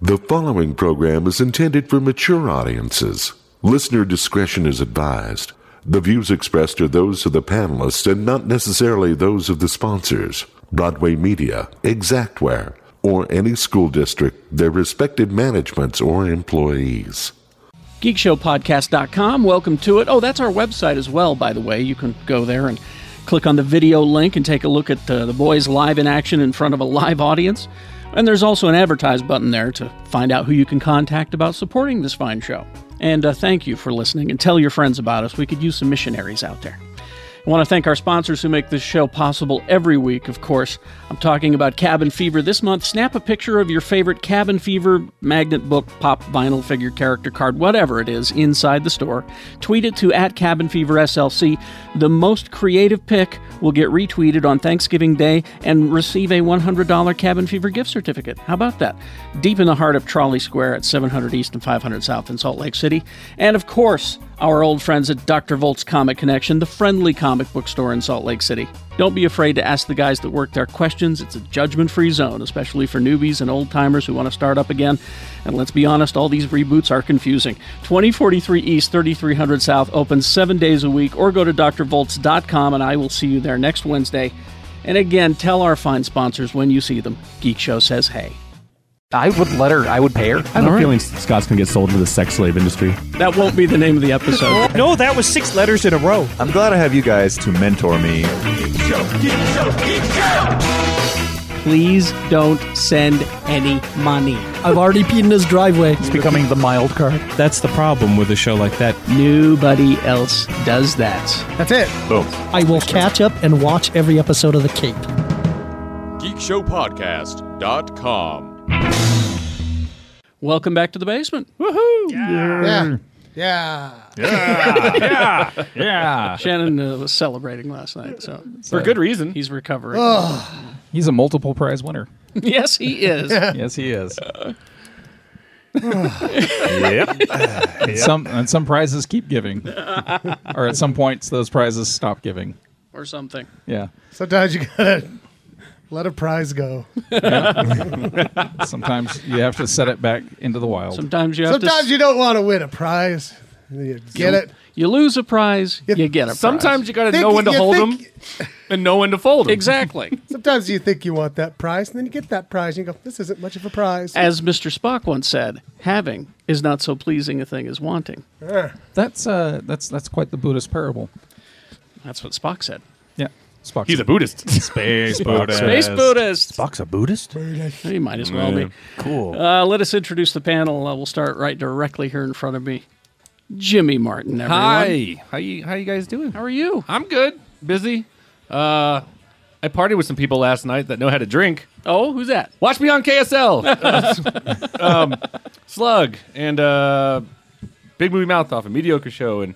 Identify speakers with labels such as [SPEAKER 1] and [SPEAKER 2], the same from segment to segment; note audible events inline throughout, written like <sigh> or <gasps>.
[SPEAKER 1] The following program is intended for mature audiences. Listener discretion is advised. The views expressed are those of the panelists and not necessarily those of the sponsors, Broadway Media, Exactware, or any school district, their respective managements or employees.
[SPEAKER 2] geekshowpodcast.com. Welcome to it. Oh, that's our website as well, by the way. You can go there and click on the video link and take a look at uh, the boys live in action in front of a live audience. And there's also an advertise button there to find out who you can contact about supporting this fine show. And uh, thank you for listening and tell your friends about us. We could use some missionaries out there. I want to thank our sponsors who make this show possible every week, of course. I'm talking about Cabin Fever. This month, snap a picture of your favorite Cabin Fever magnet book, pop, vinyl figure, character card, whatever it is, inside the store. Tweet it to at Cabin Fever SLC. The most creative pick will get retweeted on Thanksgiving Day and receive a $100 Cabin Fever gift certificate. How about that? Deep in the heart of Trolley Square at 700 East and 500 South in Salt Lake City. And of course, our old friends at Dr. Volt's Comic Connection, the friendly comic book store in Salt Lake City. Don't be afraid to ask the guys that work there questions. It's a judgment free zone, especially for newbies and old timers who want to start up again. And let's be honest, all these reboots are confusing. 2043 East, 3300 South, open seven days a week, or go to drvolts.com and I will see you there next Wednesday. And again, tell our fine sponsors when you see them. Geek Show says hey.
[SPEAKER 3] I would let her. I would pay her.
[SPEAKER 4] I have a feeling Scott's gonna get sold into the sex slave industry.
[SPEAKER 2] That won't be the name of the episode.
[SPEAKER 5] No, that was six letters in a row.
[SPEAKER 6] I'm glad I have you guys to mentor me.
[SPEAKER 2] Please don't send any money.
[SPEAKER 7] I've already peed in his driveway.
[SPEAKER 3] It's becoming the mild card.
[SPEAKER 4] That's the problem with a show like that.
[SPEAKER 2] Nobody else does that.
[SPEAKER 7] That's it.
[SPEAKER 6] Boom.
[SPEAKER 7] I will catch up and watch every episode of The Cape.
[SPEAKER 8] geekshowpodcast.com.
[SPEAKER 2] Welcome back to the basement.
[SPEAKER 9] Yeah. Yeah.
[SPEAKER 4] Yeah.
[SPEAKER 2] Shannon uh, was celebrating last night, so
[SPEAKER 5] For good reason.
[SPEAKER 2] he's recovering.
[SPEAKER 3] He's a multiple prize winner.
[SPEAKER 2] <laughs> yes, he
[SPEAKER 5] <laughs>
[SPEAKER 2] is.
[SPEAKER 3] Yes, he <sighs> is.
[SPEAKER 6] Yep.
[SPEAKER 3] And some and some prizes keep giving, or at some points those prizes stop giving.
[SPEAKER 2] or something.
[SPEAKER 3] Yeah.
[SPEAKER 9] Sometimes you gotta let a prize go.
[SPEAKER 3] Sometimes you have to set it back into the wild.
[SPEAKER 2] Sometimes you have
[SPEAKER 9] Sometimes
[SPEAKER 2] to,
[SPEAKER 9] you don't want to win a prize. You get it.
[SPEAKER 2] you lose a prize, you get a prize.
[SPEAKER 5] Sometimes you got to
[SPEAKER 9] Think-
[SPEAKER 5] know when to
[SPEAKER 9] you
[SPEAKER 5] hold
[SPEAKER 9] think-
[SPEAKER 5] them and know when to fold them. <laughs>
[SPEAKER 2] exactly.
[SPEAKER 9] Sometimes you think you want that prize, and then you get that prize, and you go, "This isn't much of a prize."
[SPEAKER 2] As Mr. Spock once said, having is not so pleasing a thing as wanting.
[SPEAKER 3] That's uh that's that's quite the Buddhist parable.
[SPEAKER 2] That's what Spock said.
[SPEAKER 3] Yeah. Spock.
[SPEAKER 5] He's a <laughs> Buddhist. Space Buddhist.
[SPEAKER 2] Space Buddhist.
[SPEAKER 10] Spock's a Buddhist?
[SPEAKER 2] You might as well be.
[SPEAKER 10] Cool.
[SPEAKER 2] Uh, let us introduce the panel. Uh, we'll start right directly here in front of me. Jimmy Martin, everyone.
[SPEAKER 5] Hi. How you how you guys doing?
[SPEAKER 2] How are you?
[SPEAKER 5] I'm good. Busy. Uh I partied with some people last night that know how to drink.
[SPEAKER 2] Oh, who's that?
[SPEAKER 5] Watch me on <laughs> KSL. Uh, um, Slug and uh, Big Movie Mouth Off and Mediocre Show and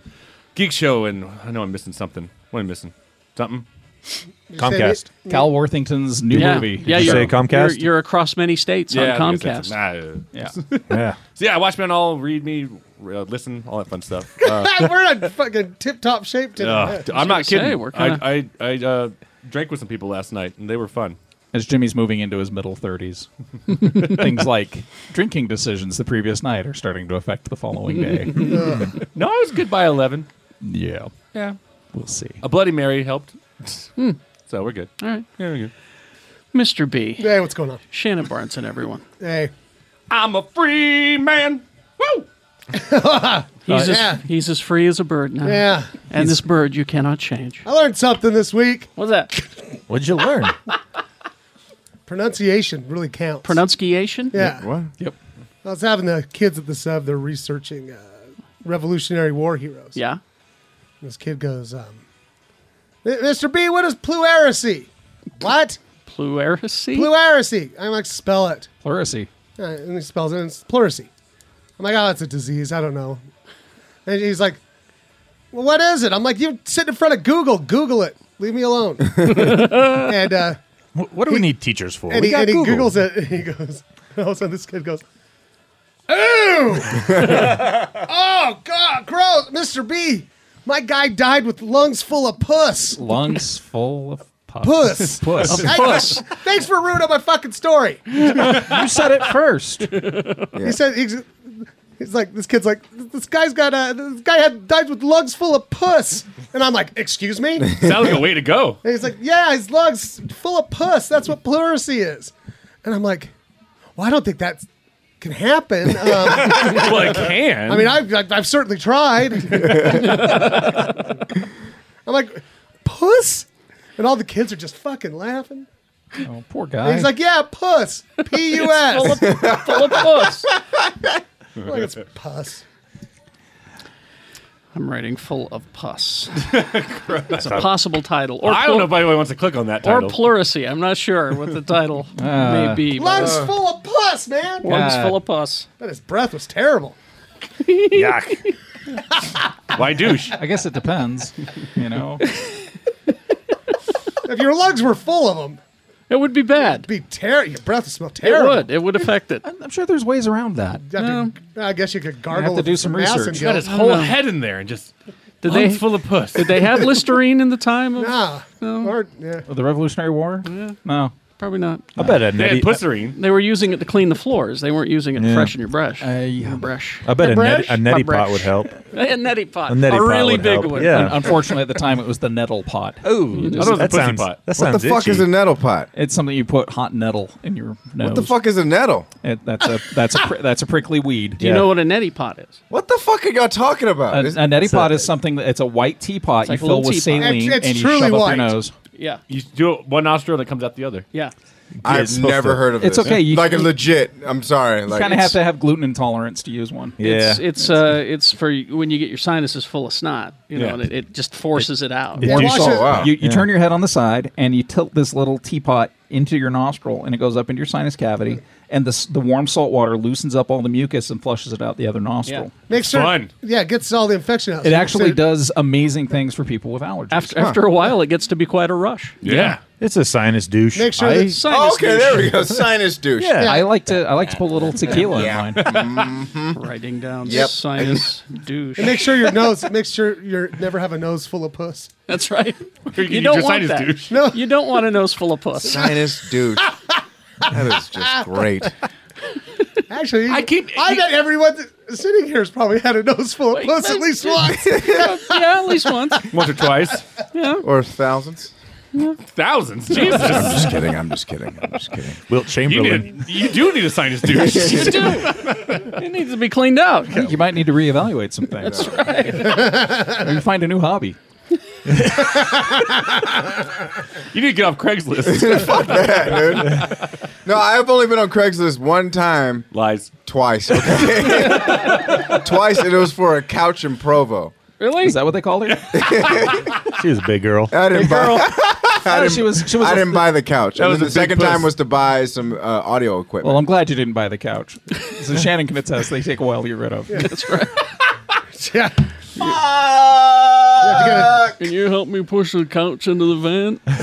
[SPEAKER 5] Geek Show and I know I'm missing something. What am I missing? Something?
[SPEAKER 9] You said
[SPEAKER 10] Comcast.
[SPEAKER 9] it-
[SPEAKER 3] Cal Worthington's new
[SPEAKER 2] yeah.
[SPEAKER 3] movie.
[SPEAKER 2] Yeah,
[SPEAKER 10] you
[SPEAKER 2] you're,
[SPEAKER 10] say Comcast?
[SPEAKER 2] You're, you're across many states
[SPEAKER 5] I
[SPEAKER 2] on
[SPEAKER 5] guess that's
[SPEAKER 2] Comcast.
[SPEAKER 5] it. Nah, uh,
[SPEAKER 3] Yeah.
[SPEAKER 10] Yeah.
[SPEAKER 5] So yeah, watch me on all, read me, uh, listen, all that fun stuff. <laughs> Uh,
[SPEAKER 9] <laughs> We're in fucking tip-top shape today.
[SPEAKER 5] uh,
[SPEAKER 9] Yeah.
[SPEAKER 5] I'm
[SPEAKER 2] gonna
[SPEAKER 5] not
[SPEAKER 2] say,
[SPEAKER 5] kidding.
[SPEAKER 2] we're kinda-
[SPEAKER 5] I I, I uh, drank with some people last night and they were fun.
[SPEAKER 3] As Jimmy's moving into his middle <laughs> thirties, things like drinking decisions the previous night are starting to affect the following day. <laughs>
[SPEAKER 5] No, I was good by eleven.
[SPEAKER 3] yeah.
[SPEAKER 5] Yeah,
[SPEAKER 3] We'll see.
[SPEAKER 5] a Bloody Mary helped. So we're good.
[SPEAKER 2] All right.
[SPEAKER 5] Yeah, we're good.
[SPEAKER 2] Mr. B,
[SPEAKER 9] Hey, what's going on?
[SPEAKER 2] Shannon Barnes, and everyone.
[SPEAKER 5] Uh,
[SPEAKER 9] Hey,
[SPEAKER 5] I'm a free man. Woo!
[SPEAKER 2] He's, as,
[SPEAKER 9] yeah.
[SPEAKER 2] he's as free as a bird now.
[SPEAKER 9] yeah.
[SPEAKER 2] And this bird you cannot change.
[SPEAKER 9] I learned something this week.
[SPEAKER 2] What's
[SPEAKER 5] <laughs>
[SPEAKER 2] that?
[SPEAKER 10] What'd you learn?
[SPEAKER 9] Pronunciation really counts.
[SPEAKER 2] Pronunciation?
[SPEAKER 9] yeah.
[SPEAKER 10] what?
[SPEAKER 3] Yep.
[SPEAKER 9] I was having the kids at the sub. They're researching uh, Revolutionary War heroes.
[SPEAKER 2] Yeah.
[SPEAKER 9] And this kid goes, um, "M- Mr. B, what is pleurisy? What?
[SPEAKER 2] Pleurisy?
[SPEAKER 9] Pleurisy. I'm like, spell it.
[SPEAKER 3] Pleurisy.
[SPEAKER 9] Uh, and he spells it, and it's pleurisy. I'm like, oh, it's a disease. I don't know. And he's like, well, what is it? I'm like, you sit in front of Google. Google it. Leave me alone. and uh,
[SPEAKER 10] Wh- What do we need teachers for?
[SPEAKER 9] and,
[SPEAKER 10] we
[SPEAKER 9] he,
[SPEAKER 10] got
[SPEAKER 9] and he
[SPEAKER 10] Google.
[SPEAKER 9] Googles it, <laughs> and he goes, and all of a sudden this kid goes,
[SPEAKER 10] <laughs>
[SPEAKER 9] Ew! oh, God, gross. Mr. B, my guy died with lungs full of puss.
[SPEAKER 3] Lungs <laughs> full of
[SPEAKER 10] <laughs>
[SPEAKER 9] Puss.
[SPEAKER 3] Puss.
[SPEAKER 9] Hey,
[SPEAKER 3] Puss.
[SPEAKER 9] Thanks for ruining my fucking story.
[SPEAKER 3] you said it <laughs> first.
[SPEAKER 9] He said he's, he's like this kid's like this guy's got a this guy had died with lugs full of puss, and I'm like, excuse me. and
[SPEAKER 5] Sounds like a way to go.
[SPEAKER 9] he's like, yeah, his lugs full of puss. That's what pleurisy is. And I'm like, well, I don't think that can happen. Um,
[SPEAKER 5] Well, it can.
[SPEAKER 9] I mean, I've, I've, I've certainly tried. I'm like, puss? And all the kids are just fucking laughing.
[SPEAKER 3] Oh, poor
[SPEAKER 9] And
[SPEAKER 3] guy.
[SPEAKER 9] he's like, yeah, puss. P U
[SPEAKER 2] Full
[SPEAKER 9] S.
[SPEAKER 2] of, full of puss.
[SPEAKER 9] Like, it's puss.
[SPEAKER 2] <laughs> I'm writing full of
[SPEAKER 10] <laughs>
[SPEAKER 2] puss. it's a possible title. Or
[SPEAKER 5] I don't know
[SPEAKER 2] pleu-
[SPEAKER 5] if anybody wants to click on that
[SPEAKER 2] or
[SPEAKER 5] title.
[SPEAKER 2] pleurisy. I'm not sure what the title
[SPEAKER 4] <laughs> Ah.
[SPEAKER 2] may be. but
[SPEAKER 9] Lungs full of puss, man.
[SPEAKER 2] Lungs
[SPEAKER 3] God.
[SPEAKER 2] full of puss.
[SPEAKER 9] But his breath was terrible.
[SPEAKER 5] Yuck. Why douche?
[SPEAKER 3] I guess it depends. You know,
[SPEAKER 9] If your lungs were full of them,
[SPEAKER 2] It would be bad.
[SPEAKER 9] be terrible. Your breath would smell
[SPEAKER 2] It
[SPEAKER 9] terrible.
[SPEAKER 2] would. It would affect it.
[SPEAKER 3] I'm sure there's ways around that.
[SPEAKER 9] You'd have to- I guess you could gargle.
[SPEAKER 3] have to do some research.
[SPEAKER 5] Got
[SPEAKER 3] <laughs>
[SPEAKER 5] his whole head in there and just
[SPEAKER 2] Did
[SPEAKER 5] lungs
[SPEAKER 2] they,
[SPEAKER 5] full of puss.
[SPEAKER 2] did they have Listerine in the time?
[SPEAKER 9] <laughs>
[SPEAKER 2] Of,
[SPEAKER 9] Ah, or, yeah.
[SPEAKER 3] The Revolutionary War? Yeah. No.
[SPEAKER 2] Probably not.
[SPEAKER 4] I bet an
[SPEAKER 5] They had
[SPEAKER 4] Eddie.
[SPEAKER 5] pusserine.
[SPEAKER 2] They were using it to clean the floors. They weren't using it to
[SPEAKER 4] Yeah.
[SPEAKER 2] freshen your brush.
[SPEAKER 3] yeah.
[SPEAKER 2] Your brush.
[SPEAKER 4] I bet a
[SPEAKER 2] brush?
[SPEAKER 4] neti, a neti
[SPEAKER 2] My
[SPEAKER 4] pot
[SPEAKER 2] brush.
[SPEAKER 4] would help.
[SPEAKER 2] A neti pot.
[SPEAKER 4] A neti pot
[SPEAKER 2] really
[SPEAKER 4] would
[SPEAKER 2] big
[SPEAKER 4] help.
[SPEAKER 2] one.
[SPEAKER 4] Yeah.
[SPEAKER 3] Unfortunately, at the time, it was the nettle pot. Oh,
[SPEAKER 5] I thought it was a
[SPEAKER 4] That
[SPEAKER 5] pussy
[SPEAKER 4] sounds.
[SPEAKER 5] pot.
[SPEAKER 4] That
[SPEAKER 6] What
[SPEAKER 4] sounds
[SPEAKER 6] the fuck
[SPEAKER 4] itchy.
[SPEAKER 6] is a nettle pot?
[SPEAKER 3] it's something you put hot nettle in your nose.
[SPEAKER 6] What the fuck is a nettle?
[SPEAKER 3] It, that's a that's a pri- that's a prickly weed.
[SPEAKER 2] Do you know what a neti pot is?
[SPEAKER 6] What the fuck are y'all talking
[SPEAKER 3] A, a
[SPEAKER 6] about? Is-
[SPEAKER 3] neti pot is something that it's a white teapot you
[SPEAKER 2] like a
[SPEAKER 3] fill
[SPEAKER 2] little
[SPEAKER 3] with
[SPEAKER 2] teapot.
[SPEAKER 3] saline
[SPEAKER 9] It's- it's
[SPEAKER 3] and you
[SPEAKER 9] truly
[SPEAKER 3] shove up
[SPEAKER 9] white.
[SPEAKER 3] your nose.
[SPEAKER 2] Yeah.
[SPEAKER 5] You do it one nostril that comes out the other.
[SPEAKER 2] Yeah.
[SPEAKER 6] I've never heard of
[SPEAKER 3] It's
[SPEAKER 6] this.
[SPEAKER 3] okay, you-
[SPEAKER 6] like
[SPEAKER 3] you-
[SPEAKER 6] legit. I'm sorry.
[SPEAKER 3] You
[SPEAKER 6] Like
[SPEAKER 3] kind of have
[SPEAKER 6] it's-
[SPEAKER 3] to have gluten intolerance to use one.
[SPEAKER 4] Yeah.
[SPEAKER 2] It's it's uh it's for when you get your sinuses full of snot, you know,
[SPEAKER 3] Yeah.
[SPEAKER 2] and it, it just forces it, out.
[SPEAKER 9] Yeah, watch
[SPEAKER 6] Oh
[SPEAKER 9] it.
[SPEAKER 6] wow.
[SPEAKER 3] You, you turn your head on the side and you tilt this little teapot into your nostril and it goes up into your sinus cavity and the s- the warm salt water loosens up all the mucus and flushes it out the other nostril.
[SPEAKER 9] Make sure.
[SPEAKER 5] Fun.
[SPEAKER 9] Yeah, it gets all the infection out.
[SPEAKER 3] It
[SPEAKER 9] So
[SPEAKER 3] actually
[SPEAKER 9] you-
[SPEAKER 3] does amazing things for people with allergies.
[SPEAKER 2] After after a while, it gets to be quite a rush.
[SPEAKER 5] Yeah.
[SPEAKER 4] It's a sinus douche.
[SPEAKER 9] Make sure
[SPEAKER 4] I-
[SPEAKER 9] that
[SPEAKER 2] Sinus
[SPEAKER 6] Oh, okay,
[SPEAKER 2] douche.
[SPEAKER 6] there we go. Sinus douche.
[SPEAKER 4] Yeah.
[SPEAKER 3] I like to I like to put a little tequila in mine.
[SPEAKER 2] Writing down
[SPEAKER 6] Yep.
[SPEAKER 2] sinus douche.
[SPEAKER 9] Make sure your nose. Make sure you never have a nose full of puss.
[SPEAKER 2] That's right.
[SPEAKER 5] You,
[SPEAKER 2] You
[SPEAKER 5] can
[SPEAKER 2] don't
[SPEAKER 5] use your
[SPEAKER 2] want
[SPEAKER 5] sinus
[SPEAKER 2] that.
[SPEAKER 5] douche.
[SPEAKER 9] No.
[SPEAKER 2] You don't want a nose full of puss.
[SPEAKER 6] Sinus douche. That is just great.
[SPEAKER 9] Actually,
[SPEAKER 5] I keep-
[SPEAKER 9] I bet everyone th- sitting here has probably had a nose full of puss at least
[SPEAKER 5] <laughs>
[SPEAKER 9] once.
[SPEAKER 2] yeah, at least
[SPEAKER 3] <laughs>
[SPEAKER 2] once.
[SPEAKER 5] Once or twice.
[SPEAKER 6] Or thousands.
[SPEAKER 5] Thousands. Jesus.
[SPEAKER 6] I'm just kidding. I'm just kidding. I'm just kidding.
[SPEAKER 4] Wilt
[SPEAKER 5] You,
[SPEAKER 4] Chamberlain.
[SPEAKER 5] need a, you do need a sinus douche.
[SPEAKER 2] You do. It needs to be cleaned out.
[SPEAKER 3] I think you might need to reevaluate some things. That's right. <laughs> you find a new hobby.
[SPEAKER 5] you need to get off Craigslist.
[SPEAKER 6] No, I've only been on Craigslist one time,
[SPEAKER 5] Lies.
[SPEAKER 6] twice. Okay, <laughs> twice, and it was for a couch in Provo.
[SPEAKER 2] Really?
[SPEAKER 3] Is that what they called <laughs> her?
[SPEAKER 4] She was a big girl.
[SPEAKER 6] I didn't buy. I
[SPEAKER 3] Oh, she was she was
[SPEAKER 6] I didn't buy the couch.
[SPEAKER 5] That
[SPEAKER 6] and
[SPEAKER 5] was
[SPEAKER 6] then
[SPEAKER 5] a
[SPEAKER 6] the
[SPEAKER 5] big
[SPEAKER 6] second
[SPEAKER 5] puss.
[SPEAKER 6] time was to buy some uh, audio equipment.
[SPEAKER 3] Well, I'm glad you didn't buy the couch. So Shannon can attest they take a while to get rid of.
[SPEAKER 2] That's right.
[SPEAKER 9] yeah.
[SPEAKER 2] Can you help me push the couch into the van?
[SPEAKER 3] I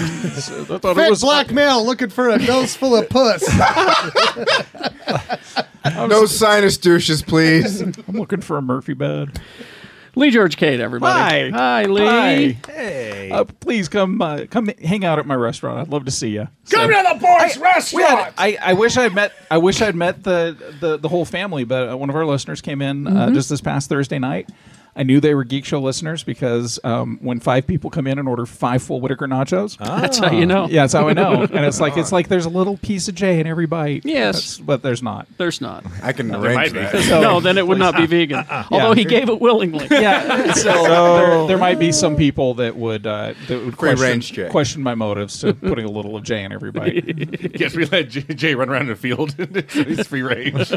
[SPEAKER 3] thought
[SPEAKER 9] Fat black male looking for a nose full of
[SPEAKER 3] <laughs>
[SPEAKER 9] puss.
[SPEAKER 6] no sinus douches, please.
[SPEAKER 3] I'm looking for a Murphy bed.
[SPEAKER 2] Lee George Cade, everybody.
[SPEAKER 3] Hi.
[SPEAKER 2] Hi, Lee.
[SPEAKER 3] Hi. Hey. Uh, please come uh, come hang out at my restaurant. I'd love to see you. Come to the boys' restaurant. I, I wish I'd met I wish I'd met the the, the whole family, but uh, one of our listeners came in uh, just this past Thursday night. I knew they were Geek Show listeners because um, when five people come in and order five full Whitaker nachos,
[SPEAKER 2] That's how you know.
[SPEAKER 3] <laughs> yeah, that's how I know. And it's <laughs> like it's like there's a little piece of J in every bite.
[SPEAKER 2] Yes.
[SPEAKER 3] That's- but there's not.
[SPEAKER 2] There's not.
[SPEAKER 6] I can
[SPEAKER 5] might
[SPEAKER 6] arrange
[SPEAKER 2] <laughs>
[SPEAKER 5] be.
[SPEAKER 6] that.
[SPEAKER 2] no, then it would not <laughs> be vegan. Although he gave it willingly.
[SPEAKER 3] Yeah, <laughs> so there, there might be some people that would uh, that would
[SPEAKER 6] Free range
[SPEAKER 3] question,
[SPEAKER 6] Jay.
[SPEAKER 3] question my motives to putting a little of J in every
[SPEAKER 6] <laughs>
[SPEAKER 3] bite.
[SPEAKER 5] Yes, we let J- Jay run around in the field. <laughs> He's free range.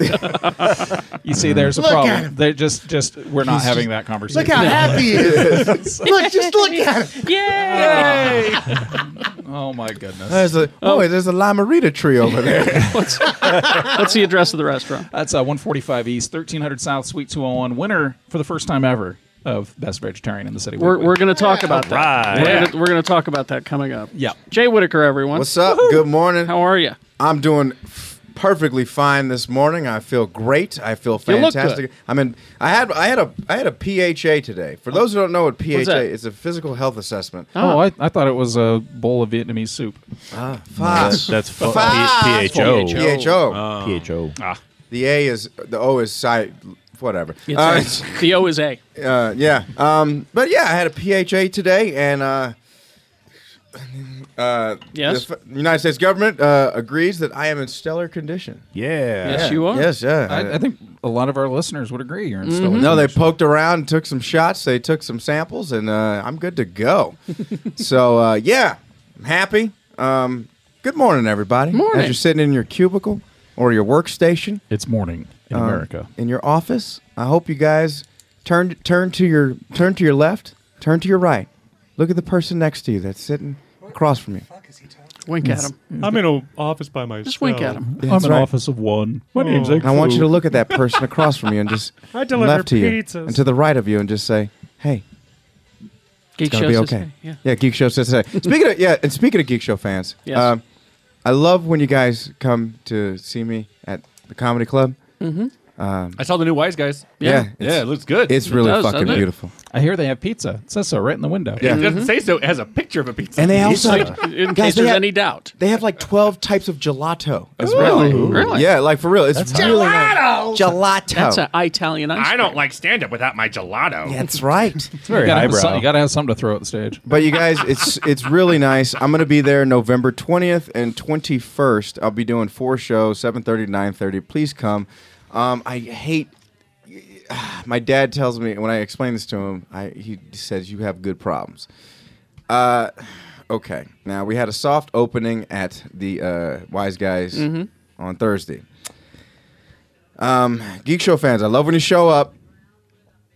[SPEAKER 3] You see, there's a
[SPEAKER 9] Look at
[SPEAKER 3] problem.
[SPEAKER 9] him.
[SPEAKER 3] They're just just we're not having that conversation.
[SPEAKER 9] Look how happy he
[SPEAKER 3] <laughs>
[SPEAKER 9] is. look, just look at him.
[SPEAKER 2] <laughs> Yay!
[SPEAKER 3] Oh my goodness,
[SPEAKER 6] There's a oh, wait, there's a La Marita tree over <laughs> there.
[SPEAKER 2] What's, what's the address of the restaurant?
[SPEAKER 3] that's uh, 145 East, 1300 South, Suite 201. Winner for the first time ever of Best Vegetarian in the City.
[SPEAKER 2] We're,
[SPEAKER 3] Weekly.
[SPEAKER 2] we're going to talk about that.
[SPEAKER 5] Right.
[SPEAKER 2] We're gonna- We're going to talk about that coming up.
[SPEAKER 3] yeah.
[SPEAKER 2] Jay Whitaker, everyone.
[SPEAKER 6] What's up? Good morning.
[SPEAKER 2] How are you?
[SPEAKER 6] I'm doing f- perfectly fine this morning. I feel great. I feel
[SPEAKER 11] You look
[SPEAKER 6] fantastic.
[SPEAKER 11] good.
[SPEAKER 6] I mean, I had I had a I had a PHA today. For those who don't know what PHA,
[SPEAKER 3] that?
[SPEAKER 6] it's a physical health assessment.
[SPEAKER 2] Ah.
[SPEAKER 3] Oh, I, I thought it was a bowl of Vietnamese soup.
[SPEAKER 6] Ah, That's- that's fu- P- Uh,
[SPEAKER 3] PHO.
[SPEAKER 6] PHO.
[SPEAKER 3] Ah.
[SPEAKER 6] PHO. The A is the O is site. Whatever.
[SPEAKER 2] It's A. the O is A.
[SPEAKER 6] Uh, yeah. Um, but yeah, I had a PHA today, and uh, uh,
[SPEAKER 2] Yes?
[SPEAKER 6] the f- United States government uh, agrees that I am in stellar condition.
[SPEAKER 3] Yeah.
[SPEAKER 6] Yeah. Yes, yeah.
[SPEAKER 3] I, I think a lot of our listeners would agree. You're in
[SPEAKER 2] Mm-hmm.
[SPEAKER 3] stellar
[SPEAKER 6] No, they
[SPEAKER 3] condition.
[SPEAKER 6] poked around, took some shots, they took some samples, and uh, I'm good
[SPEAKER 3] <laughs>
[SPEAKER 6] to go. so uh, yeah, I'm happy. Um, good morning, everybody.
[SPEAKER 3] Morning.
[SPEAKER 6] As you're sitting in your cubicle or your workstation,
[SPEAKER 3] It's morning in
[SPEAKER 6] um,
[SPEAKER 3] America.
[SPEAKER 6] in your office. I hope you guys turn turn to your turn to your left, turn to your right. Look at the person next to you that's sitting across from you.
[SPEAKER 2] Wink at him.
[SPEAKER 5] <laughs> I'm in an office by myself.
[SPEAKER 2] Just wink at him.
[SPEAKER 6] That's right.
[SPEAKER 3] of one.
[SPEAKER 5] My name's
[SPEAKER 6] I want you to look at that person across from you and
[SPEAKER 5] <laughs>
[SPEAKER 6] just
[SPEAKER 5] I deliver
[SPEAKER 6] left to you
[SPEAKER 5] pizzas.
[SPEAKER 6] and to the right of you and just say, "Hey,
[SPEAKER 2] Geek
[SPEAKER 6] it's gonna
[SPEAKER 2] Show
[SPEAKER 6] be
[SPEAKER 2] says,
[SPEAKER 6] okay."
[SPEAKER 2] "Hey," yeah.
[SPEAKER 6] Geek Show
[SPEAKER 2] <laughs>
[SPEAKER 6] says, "Hey." Speaking of yeah, and speaking of Geek Show fans,
[SPEAKER 2] Yes.
[SPEAKER 6] um, I love when you guys come to see me at the comedy club.
[SPEAKER 5] Mhm.
[SPEAKER 6] Um,
[SPEAKER 5] I saw the new Wise Guys.
[SPEAKER 6] yeah,
[SPEAKER 5] yeah,
[SPEAKER 6] it's-
[SPEAKER 5] it looks good.
[SPEAKER 6] It's really fucking beautiful.
[SPEAKER 3] I hear they have pizza. It says so right in the window.
[SPEAKER 5] It doesn't say so. It has a picture of a pizza.
[SPEAKER 6] And they also
[SPEAKER 2] in
[SPEAKER 6] Guys,
[SPEAKER 2] case
[SPEAKER 6] they
[SPEAKER 2] there's
[SPEAKER 6] have-
[SPEAKER 2] any doubt.
[SPEAKER 6] They have like twelve types of gelato. as
[SPEAKER 2] Ooh.
[SPEAKER 6] well.
[SPEAKER 2] Really? Really?
[SPEAKER 6] Yeah, like for real. It's
[SPEAKER 2] That's
[SPEAKER 6] really
[SPEAKER 2] hot.
[SPEAKER 6] nice. gelato.
[SPEAKER 2] That's an Italian ice.
[SPEAKER 5] I don't like stand up without my gelato.
[SPEAKER 6] That's right. It's
[SPEAKER 3] you gotta have some- you gotta have something to throw at the stage.
[SPEAKER 6] But you guys, it's it's really nice. I'm going to be there November 20th and 21st. I'll be doing four shows, 7:30 to 9:30. Please come. Um, I hate. <sighs> My dad tells me when I explain this to him, I, he says you have good problems. Uh, okay. Now we had a soft opening at the uh, Wise Guys
[SPEAKER 5] Mm-hmm.
[SPEAKER 12] Mhm.
[SPEAKER 6] on Thursday. Um, Geek Show fans, I love when you show up.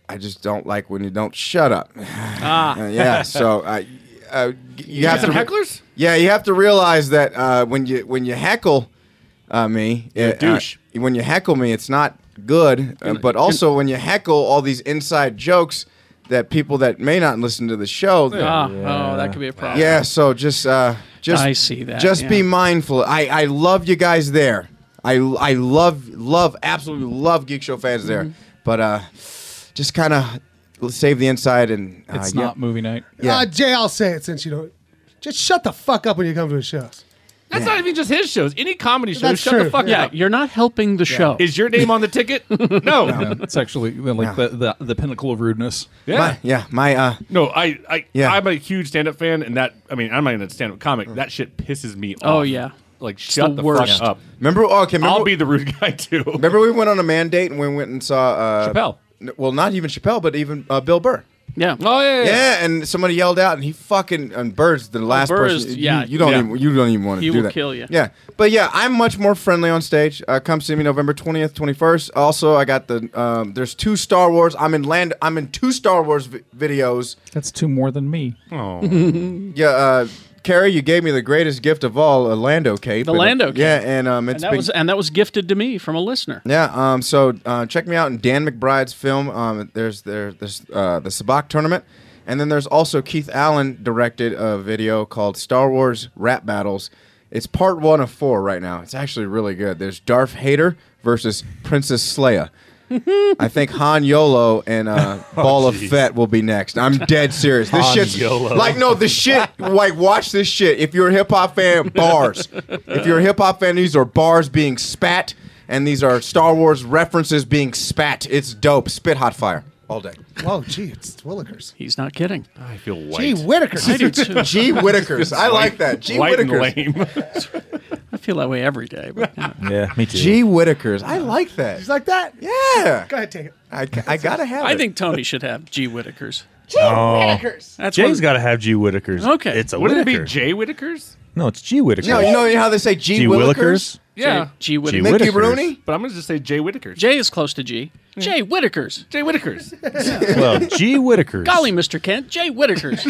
[SPEAKER 6] I just don't like when you don't shut up. <sighs>
[SPEAKER 5] Ah.
[SPEAKER 6] Uh, yeah. So I, uh, you,
[SPEAKER 5] got
[SPEAKER 6] have to
[SPEAKER 5] some
[SPEAKER 6] re-
[SPEAKER 5] hecklers?
[SPEAKER 6] Yeah, you have to realize that uh, when you when you heckle uh, me,
[SPEAKER 5] You're a
[SPEAKER 6] it, uh,
[SPEAKER 5] douche.
[SPEAKER 6] when you heckle me, it's not good. Uh, but also when you heckle all these inside jokes that people that may not listen to the show.
[SPEAKER 2] Ah, Oh, that could be a problem.
[SPEAKER 6] Yeah, so just uh just
[SPEAKER 2] I see that,
[SPEAKER 6] Just be
[SPEAKER 2] yeah.
[SPEAKER 6] mindful. I I love you guys there. I I love love absolutely love Geek Show fans there. But uh just kind of save the inside and uh,
[SPEAKER 3] It's
[SPEAKER 6] yeah.
[SPEAKER 3] not movie night.
[SPEAKER 6] Yeah.
[SPEAKER 9] Uh, Jay, I'll say it since you don't. Just shut the fuck up when you come to the shows.
[SPEAKER 5] That's not even just his shows. Any comedy show.
[SPEAKER 9] That's
[SPEAKER 5] shut
[SPEAKER 9] true.
[SPEAKER 5] the fuck
[SPEAKER 9] Yeah,
[SPEAKER 5] up.
[SPEAKER 2] You're not helping the show.
[SPEAKER 5] Is your name on the ticket? No.
[SPEAKER 3] Yeah, <laughs> it's actually like the, the the pinnacle of rudeness.
[SPEAKER 5] Yeah. My-
[SPEAKER 6] yeah, my uh
[SPEAKER 5] No, I, I,
[SPEAKER 3] Yeah.
[SPEAKER 5] I'm a huge stand-up fan, and that, I mean, I'm not even a stand-up comic. That shit pisses me off.
[SPEAKER 2] Oh, yeah.
[SPEAKER 5] like
[SPEAKER 2] It's
[SPEAKER 5] shut
[SPEAKER 2] the
[SPEAKER 5] the,
[SPEAKER 2] worst.
[SPEAKER 5] fuck up.
[SPEAKER 6] Remember? Okay, remember,
[SPEAKER 5] I'll be the rude <laughs> guy too.
[SPEAKER 6] Remember we went on a man date and we went and saw uh,
[SPEAKER 5] Chappelle.
[SPEAKER 6] n- well, not even Chappelle, but even uh, Bill Burr.
[SPEAKER 2] Yeah.
[SPEAKER 5] Oh yeah.
[SPEAKER 6] Yeah, and somebody yelled out, and he fucking and Bird's the last
[SPEAKER 2] Burr
[SPEAKER 6] person.
[SPEAKER 2] is-
[SPEAKER 6] you-
[SPEAKER 2] yeah,
[SPEAKER 6] you don't
[SPEAKER 2] yeah.
[SPEAKER 6] even you don't even want to
[SPEAKER 2] He
[SPEAKER 6] do
[SPEAKER 2] will
[SPEAKER 6] that.
[SPEAKER 2] kill you.
[SPEAKER 6] Yeah, but yeah, I'm much more friendly on stage. Uh, come see me November twentieth, twenty first. Also, I got the um, there's two Star Wars. I'm in land. I'm in two Star Wars vi- videos.
[SPEAKER 3] That's two more than me.
[SPEAKER 6] yeah, uh, Carrie, you gave me the greatest gift of all, a Lando cape.
[SPEAKER 2] The
[SPEAKER 6] And, uh,
[SPEAKER 2] Lando cape.
[SPEAKER 6] Yeah, and um, it's
[SPEAKER 2] and that
[SPEAKER 6] been-
[SPEAKER 2] was and that was gifted to me from a listener.
[SPEAKER 6] Yeah. Um. So uh, check me out in Dan McBride's film. Um. There's there there's uh, the Sabak tournament, and then there's also Keith Allen directed a video called Star Wars Rap Battles. It's part one of four right now. It's actually really good. There's Darth Hader versus Princess Leia. I think Han Yolo and
[SPEAKER 12] <laughs>
[SPEAKER 6] uh, Ball of
[SPEAKER 12] Oh, jeez.
[SPEAKER 6] Fett will be next. I'm dead serious. This
[SPEAKER 12] Han
[SPEAKER 6] shit's
[SPEAKER 12] Yolo.
[SPEAKER 6] like no, the shit. Like watch this shit. If you're a hip hop fan, bars. If you're a hip hop fan, these are bars being spat, and these are Star Wars references being spat. It's dope. Spit hot fire all day.
[SPEAKER 9] Whoa, gee, it's Willikers.
[SPEAKER 2] He's not kidding.
[SPEAKER 5] I feel white.
[SPEAKER 9] Gee, Whitakers. I do too.
[SPEAKER 6] Gee, Whitakers. I like that. Gee,
[SPEAKER 5] White and
[SPEAKER 6] Whitakers.
[SPEAKER 5] lame.
[SPEAKER 2] I feel that way every day. But, yeah.
[SPEAKER 4] Yeah, me too.
[SPEAKER 6] Gee, Whitakers. I like that.
[SPEAKER 9] He's like that.
[SPEAKER 6] Yeah.
[SPEAKER 9] Go ahead, take it.
[SPEAKER 6] I, I gotta
[SPEAKER 2] <laughs>
[SPEAKER 6] have.
[SPEAKER 2] I
[SPEAKER 6] it.
[SPEAKER 2] think Tony should have G. Whitakers.
[SPEAKER 9] Gee,
[SPEAKER 4] Oh.
[SPEAKER 2] That's
[SPEAKER 4] Jay's
[SPEAKER 2] one-
[SPEAKER 4] got to have G. Whitaker's.
[SPEAKER 2] Okay.
[SPEAKER 4] It's a
[SPEAKER 2] Wouldn't it be
[SPEAKER 4] Whitaker.
[SPEAKER 5] Jay Whitakers?
[SPEAKER 4] No, it's G. Whitaker.
[SPEAKER 6] No, you know how they say G. Willikers?
[SPEAKER 5] Yeah.
[SPEAKER 2] G.
[SPEAKER 4] G.
[SPEAKER 2] Whitakers.
[SPEAKER 4] Mickey Whitakers. Rooney?
[SPEAKER 5] But I'm gonna just say Jay Whitakers.
[SPEAKER 2] J is close to G. Jay Whitakers.
[SPEAKER 5] Jay Whitakers.
[SPEAKER 4] well,
[SPEAKER 6] <laughs>
[SPEAKER 4] G. Whitaker's.
[SPEAKER 2] Golly, Mr. Kent. Jay Whitakers.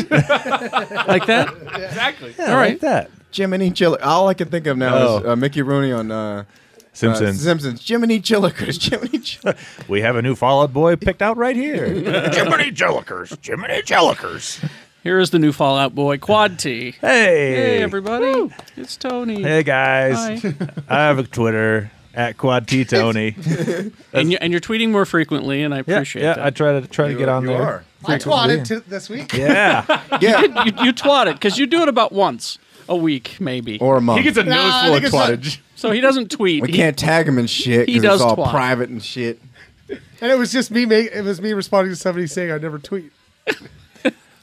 [SPEAKER 2] like that?
[SPEAKER 5] Exactly.
[SPEAKER 2] All right.
[SPEAKER 4] that.
[SPEAKER 6] Jiminy Chiller. All I can think of now
[SPEAKER 4] Oh.
[SPEAKER 6] is uh, Mickey Rooney on uh,
[SPEAKER 4] Simpsons.
[SPEAKER 6] Uh, Simpsons. Jiminy <laughs> Chillikers. Jiminy Chillikers.
[SPEAKER 4] We have a new Fallout Boy picked out right here.
[SPEAKER 6] <laughs> Jiminy
[SPEAKER 4] Jellikers. Jiminy Jellikers.
[SPEAKER 2] <laughs> Here is the new Fallout Boy Quad T.
[SPEAKER 4] Hey.
[SPEAKER 2] hey everybody, it's Tony.
[SPEAKER 4] Hey guys,
[SPEAKER 2] Hi.
[SPEAKER 4] <laughs> I have a Twitter at Quad T Tony.
[SPEAKER 2] and, you, and you're tweeting more frequently, and I appreciate
[SPEAKER 4] yeah,
[SPEAKER 2] that.
[SPEAKER 4] I try to try to get on there.
[SPEAKER 6] <laughs>
[SPEAKER 9] I twatted to this week.
[SPEAKER 4] Yeah,
[SPEAKER 2] yeah. You, did- you, you twatted because you do it about once a week, maybe,
[SPEAKER 6] Or a month.
[SPEAKER 2] He gets a
[SPEAKER 6] Nah,
[SPEAKER 2] nose
[SPEAKER 6] I
[SPEAKER 2] full of
[SPEAKER 6] think it's not-
[SPEAKER 2] twattage, so he doesn't tweet.
[SPEAKER 6] We
[SPEAKER 2] He-
[SPEAKER 6] can't tag him and shit
[SPEAKER 2] he does
[SPEAKER 6] because it's all
[SPEAKER 2] twat.
[SPEAKER 6] private and shit.
[SPEAKER 9] And it was just me. Make, it was me responding to somebody saying I never tweet.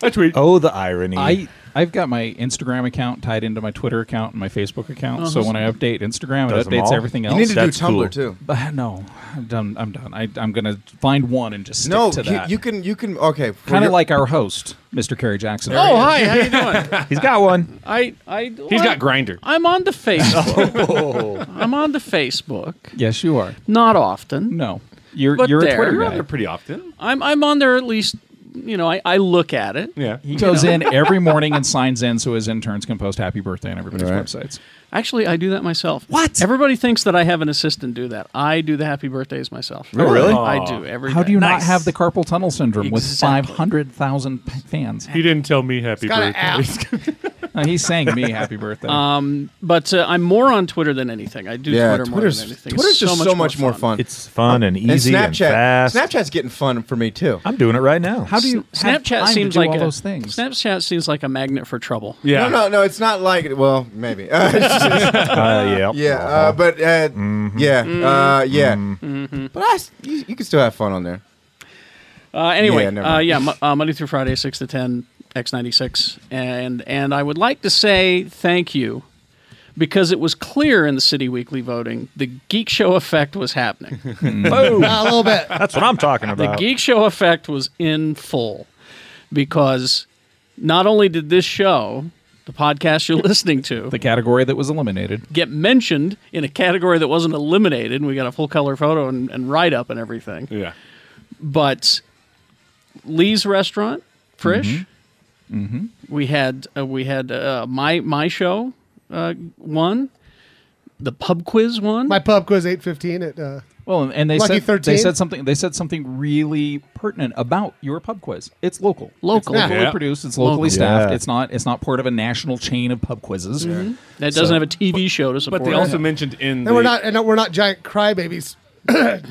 [SPEAKER 4] I tweet. Oh, the irony!
[SPEAKER 3] I I've got my Instagram account tied into my Twitter account and my Facebook account. So
[SPEAKER 9] Uh-huh.
[SPEAKER 3] when I update Instagram,
[SPEAKER 4] Does
[SPEAKER 3] it
[SPEAKER 4] them
[SPEAKER 3] updates
[SPEAKER 4] all?
[SPEAKER 3] everything
[SPEAKER 4] You
[SPEAKER 3] else.
[SPEAKER 4] need to do That's Tumblr, cool.
[SPEAKER 6] too.
[SPEAKER 3] But no, I'm done. I'm done. I, I'm gonna find one and just stick
[SPEAKER 6] No,
[SPEAKER 3] to
[SPEAKER 6] you-
[SPEAKER 3] that.
[SPEAKER 6] you can you can okay. for
[SPEAKER 3] kind
[SPEAKER 6] your-
[SPEAKER 3] of like our host, Mr. Kerry Jackson.
[SPEAKER 2] Oh hi, how you doing?
[SPEAKER 4] He's got one.
[SPEAKER 2] I I
[SPEAKER 3] <laughs> He's got Grindr.
[SPEAKER 2] I'm on the Facebook. I'm on the Facebook.
[SPEAKER 3] Yes, you are.
[SPEAKER 2] Not often.
[SPEAKER 3] No, you're
[SPEAKER 2] But
[SPEAKER 3] you're
[SPEAKER 2] there.
[SPEAKER 3] a Twitter
[SPEAKER 2] You're
[SPEAKER 3] guy.
[SPEAKER 2] on there
[SPEAKER 5] pretty often.
[SPEAKER 2] I'm I'm on there at least. You know, I, I look at it.
[SPEAKER 5] Yeah,
[SPEAKER 3] He goes in every morning and signs in so his interns can post happy birthday on everybody's websites.
[SPEAKER 2] Actually, I do that myself. What? Everybody thinks that I have an assistant do that. I do the happy birthdays myself. I do every.
[SPEAKER 3] How
[SPEAKER 2] day.
[SPEAKER 3] do you not have the carpal tunnel syndrome
[SPEAKER 2] Exactly.
[SPEAKER 3] with 500,000 p- fans?
[SPEAKER 5] He didn't tell me happy
[SPEAKER 2] got an
[SPEAKER 5] birthday.
[SPEAKER 3] No, he sang me happy <laughs> birthday.
[SPEAKER 2] Um, but uh, I'm more on Twitter than anything. I do
[SPEAKER 6] yeah,
[SPEAKER 2] Twitter
[SPEAKER 6] Twitter's
[SPEAKER 2] more than anything.
[SPEAKER 6] Twitter's
[SPEAKER 2] It's
[SPEAKER 6] just so much more fun.
[SPEAKER 4] It's fun and easy
[SPEAKER 6] Snapchat,
[SPEAKER 4] and fast.
[SPEAKER 6] Snapchat's getting fun for me too.
[SPEAKER 4] I'm doing it right now.
[SPEAKER 6] How do you have
[SPEAKER 2] Snapchat
[SPEAKER 6] time to
[SPEAKER 2] seems
[SPEAKER 6] do
[SPEAKER 2] like
[SPEAKER 6] all
[SPEAKER 2] a,
[SPEAKER 6] those
[SPEAKER 2] things. Snapchat seems like a magnet for trouble.
[SPEAKER 6] No, no, no. It's not like well, maybe. <laughs> Uh, it's just-
[SPEAKER 4] yeah.
[SPEAKER 6] <laughs> yeah,
[SPEAKER 4] Uh-huh.
[SPEAKER 6] uh, but uh,
[SPEAKER 4] Mm-hmm.
[SPEAKER 6] yeah, uh, yeah.
[SPEAKER 2] Mm-hmm.
[SPEAKER 6] But I, s- you, you can still have fun on there.
[SPEAKER 2] Uh, anyway,
[SPEAKER 6] Yeah,
[SPEAKER 2] yeah,
[SPEAKER 6] never
[SPEAKER 2] uh,
[SPEAKER 6] mind.
[SPEAKER 2] yeah mo- uh, Monday through Friday, six to ten, X ninety six, and and I would like to say thank you because it was clear in the city weekly voting the geek show effect was
[SPEAKER 6] <laughs>
[SPEAKER 2] happening.
[SPEAKER 4] Boom.
[SPEAKER 9] a little bit.
[SPEAKER 4] That's what I'm talking
[SPEAKER 2] the
[SPEAKER 4] about.
[SPEAKER 2] geek show effect was in full because not only did this show, the podcast you're listening to,
[SPEAKER 3] the category that was eliminated.
[SPEAKER 2] get mentioned in a category that wasn't eliminated, and we got a full color photo and, and write up and everything.
[SPEAKER 5] Yeah.
[SPEAKER 2] But Lee's restaurant, Frisch.
[SPEAKER 3] Mm-hmm.
[SPEAKER 2] We had uh, we had uh, my my show uh, one, the pub quiz one.
[SPEAKER 9] My pub quiz eight fifteen at uh,
[SPEAKER 3] Well, and, and they
[SPEAKER 9] Lucky
[SPEAKER 3] said
[SPEAKER 9] 13?
[SPEAKER 3] they said something they said something really pertinent about your pub quiz. It's local,
[SPEAKER 2] Local.
[SPEAKER 3] it's locally
[SPEAKER 2] Yeah.
[SPEAKER 3] produced, it's locally
[SPEAKER 2] Local.
[SPEAKER 3] staffed.
[SPEAKER 2] Yeah.
[SPEAKER 3] It's not it's not part of a national chain of pub quizzes.
[SPEAKER 6] Mm-hmm.
[SPEAKER 2] Mhm. That doesn't have a TV show to support.
[SPEAKER 5] But they
[SPEAKER 2] it.
[SPEAKER 5] also mentioned in
[SPEAKER 9] and
[SPEAKER 5] the
[SPEAKER 9] we're not and we're not giant crybabies.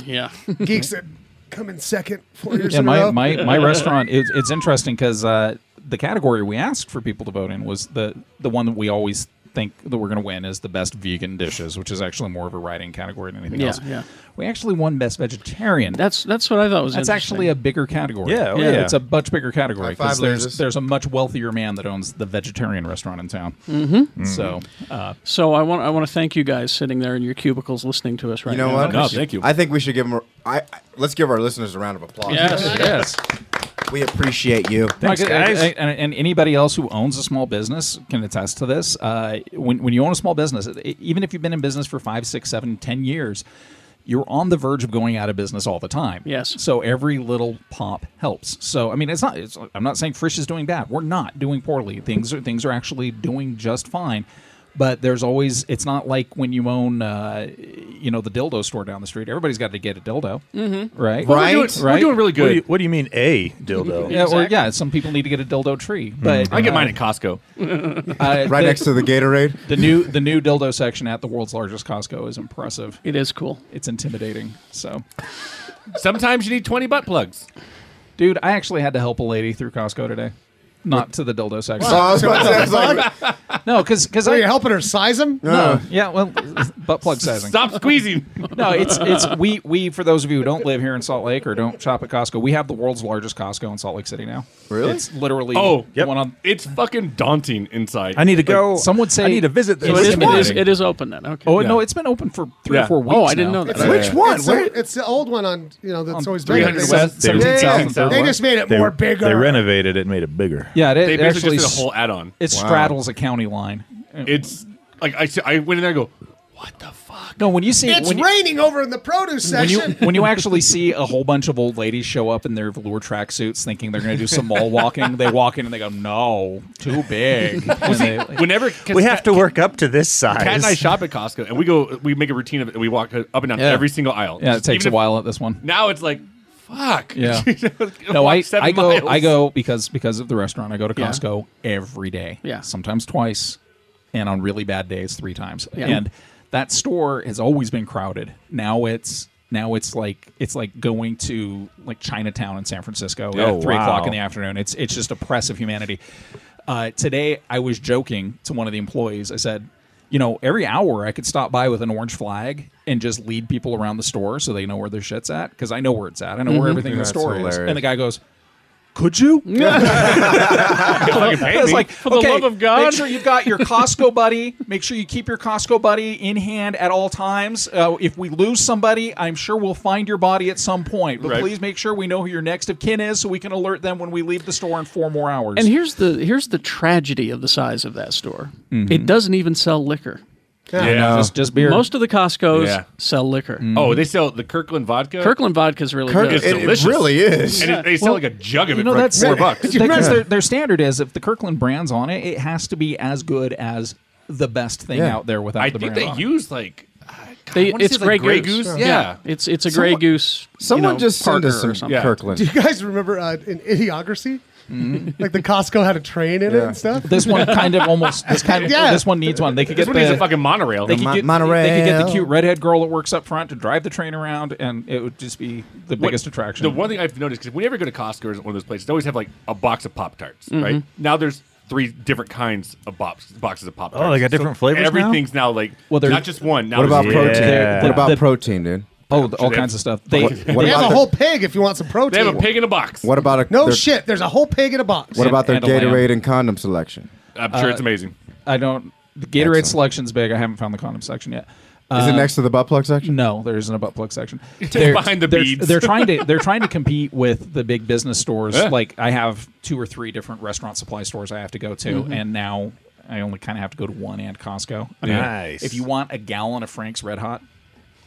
[SPEAKER 2] yeah,
[SPEAKER 9] geeks that come in second four years
[SPEAKER 3] Yeah,
[SPEAKER 9] in a
[SPEAKER 3] my,
[SPEAKER 9] row.
[SPEAKER 6] <laughs>
[SPEAKER 3] my, my restaurant is it's interesting because uh, the category we asked for people to vote in was the the one that we always think that we're going to win is the best vegan dishes, which is actually more of a writing category than anything
[SPEAKER 2] Yeah,
[SPEAKER 3] else.
[SPEAKER 2] yeah.
[SPEAKER 3] We actually won best vegetarian.
[SPEAKER 2] That's that's what I thought was.
[SPEAKER 3] That's actually a bigger category.
[SPEAKER 4] Yeah, oh, Yeah. yeah.
[SPEAKER 3] it's a much bigger category
[SPEAKER 4] High five,
[SPEAKER 3] because there's
[SPEAKER 4] losers.
[SPEAKER 3] there's a much wealthier man that owns the vegetarian restaurant in town.
[SPEAKER 2] Mm-hmm.
[SPEAKER 3] So
[SPEAKER 4] Mm.
[SPEAKER 3] uh,
[SPEAKER 2] so I want I want to thank you guys sitting there in your cubicles listening to us right
[SPEAKER 6] You know
[SPEAKER 2] now.
[SPEAKER 6] what? I think we should give them. I, I let's give our listeners a round of applause.
[SPEAKER 2] Yes, yes.
[SPEAKER 6] We appreciate you.
[SPEAKER 3] Mike, I- I- and, and anybody else who owns a small business can attest to this. Uh, when, when you own a small business, e- even if you've been in business for five, six, seven, ten years, you're on the verge of going out of business all the time. Yes. So every little pop helps. So I mean, it's not. It's, I'm not saying Frisch is doing bad. We're not doing poorly. Things are things are actually doing just fine. But there's always. It's not like when you own, uh, you know, the dildo store down the street. Everybody's got to get a dildo.
[SPEAKER 4] Mm-hmm.
[SPEAKER 3] Right.
[SPEAKER 4] Well, we're doing-
[SPEAKER 3] right.
[SPEAKER 4] we're doing really good. What do you- what do you mean, a dildo?
[SPEAKER 3] Yeah, or
[SPEAKER 4] Exactly.
[SPEAKER 3] yeah, some people need to get a dildo tree. But
[SPEAKER 5] I get mine
[SPEAKER 3] uh,
[SPEAKER 5] at Costco.
[SPEAKER 3] uh,
[SPEAKER 6] right next to the Gatorade.
[SPEAKER 3] The new the new dildo section at the world's largest Costco is impressive.
[SPEAKER 2] It is cool.
[SPEAKER 3] It's intimidating. So
[SPEAKER 5] Sometimes you need 20 butt plugs.
[SPEAKER 3] Dude, I actually had to help a lady through Costco today. Not to the dildo section.
[SPEAKER 9] Oh, I was about to say, I was
[SPEAKER 3] no, because because
[SPEAKER 9] Are
[SPEAKER 3] I
[SPEAKER 9] you helping her size them?
[SPEAKER 3] No. Yeah, well, butt plug sizing.
[SPEAKER 5] Stop squeezing.
[SPEAKER 3] No, it's it's we we for those of you who don't live here in Salt Lake or don't shop at Costco, we have the world's largest Costco in Salt Lake City now.
[SPEAKER 5] Really?
[SPEAKER 3] It's literally
[SPEAKER 5] Oh, yep.
[SPEAKER 3] one on
[SPEAKER 5] It's fucking daunting inside.
[SPEAKER 3] I need to
[SPEAKER 5] Like,
[SPEAKER 3] go- Some would say- I need to visit this.
[SPEAKER 2] So it is, it is
[SPEAKER 3] Intimidating.
[SPEAKER 2] it is open then. Okay.
[SPEAKER 3] Oh no, it's been open for three
[SPEAKER 2] Yeah.
[SPEAKER 3] or four weeks.
[SPEAKER 2] Oh, I didn't know that.
[SPEAKER 3] now.
[SPEAKER 2] Which
[SPEAKER 9] It's the- it's the old one on you know that's always been
[SPEAKER 3] 300
[SPEAKER 9] there. They
[SPEAKER 3] West,
[SPEAKER 9] just- They, they just made it more bigger.
[SPEAKER 4] They renovated it, and made it bigger.
[SPEAKER 3] Yeah, it,
[SPEAKER 5] They
[SPEAKER 3] it
[SPEAKER 5] basically
[SPEAKER 3] actually
[SPEAKER 5] just
[SPEAKER 3] s-
[SPEAKER 5] did a whole add-on.
[SPEAKER 3] It
[SPEAKER 5] Wow.
[SPEAKER 3] straddles a county line.
[SPEAKER 5] It's like I, s- I went in there and go,
[SPEAKER 3] No, when you see
[SPEAKER 9] it's
[SPEAKER 3] when you,
[SPEAKER 9] raining over in the produce
[SPEAKER 3] when you
[SPEAKER 9] section.
[SPEAKER 3] when you actually see a whole bunch of old ladies show up in their velour tracksuits, thinking they're going to do some mall walking, they walk in and they go, "No, too big." And they-
[SPEAKER 5] whenever
[SPEAKER 4] We have to work up to this size.
[SPEAKER 5] Pat and I shop at Costco, and we go, we make a routine of it. We walk up and down
[SPEAKER 3] Yeah.
[SPEAKER 5] every single aisle.
[SPEAKER 3] yeah, it takes
[SPEAKER 5] Even
[SPEAKER 3] a while at this one.
[SPEAKER 5] if- Now it's like, fuck.
[SPEAKER 3] Yeah.
[SPEAKER 5] <laughs> You know,
[SPEAKER 3] no, I,
[SPEAKER 5] walk seven
[SPEAKER 3] I go
[SPEAKER 5] miles.
[SPEAKER 3] I go because because of the restaurant. I go to
[SPEAKER 5] Yeah.
[SPEAKER 3] Costco every day.
[SPEAKER 5] Yeah.
[SPEAKER 3] Sometimes twice, and on really bad days three times.
[SPEAKER 5] Yeah.
[SPEAKER 3] And that store has always been crowded. Now it's now it's like it's like going to like Chinatown in San Francisco
[SPEAKER 5] Oh,
[SPEAKER 3] at three o'clock
[SPEAKER 5] wow.
[SPEAKER 3] in the afternoon. It's it's just a press of humanity. Uh, today I was joking to one of the employees. I said, you know, every hour I could stop by with an orange flag and just lead people around the store so they know where their shit's at because I know where it's at. I know where
[SPEAKER 5] Mhm.
[SPEAKER 3] everything in the
[SPEAKER 5] That's
[SPEAKER 3] store is.
[SPEAKER 5] hilarious.
[SPEAKER 3] And the guy goes, could
[SPEAKER 5] <laughs>
[SPEAKER 3] you?
[SPEAKER 5] pay
[SPEAKER 3] <laughs> I was
[SPEAKER 5] me.
[SPEAKER 3] like,
[SPEAKER 5] For the
[SPEAKER 3] okay,
[SPEAKER 5] love of God.
[SPEAKER 3] make sure you've got your Costco <laughs> buddy. Make sure you keep your Costco buddy in hand at all times. Uh, if we lose somebody, I'm sure we'll find your body at some point. But
[SPEAKER 2] Right.
[SPEAKER 3] please make sure we know who your next of kin is so we can alert them when we leave the store in four more hours.
[SPEAKER 2] And here's the here's the tragedy of the size of that store. It doesn't even sell liquor.
[SPEAKER 3] Yeah. Yeah. Just- just beer.
[SPEAKER 2] Most of the Costco's
[SPEAKER 5] Yeah.
[SPEAKER 2] sell liquor.
[SPEAKER 5] Oh, they sell the Kirkland vodka.
[SPEAKER 2] Kirkland vodka's really
[SPEAKER 5] Kirk-
[SPEAKER 2] good.
[SPEAKER 5] it's It- it delicious. really is. And it- they sell like a jug of
[SPEAKER 3] you
[SPEAKER 5] it
[SPEAKER 3] know,
[SPEAKER 5] for like
[SPEAKER 3] that's- <laughs>
[SPEAKER 5] four <laughs> bucks.
[SPEAKER 3] Because
[SPEAKER 5] Yeah.
[SPEAKER 3] their, their standard is if the Kirkland brand's on it, it has to be as good as the best thing
[SPEAKER 5] Yeah.
[SPEAKER 3] out there without
[SPEAKER 5] I
[SPEAKER 3] the
[SPEAKER 5] think
[SPEAKER 3] brand
[SPEAKER 5] they
[SPEAKER 3] on it.
[SPEAKER 5] use like
[SPEAKER 2] They,
[SPEAKER 5] wanna
[SPEAKER 2] it's
[SPEAKER 5] say, like,
[SPEAKER 2] Grey,
[SPEAKER 5] Grey
[SPEAKER 2] Goose.
[SPEAKER 5] Goose?
[SPEAKER 2] Yeah.
[SPEAKER 5] Yeah.
[SPEAKER 2] it's it's a Grey Goose. you
[SPEAKER 6] someone
[SPEAKER 2] know,
[SPEAKER 6] just send us
[SPEAKER 2] Parker or
[SPEAKER 6] some
[SPEAKER 2] something.
[SPEAKER 6] Kirkland.
[SPEAKER 9] Do you guys remember uh, an idiocracy? like the Costco had a train in it
[SPEAKER 3] Yeah.
[SPEAKER 9] and stuff.
[SPEAKER 3] This one kind of almost. This kind of.
[SPEAKER 9] Yeah.
[SPEAKER 3] This one needs one. They could
[SPEAKER 5] This
[SPEAKER 3] get
[SPEAKER 5] one
[SPEAKER 3] the
[SPEAKER 5] needs a fucking monorail.
[SPEAKER 3] They
[SPEAKER 5] The
[SPEAKER 3] could,
[SPEAKER 5] mon-
[SPEAKER 3] get,
[SPEAKER 5] monorail.
[SPEAKER 3] they could get the cute redhead girl that works up front to drive the train around, and it would just be the
[SPEAKER 5] What-
[SPEAKER 3] biggest attraction.
[SPEAKER 5] The one thing I've noticed because whenever you go to Costco or one of those places, they always have like a box of Pop Tarts,
[SPEAKER 3] Mhm.
[SPEAKER 5] right? Now there's three different kinds of box, boxes of Pop Tarts.
[SPEAKER 4] Oh, they got different flavors now?
[SPEAKER 5] Everything's now, like
[SPEAKER 4] Well, they're-
[SPEAKER 5] not just one. Now
[SPEAKER 6] <laughs> What about
[SPEAKER 5] there's three.
[SPEAKER 6] protein?
[SPEAKER 5] Yeah.
[SPEAKER 6] What about
[SPEAKER 5] The-
[SPEAKER 6] protein, dude?
[SPEAKER 3] Oh, the- all kinds of stuff. They,
[SPEAKER 6] What-
[SPEAKER 9] They
[SPEAKER 6] what
[SPEAKER 9] have
[SPEAKER 6] about
[SPEAKER 9] a
[SPEAKER 6] their-
[SPEAKER 9] whole pig if you want some protein.
[SPEAKER 5] They have a pig in a box.
[SPEAKER 6] What about a
[SPEAKER 9] No
[SPEAKER 6] their-
[SPEAKER 9] shit. There's a whole pig in a box.
[SPEAKER 6] What about their
[SPEAKER 3] and a lamb.
[SPEAKER 6] Gatorade and condom selection?
[SPEAKER 5] I'm sure it's amazing.
[SPEAKER 3] I don't. The Gatorade selection's big. I haven't found the condom section yet.
[SPEAKER 6] Is it
[SPEAKER 3] Um,
[SPEAKER 6] next to the butt plug section?
[SPEAKER 3] No, there isn't a butt plug
[SPEAKER 5] <laughs>
[SPEAKER 3] section.
[SPEAKER 5] It's
[SPEAKER 3] They're-
[SPEAKER 5] behind the
[SPEAKER 3] they're,
[SPEAKER 5] beads.
[SPEAKER 3] They're trying
[SPEAKER 5] <laughs>
[SPEAKER 3] to they're trying to compete with the big business stores.
[SPEAKER 5] Yeah.
[SPEAKER 3] Like I have two or three different restaurant supply stores I have to go to,
[SPEAKER 5] Mhm.
[SPEAKER 3] and now I only kind of have to go to one and Costco. I
[SPEAKER 5] Yeah.
[SPEAKER 4] Nice.
[SPEAKER 3] If you want a gallon of Frank's Red Hot,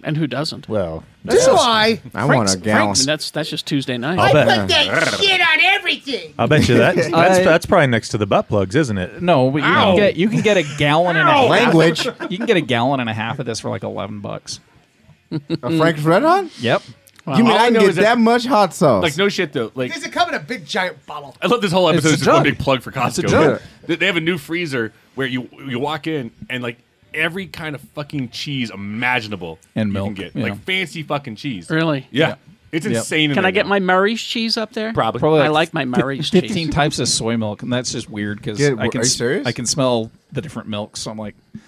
[SPEAKER 2] and who doesn't?
[SPEAKER 4] Well,
[SPEAKER 2] Do
[SPEAKER 3] Jesus.
[SPEAKER 2] I?
[SPEAKER 4] I want a gallon.
[SPEAKER 2] I mean, that's that's just Tuesday night.
[SPEAKER 4] I'll I bet. put that
[SPEAKER 11] shit on everything.
[SPEAKER 4] I'll bet you that that's,
[SPEAKER 3] I-
[SPEAKER 4] that's probably next to the butt plugs, isn't it?
[SPEAKER 3] No, but you
[SPEAKER 4] Ow.
[SPEAKER 3] can get you can get a gallon and a half.
[SPEAKER 4] Language.
[SPEAKER 3] You can get a gallon and a half of this for like eleven bucks.
[SPEAKER 6] A Frank's Red Hot?
[SPEAKER 3] Yep.
[SPEAKER 6] You mean I can get that, much hot sauce?
[SPEAKER 5] Like no shit though. Like
[SPEAKER 9] Does it come in a big giant bottle?
[SPEAKER 5] I love this whole
[SPEAKER 6] It's
[SPEAKER 5] episode.
[SPEAKER 6] a
[SPEAKER 5] It's just one
[SPEAKER 6] jug.
[SPEAKER 5] big plug for
[SPEAKER 6] It's a
[SPEAKER 5] Costco.
[SPEAKER 6] jug.
[SPEAKER 5] They- They have a new freezer where you you walk in and like every kind of fucking cheese imaginable
[SPEAKER 3] And
[SPEAKER 5] you
[SPEAKER 3] milk,
[SPEAKER 5] can get
[SPEAKER 3] yeah.
[SPEAKER 5] like fancy fucking cheese.
[SPEAKER 2] Really?
[SPEAKER 5] Yeah.
[SPEAKER 3] Yeah.
[SPEAKER 5] It's
[SPEAKER 3] Yep.
[SPEAKER 5] insane. in
[SPEAKER 2] Can I
[SPEAKER 5] there
[SPEAKER 2] get
[SPEAKER 5] now.
[SPEAKER 2] my Murray's cheese up there?
[SPEAKER 5] Probably.
[SPEAKER 2] I like my Murray's
[SPEAKER 3] fifteen
[SPEAKER 2] cheese.
[SPEAKER 3] types of soy milk, and that's just weird because
[SPEAKER 2] Get-
[SPEAKER 3] I can
[SPEAKER 2] are you
[SPEAKER 3] s-
[SPEAKER 2] serious?
[SPEAKER 3] I can smell the different milks. So I'm like, oh,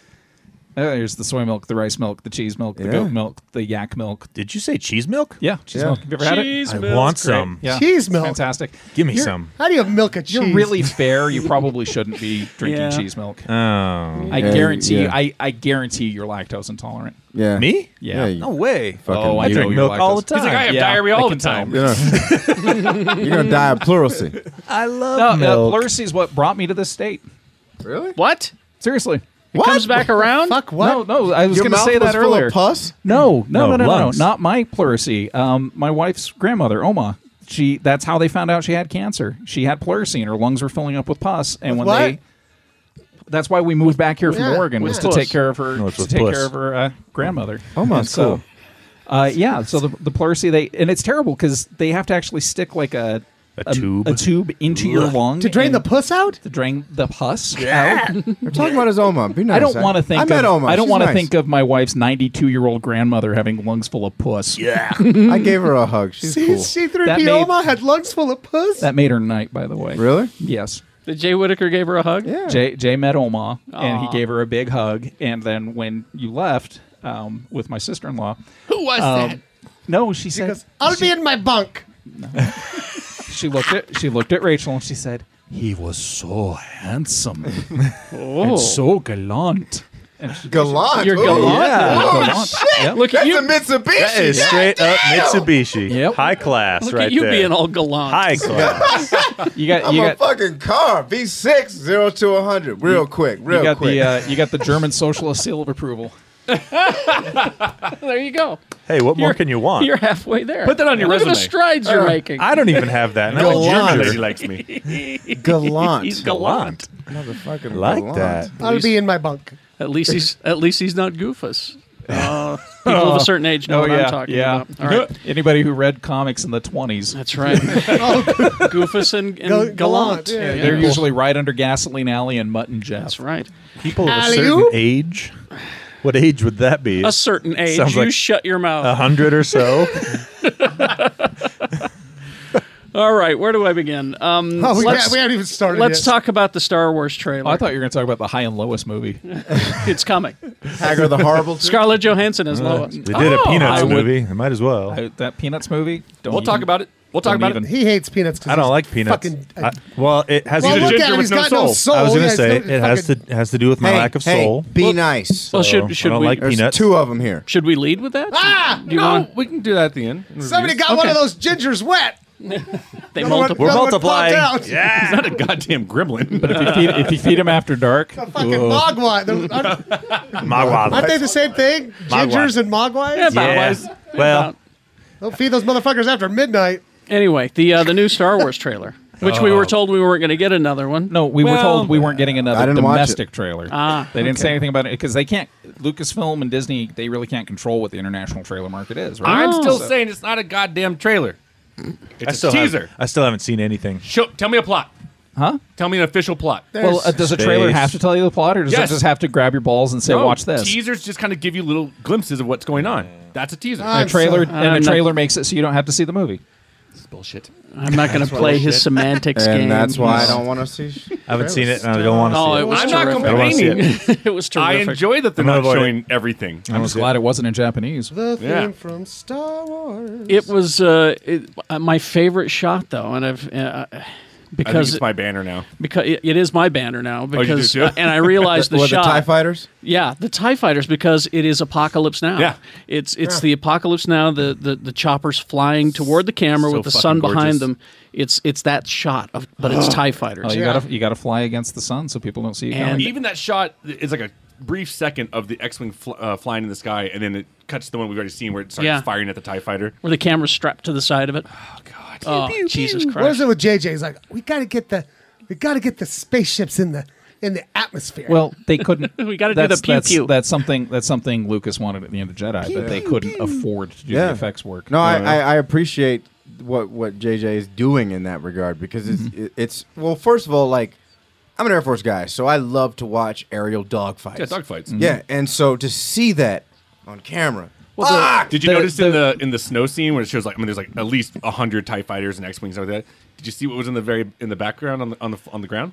[SPEAKER 3] there's the soy milk, the rice milk, the cheese milese milk, the
[SPEAKER 4] Yeah.
[SPEAKER 3] goat milk, the yak milk. Did you say cheese milk? Yeah, cheese
[SPEAKER 4] Yeah.
[SPEAKER 3] milk. Have you ever had
[SPEAKER 4] Cheese
[SPEAKER 3] it?
[SPEAKER 4] I milk's want great. some.
[SPEAKER 3] Yeah.
[SPEAKER 9] Cheese
[SPEAKER 3] it's
[SPEAKER 9] milk.
[SPEAKER 3] Fantastic.
[SPEAKER 4] Give me
[SPEAKER 3] You're-
[SPEAKER 4] some.
[SPEAKER 9] How do you milk a cheese?
[SPEAKER 3] You're really fair. You probably shouldn't be drinking
[SPEAKER 9] Yeah.
[SPEAKER 3] cheese milk.
[SPEAKER 10] Uh,
[SPEAKER 4] Oh, I
[SPEAKER 3] I guarantee you. I, I guarantee you're lactose intolerant.
[SPEAKER 6] Yeah.
[SPEAKER 4] Me?
[SPEAKER 3] Yeah.
[SPEAKER 4] No way.
[SPEAKER 3] oh, I,
[SPEAKER 4] I drink milk all the time.
[SPEAKER 6] <laughs> You're gonna die of pleurisy.
[SPEAKER 3] I
[SPEAKER 6] love
[SPEAKER 3] no,
[SPEAKER 6] milk.
[SPEAKER 3] Uh, pleurisy is what brought me to this state.
[SPEAKER 6] Really?
[SPEAKER 2] What?
[SPEAKER 3] Seriously.
[SPEAKER 2] It comes back around. Fuck
[SPEAKER 3] No, no. I was
[SPEAKER 6] Your
[SPEAKER 3] going to
[SPEAKER 6] mouth
[SPEAKER 3] say
[SPEAKER 6] was
[SPEAKER 3] that
[SPEAKER 6] full of
[SPEAKER 3] earlier.
[SPEAKER 6] pus?
[SPEAKER 3] No, no, no,
[SPEAKER 6] No,
[SPEAKER 3] no, no, no,
[SPEAKER 6] lungs.
[SPEAKER 3] Not my pleurisy. Um, my wife's grandmother, Oma. She. That's how they found out she had cancer. She had pleurisy, and her lungs were filling up with pus. And when
[SPEAKER 9] With what?
[SPEAKER 3] they. That's why we moved back here from
[SPEAKER 9] Yeah.
[SPEAKER 3] Oregon
[SPEAKER 9] With
[SPEAKER 3] was
[SPEAKER 9] puss.
[SPEAKER 3] to take care of her
[SPEAKER 4] No, it's
[SPEAKER 3] to
[SPEAKER 4] with
[SPEAKER 3] take
[SPEAKER 4] puss.
[SPEAKER 3] care of her uh, grandmother.
[SPEAKER 4] Oma's
[SPEAKER 3] And so-
[SPEAKER 4] cool.
[SPEAKER 3] Uh, yeah, so the, the pleurisy they and it's terrible because they have to actually stick like a
[SPEAKER 4] A tube?
[SPEAKER 3] a tube into your
[SPEAKER 4] Ugh.
[SPEAKER 3] lung
[SPEAKER 4] To
[SPEAKER 9] drain
[SPEAKER 3] and-
[SPEAKER 9] the puss out.
[SPEAKER 3] To drain the pus
[SPEAKER 6] Yeah.
[SPEAKER 3] out.
[SPEAKER 6] We're talking about his Oma. Be nice. eh?
[SPEAKER 3] I don't want to think.
[SPEAKER 6] I met
[SPEAKER 3] of,
[SPEAKER 6] Oma.
[SPEAKER 3] I don't
[SPEAKER 6] She's
[SPEAKER 3] want to
[SPEAKER 6] nice.
[SPEAKER 3] think of my wife's 92 year old grandmother having lungs full of puss.
[SPEAKER 6] Yeah. I gave her a hug. She's
[SPEAKER 9] See,
[SPEAKER 6] cool.
[SPEAKER 9] she threw
[SPEAKER 3] That
[SPEAKER 9] me
[SPEAKER 3] made-
[SPEAKER 9] Oma had lungs full of puss.
[SPEAKER 3] That made her night, by the way.
[SPEAKER 6] Really?
[SPEAKER 3] Yes.
[SPEAKER 2] Did Jay Whitaker gave her a hug?
[SPEAKER 6] Yeah.
[SPEAKER 3] Jay, Jay met Oma, and he
[SPEAKER 2] Aw.
[SPEAKER 3] gave her a big hug. And then when you left um, with my sister in law,
[SPEAKER 9] Who was that?
[SPEAKER 3] No, she said
[SPEAKER 9] I'll be in my bunk.
[SPEAKER 2] "Ah."
[SPEAKER 3] she looked at she looked at Rachel and she said he was
[SPEAKER 2] <laughs>
[SPEAKER 3] so handsome
[SPEAKER 2] Oh.
[SPEAKER 3] and so gallant. And she-
[SPEAKER 6] Gallant.
[SPEAKER 3] You're
[SPEAKER 6] Ooh.
[SPEAKER 3] gallant.
[SPEAKER 6] Yeah.
[SPEAKER 3] You're
[SPEAKER 6] <laughs> Oh,
[SPEAKER 3] gallant.
[SPEAKER 6] shit.
[SPEAKER 3] Yep.
[SPEAKER 6] Look at That's you. a Mitsubishi.
[SPEAKER 4] That is
[SPEAKER 6] Yeah,
[SPEAKER 4] straight up
[SPEAKER 6] damn.
[SPEAKER 4] Mitsubishi. High class
[SPEAKER 2] Look
[SPEAKER 4] right
[SPEAKER 2] at you
[SPEAKER 4] there.
[SPEAKER 2] being all gallant. <laughs>
[SPEAKER 4] High class.
[SPEAKER 3] you got
[SPEAKER 6] I'm
[SPEAKER 3] you
[SPEAKER 6] a
[SPEAKER 3] got
[SPEAKER 6] fucking car. V6 0 to 100. Real quick. Real
[SPEAKER 3] you got
[SPEAKER 6] quick.
[SPEAKER 3] the uh, you got the German socialist seal of approval.
[SPEAKER 2] there you go.
[SPEAKER 4] hey, what more
[SPEAKER 2] You're-
[SPEAKER 4] can you want?
[SPEAKER 2] You're halfway there.
[SPEAKER 5] Put that on your
[SPEAKER 2] Look At the
[SPEAKER 5] resume.
[SPEAKER 2] strides you're
[SPEAKER 4] Uh,
[SPEAKER 2] making.
[SPEAKER 4] I don't even have that. and I'm a
[SPEAKER 6] Gallant.
[SPEAKER 4] ginger.
[SPEAKER 5] Lady likes me.
[SPEAKER 9] <laughs>
[SPEAKER 6] Gallant.
[SPEAKER 2] He's gallant.
[SPEAKER 6] Motherfucking
[SPEAKER 4] Like
[SPEAKER 6] gallant.
[SPEAKER 4] that.
[SPEAKER 9] I'll be in my bunk.
[SPEAKER 2] At least he's at least he's not goofus. Uh, People of a certain age know
[SPEAKER 3] Oh,
[SPEAKER 2] what
[SPEAKER 3] yeah,
[SPEAKER 2] I'm talking
[SPEAKER 3] yeah.
[SPEAKER 2] about. All right.
[SPEAKER 3] <laughs> Anybody who read comics in the 20s.
[SPEAKER 2] That's right.
[SPEAKER 9] Oh, <laughs>
[SPEAKER 2] Goofus and, and
[SPEAKER 3] Go-
[SPEAKER 2] Gallant.
[SPEAKER 3] Gallant,
[SPEAKER 2] Yeah, yeah.
[SPEAKER 3] They're usually right under Gasoline Alley and Mutton Jeff. That's
[SPEAKER 2] right.
[SPEAKER 10] People of a certain
[SPEAKER 2] Alley-oop.
[SPEAKER 10] age. What age would that be?
[SPEAKER 2] A certain age.
[SPEAKER 10] Sounds
[SPEAKER 2] you
[SPEAKER 10] like uh,
[SPEAKER 2] shut your mouth.
[SPEAKER 10] A hundred or so.
[SPEAKER 2] All right, where do I begin? Um,
[SPEAKER 9] Oh, we
[SPEAKER 2] let's-
[SPEAKER 9] ha- we haven't even started
[SPEAKER 2] Let's
[SPEAKER 9] yet.
[SPEAKER 2] talk about the Star Wars trailer.
[SPEAKER 3] Oh, I thought you were going to talk about the High and
[SPEAKER 2] <laughs>
[SPEAKER 3] Lois movie.
[SPEAKER 2] it's coming.
[SPEAKER 3] Hagar the Horrible.
[SPEAKER 2] Scarlett Johansson Oh, as Lois.
[SPEAKER 10] Uh, They did a Peanuts
[SPEAKER 3] I would-
[SPEAKER 10] movie. I might as well.
[SPEAKER 3] I- Uh, that Peanuts movie?
[SPEAKER 2] We'll talk about it. We'll talk about it.
[SPEAKER 9] He hates peanuts. 'cause
[SPEAKER 10] I don't
[SPEAKER 9] he's
[SPEAKER 10] like peanuts.
[SPEAKER 9] Fucking,
[SPEAKER 10] I- well, it has
[SPEAKER 9] Well,
[SPEAKER 10] to do
[SPEAKER 9] look
[SPEAKER 10] with
[SPEAKER 9] at him, he's got no soul.
[SPEAKER 10] I was going to
[SPEAKER 9] Yeah, it's
[SPEAKER 10] say
[SPEAKER 9] no-
[SPEAKER 10] it has to has to do with my
[SPEAKER 6] Hey,
[SPEAKER 10] lack of
[SPEAKER 6] hey,
[SPEAKER 10] soul.
[SPEAKER 6] Be nice.
[SPEAKER 2] Well, should-
[SPEAKER 10] So,
[SPEAKER 2] should
[SPEAKER 10] I don't
[SPEAKER 2] we-
[SPEAKER 10] like
[SPEAKER 6] There's
[SPEAKER 10] peanuts.
[SPEAKER 6] two of them here.
[SPEAKER 2] Should we lead with that?
[SPEAKER 9] ah,
[SPEAKER 2] Do you
[SPEAKER 9] no.
[SPEAKER 2] want?
[SPEAKER 5] We can do that at the end.
[SPEAKER 9] Somebody got one
[SPEAKER 2] Okay.
[SPEAKER 9] of those gingers wet.
[SPEAKER 2] They
[SPEAKER 9] Another one-
[SPEAKER 2] multiply.
[SPEAKER 9] another one
[SPEAKER 10] multiplying.
[SPEAKER 9] popped out.
[SPEAKER 5] He's not a goddamn
[SPEAKER 3] <laughs>
[SPEAKER 5] gremlin.
[SPEAKER 3] But if you feed, if you feed him after dark,
[SPEAKER 9] A <laughs> fucking mogwai. They're- Aren't, aren't they the same thing?
[SPEAKER 10] Mogwai.
[SPEAKER 9] Gingers and mogwais?
[SPEAKER 2] Yeah, about
[SPEAKER 10] Yeah.
[SPEAKER 2] wise.
[SPEAKER 10] Well,
[SPEAKER 9] Don't feed those motherfuckers after midnight.
[SPEAKER 2] Anyway, the uh, the new Star Wars trailer, which
[SPEAKER 10] Oh.
[SPEAKER 2] we were told we weren't going to get another one.
[SPEAKER 3] no, we were
[SPEAKER 2] Well,
[SPEAKER 3] told we weren't getting
[SPEAKER 6] I
[SPEAKER 3] another
[SPEAKER 6] didn't watch
[SPEAKER 3] domestic trailer.
[SPEAKER 2] Ah,
[SPEAKER 3] they didn't
[SPEAKER 2] okay.
[SPEAKER 3] say anything about it because they can't. Lucasfilm and Disney, they really can't control what the international trailer market is. Right?
[SPEAKER 5] I'm still
[SPEAKER 3] So-
[SPEAKER 5] saying it's not a goddamn trailer.
[SPEAKER 10] I
[SPEAKER 5] It's a
[SPEAKER 10] still
[SPEAKER 5] teaser.
[SPEAKER 10] Have, I still haven't seen anything.
[SPEAKER 5] Show, tell me a plot.
[SPEAKER 3] Huh?
[SPEAKER 5] Tell me an official plot.
[SPEAKER 3] Well, uh, does a trailer
[SPEAKER 10] Space.
[SPEAKER 3] have to tell you the plot, or does
[SPEAKER 5] Yes.
[SPEAKER 3] it just have to grab your balls and say,
[SPEAKER 5] No,
[SPEAKER 3] "Watch this"?
[SPEAKER 5] Teasers just kind of give you little glimpses of what's going on. That's a teaser.
[SPEAKER 9] Ah,
[SPEAKER 3] A trailer and
[SPEAKER 2] I'm
[SPEAKER 3] a
[SPEAKER 2] not-
[SPEAKER 3] trailer makes it so you don't have to see the movie.
[SPEAKER 5] That's bullshit.
[SPEAKER 2] I'm not going to play his semantics game.
[SPEAKER 6] And that's why I
[SPEAKER 2] He's-
[SPEAKER 6] don't want to see. sh-
[SPEAKER 10] I haven't seen it, and I don't want to
[SPEAKER 2] Oh,
[SPEAKER 10] see
[SPEAKER 2] it
[SPEAKER 10] it.
[SPEAKER 2] was
[SPEAKER 5] I'm not
[SPEAKER 2] terrific.
[SPEAKER 10] I don't wanna see
[SPEAKER 5] complaining.
[SPEAKER 2] <laughs> it was
[SPEAKER 5] I
[SPEAKER 2] terrific.
[SPEAKER 5] enjoy that they're
[SPEAKER 10] I'm gonna
[SPEAKER 5] not
[SPEAKER 10] avoid
[SPEAKER 5] showing everything.
[SPEAKER 10] I
[SPEAKER 3] I'm
[SPEAKER 10] don't
[SPEAKER 3] just
[SPEAKER 10] see
[SPEAKER 3] glad it wasn't in Japanese.
[SPEAKER 9] The theme
[SPEAKER 5] Yeah.
[SPEAKER 9] from Star Wars.
[SPEAKER 2] It was uh, it, uh, my favorite shot though, and I've uh,
[SPEAKER 5] I think
[SPEAKER 2] because
[SPEAKER 5] it's my banner now.
[SPEAKER 2] because it it is my banner now
[SPEAKER 5] you do
[SPEAKER 2] because
[SPEAKER 5] too?
[SPEAKER 2] and I realized
[SPEAKER 5] <laughs>
[SPEAKER 2] the
[SPEAKER 6] what,
[SPEAKER 2] shot
[SPEAKER 6] the Tie Fighters?
[SPEAKER 2] Yeah, the Tie Fighters because it is apocalypse now.
[SPEAKER 5] Yeah.
[SPEAKER 2] it's it's the apocalypse now. The, the the choppers flying toward the camera
[SPEAKER 5] So
[SPEAKER 2] with the
[SPEAKER 5] fucking
[SPEAKER 2] sun behind
[SPEAKER 5] gorgeous.
[SPEAKER 2] them. It's it's that shot of, but
[SPEAKER 5] <gasps>
[SPEAKER 2] it's Tie Fighters.
[SPEAKER 3] Oh, you gotta you gotta fly against the sun so people don't see you
[SPEAKER 2] And- <laughs>
[SPEAKER 3] coming.
[SPEAKER 5] Even that shot is like a brief second of the X-wing fl- uh, flying in the sky, and then it cuts to the one we've already seen where it starts
[SPEAKER 2] Yeah.
[SPEAKER 5] firing at the Tie Fighter.
[SPEAKER 2] Where the camera's strapped to the side of it. Oh God! Oh Jesus
[SPEAKER 9] What is
[SPEAKER 2] Christ!
[SPEAKER 9] it with JJ? He's like, we gotta get the, we gotta get the spaceships in the, in the atmosphere.
[SPEAKER 3] Well, they couldn't.
[SPEAKER 2] <laughs> We gotta do
[SPEAKER 3] that's-
[SPEAKER 2] the pew
[SPEAKER 3] that's,
[SPEAKER 2] pew.
[SPEAKER 3] That's something. That's something Lucas wanted at the end of Jedi, but they couldn't afford to do the effects work.
[SPEAKER 6] No, I, I, I appreciate what what JJ is doing in that regard because it's it- it's well, first of all, like I'm an Air Force guy, so I love to watch aerial dogfights.
[SPEAKER 5] Yeah, dogfights.
[SPEAKER 6] Yeah, and so to see that on camera,
[SPEAKER 5] Ah! Did you
[SPEAKER 3] the-
[SPEAKER 5] notice in the in the snow scene where it shows like I mean there's like at least hundred Tie Fighters and X wings and everything? like that? Did you see what was in the very in the background on the on the on the ground?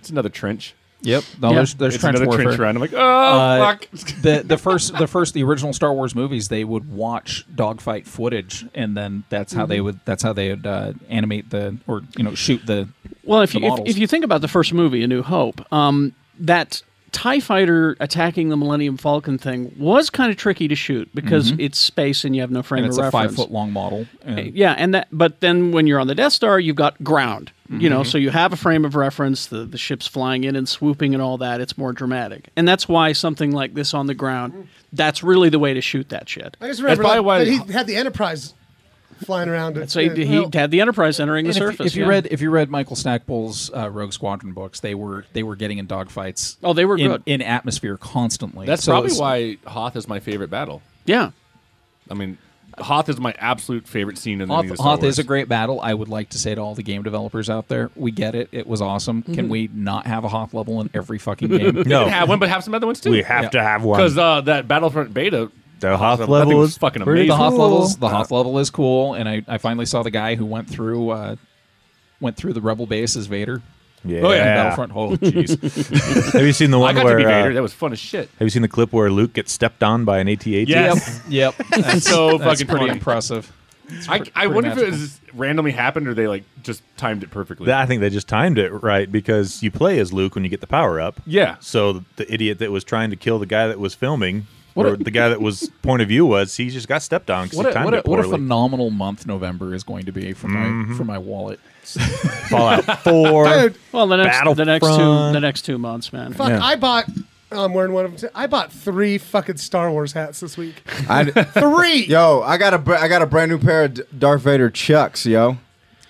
[SPEAKER 5] It's another trench.
[SPEAKER 3] Yep. No,
[SPEAKER 2] Yeah.
[SPEAKER 3] there's, there's
[SPEAKER 5] it's
[SPEAKER 3] trench
[SPEAKER 5] another
[SPEAKER 3] warfare.
[SPEAKER 5] trench run. I'm like, oh
[SPEAKER 3] Uh,
[SPEAKER 2] <laughs>
[SPEAKER 5] fuck.
[SPEAKER 3] the the first the first the original Star Wars movies they would watch dogfight footage and then that's how
[SPEAKER 2] Mm-hmm.
[SPEAKER 3] they would that's how they would uh, animate the or you know shoot the
[SPEAKER 2] Well, if
[SPEAKER 3] the
[SPEAKER 2] you if,
[SPEAKER 3] models.
[SPEAKER 2] if you think about the first movie, A New Hope, um, that Tie Fighter attacking the Millennium Falcon thing was kind of tricky to shoot because it's space and you have no frame
[SPEAKER 3] Mm-hmm. and it's
[SPEAKER 2] of
[SPEAKER 3] a
[SPEAKER 2] reference.
[SPEAKER 3] five foot long model and
[SPEAKER 2] yeah and that but then when you're on the death star you've got ground you
[SPEAKER 3] Mm-hmm.
[SPEAKER 2] know so you have a frame of reference the, the ship's flying in and swooping and all that it's more dramatic and that's why something like this on the ground that's really the way to shoot that shit
[SPEAKER 9] I just remember
[SPEAKER 5] probably
[SPEAKER 9] that,
[SPEAKER 5] why-
[SPEAKER 9] that he had the Enterprise flying around. and-
[SPEAKER 2] so he, he
[SPEAKER 9] Well,
[SPEAKER 2] had the enterprise entering the
[SPEAKER 3] And if you-
[SPEAKER 2] surface
[SPEAKER 3] If you
[SPEAKER 2] yeah.
[SPEAKER 3] read if you read Michael Stackpole's uh, Rogue Squadron books, they were they were getting in dogfights.
[SPEAKER 2] Oh, they were
[SPEAKER 3] in,
[SPEAKER 2] good.
[SPEAKER 3] in atmosphere constantly.
[SPEAKER 5] That's
[SPEAKER 3] So
[SPEAKER 5] probably
[SPEAKER 3] it's-
[SPEAKER 5] why Hoth is my favorite battle.
[SPEAKER 2] yeah
[SPEAKER 5] I mean, Hoth is my absolute favorite scene in the
[SPEAKER 3] Hoth,
[SPEAKER 5] new Star
[SPEAKER 3] Hoth
[SPEAKER 5] Wars.
[SPEAKER 3] is a great battle. I would like to say to all the game developers out there, we get it. It was awesome. Can we not have a Hoth level in every fucking game?
[SPEAKER 5] You
[SPEAKER 10] No,
[SPEAKER 5] can have one, but have some other ones too.
[SPEAKER 10] we have
[SPEAKER 3] Yeah.
[SPEAKER 10] to have one.
[SPEAKER 5] because uh, that Battlefront beta.
[SPEAKER 10] The Hoth
[SPEAKER 5] that thing
[SPEAKER 10] level
[SPEAKER 5] was
[SPEAKER 10] is
[SPEAKER 5] fucking
[SPEAKER 10] pretty
[SPEAKER 5] amazing.
[SPEAKER 3] the Hoth
[SPEAKER 10] Cool.
[SPEAKER 3] levels, the Hoth level is cool, and I, I finally saw the guy who went through uh, went through the Rebel base as Vader.
[SPEAKER 10] yeah.
[SPEAKER 5] Oh,
[SPEAKER 3] in Battlefront. Oh jeez.
[SPEAKER 10] have you seen the
[SPEAKER 5] I
[SPEAKER 10] one
[SPEAKER 5] got
[SPEAKER 10] where?
[SPEAKER 5] to be Vader.
[SPEAKER 10] uh,
[SPEAKER 5] that was fun as shit.
[SPEAKER 10] have you seen the clip where Luke gets stepped on by an AT-AT?
[SPEAKER 3] Yep. yep. That's,
[SPEAKER 5] so
[SPEAKER 3] that's
[SPEAKER 5] fucking
[SPEAKER 3] pretty
[SPEAKER 5] funny.
[SPEAKER 3] impressive.
[SPEAKER 5] I, I
[SPEAKER 3] pretty
[SPEAKER 5] wonder if it
[SPEAKER 3] magical.
[SPEAKER 5] was just randomly happened or they like just timed it perfectly.
[SPEAKER 10] That- I think they just timed it right because you play as Luke when you get the power up.
[SPEAKER 5] Yeah.
[SPEAKER 10] So the, the idiot that was trying to kill the guy that was filming,
[SPEAKER 3] What
[SPEAKER 10] or
[SPEAKER 3] a-
[SPEAKER 10] the guy
[SPEAKER 3] <laughs>
[SPEAKER 10] that was point of view was, he just got stepped on because
[SPEAKER 3] What
[SPEAKER 10] he
[SPEAKER 3] a,
[SPEAKER 10] timed
[SPEAKER 3] what, a,
[SPEAKER 10] it
[SPEAKER 3] what a
[SPEAKER 10] poorly.
[SPEAKER 3] phenomenal month November is going to be for my for my wallet. <laughs>
[SPEAKER 10] Fallout Four.
[SPEAKER 2] well the next the next two
[SPEAKER 10] Battlefront.
[SPEAKER 2] the next two months man
[SPEAKER 9] fuck,
[SPEAKER 10] yeah.
[SPEAKER 9] I bought. I'm wearing one of them. too. I bought three fucking Star Wars hats this week.
[SPEAKER 6] I
[SPEAKER 9] Three.
[SPEAKER 6] <laughs> yo, I got a br- I got a brand new pair of D- Darth Vader Chucks, yo.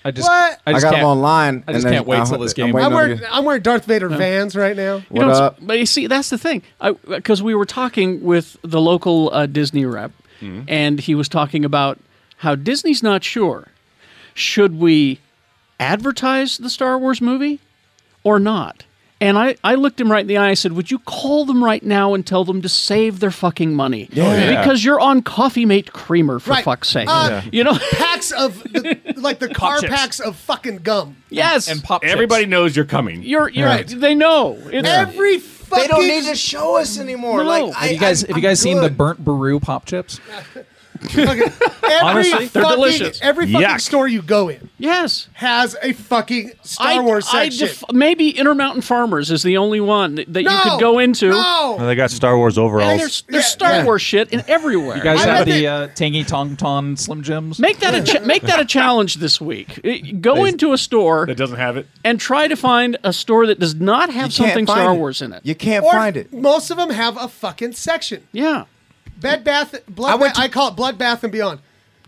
[SPEAKER 3] I just
[SPEAKER 9] What?
[SPEAKER 3] I, just
[SPEAKER 6] I
[SPEAKER 3] can't-
[SPEAKER 6] got them online,
[SPEAKER 3] I just
[SPEAKER 6] and then
[SPEAKER 3] can't wait
[SPEAKER 6] I-
[SPEAKER 3] till this
[SPEAKER 6] I'm
[SPEAKER 3] game.
[SPEAKER 6] waiting
[SPEAKER 9] I'm
[SPEAKER 6] on
[SPEAKER 9] wearing,
[SPEAKER 6] you.
[SPEAKER 9] I'm wearing Darth Vader Vans right now.
[SPEAKER 2] You know, it's- But you see, that's the thing. I Because we were talking with the local uh, Disney rep,
[SPEAKER 9] Mm-hmm.
[SPEAKER 2] and he was talking about how Disney's not sure. Should we advertise the Star Wars movie or not? And I, I looked him right in the eye. I said, Would you call them right now and tell them to save their fucking money?
[SPEAKER 9] Yeah.
[SPEAKER 2] Because you're on Coffee Mate Creamer, for
[SPEAKER 9] Right.
[SPEAKER 2] fuck's sake.
[SPEAKER 9] Uh,
[SPEAKER 2] You
[SPEAKER 9] <laughs>
[SPEAKER 2] know?
[SPEAKER 9] packs
[SPEAKER 2] <laughs>
[SPEAKER 9] of the, like the car
[SPEAKER 2] chips.
[SPEAKER 9] packs of fucking gum.
[SPEAKER 2] yes.
[SPEAKER 3] and pop chips.
[SPEAKER 5] Everybody knows you're coming.
[SPEAKER 2] You're, you're,
[SPEAKER 9] Right.
[SPEAKER 2] They know. It's,
[SPEAKER 9] Every fucking
[SPEAKER 6] They don't need to show us anymore.
[SPEAKER 9] No.
[SPEAKER 6] Like, I,
[SPEAKER 3] Have you guys
[SPEAKER 6] I'm-
[SPEAKER 3] have you guys
[SPEAKER 6] I'm
[SPEAKER 3] seen the
[SPEAKER 6] good.
[SPEAKER 3] burnt Baru pop chips?
[SPEAKER 9] fucking, <laughs> every
[SPEAKER 3] Honestly,
[SPEAKER 2] they're
[SPEAKER 9] fucking,
[SPEAKER 2] delicious.
[SPEAKER 9] Every fucking
[SPEAKER 5] Yuck.
[SPEAKER 9] store you go in
[SPEAKER 2] Yes.
[SPEAKER 9] has a fucking Star Wars section.
[SPEAKER 2] def- maybe Intermountain Farmers is the only one that, that you
[SPEAKER 9] No!
[SPEAKER 2] could go into.
[SPEAKER 9] No,
[SPEAKER 10] And they got Star Wars
[SPEAKER 2] And
[SPEAKER 10] overalls.
[SPEAKER 2] there's, there's
[SPEAKER 9] Yeah,
[SPEAKER 2] Star
[SPEAKER 9] yeah.
[SPEAKER 2] Wars shit in everywhere.
[SPEAKER 3] You guys
[SPEAKER 9] I
[SPEAKER 3] have
[SPEAKER 9] bet
[SPEAKER 3] the
[SPEAKER 9] they-
[SPEAKER 3] uh, Tangy Tong Ton Slim Jims.
[SPEAKER 2] make that a cha- make that a challenge this week. It- go into a store
[SPEAKER 5] That doesn't have it.
[SPEAKER 2] and try to find a store that does not have
[SPEAKER 6] You can't
[SPEAKER 2] something
[SPEAKER 6] find
[SPEAKER 2] Star
[SPEAKER 6] it.
[SPEAKER 2] Wars in it.
[SPEAKER 6] You can't
[SPEAKER 9] Or
[SPEAKER 6] find it.
[SPEAKER 9] Most of them have a fucking section.
[SPEAKER 2] yeah.
[SPEAKER 9] Bed Bath, blood, I,
[SPEAKER 6] I went to-
[SPEAKER 9] I call it Blood Bath and Beyond.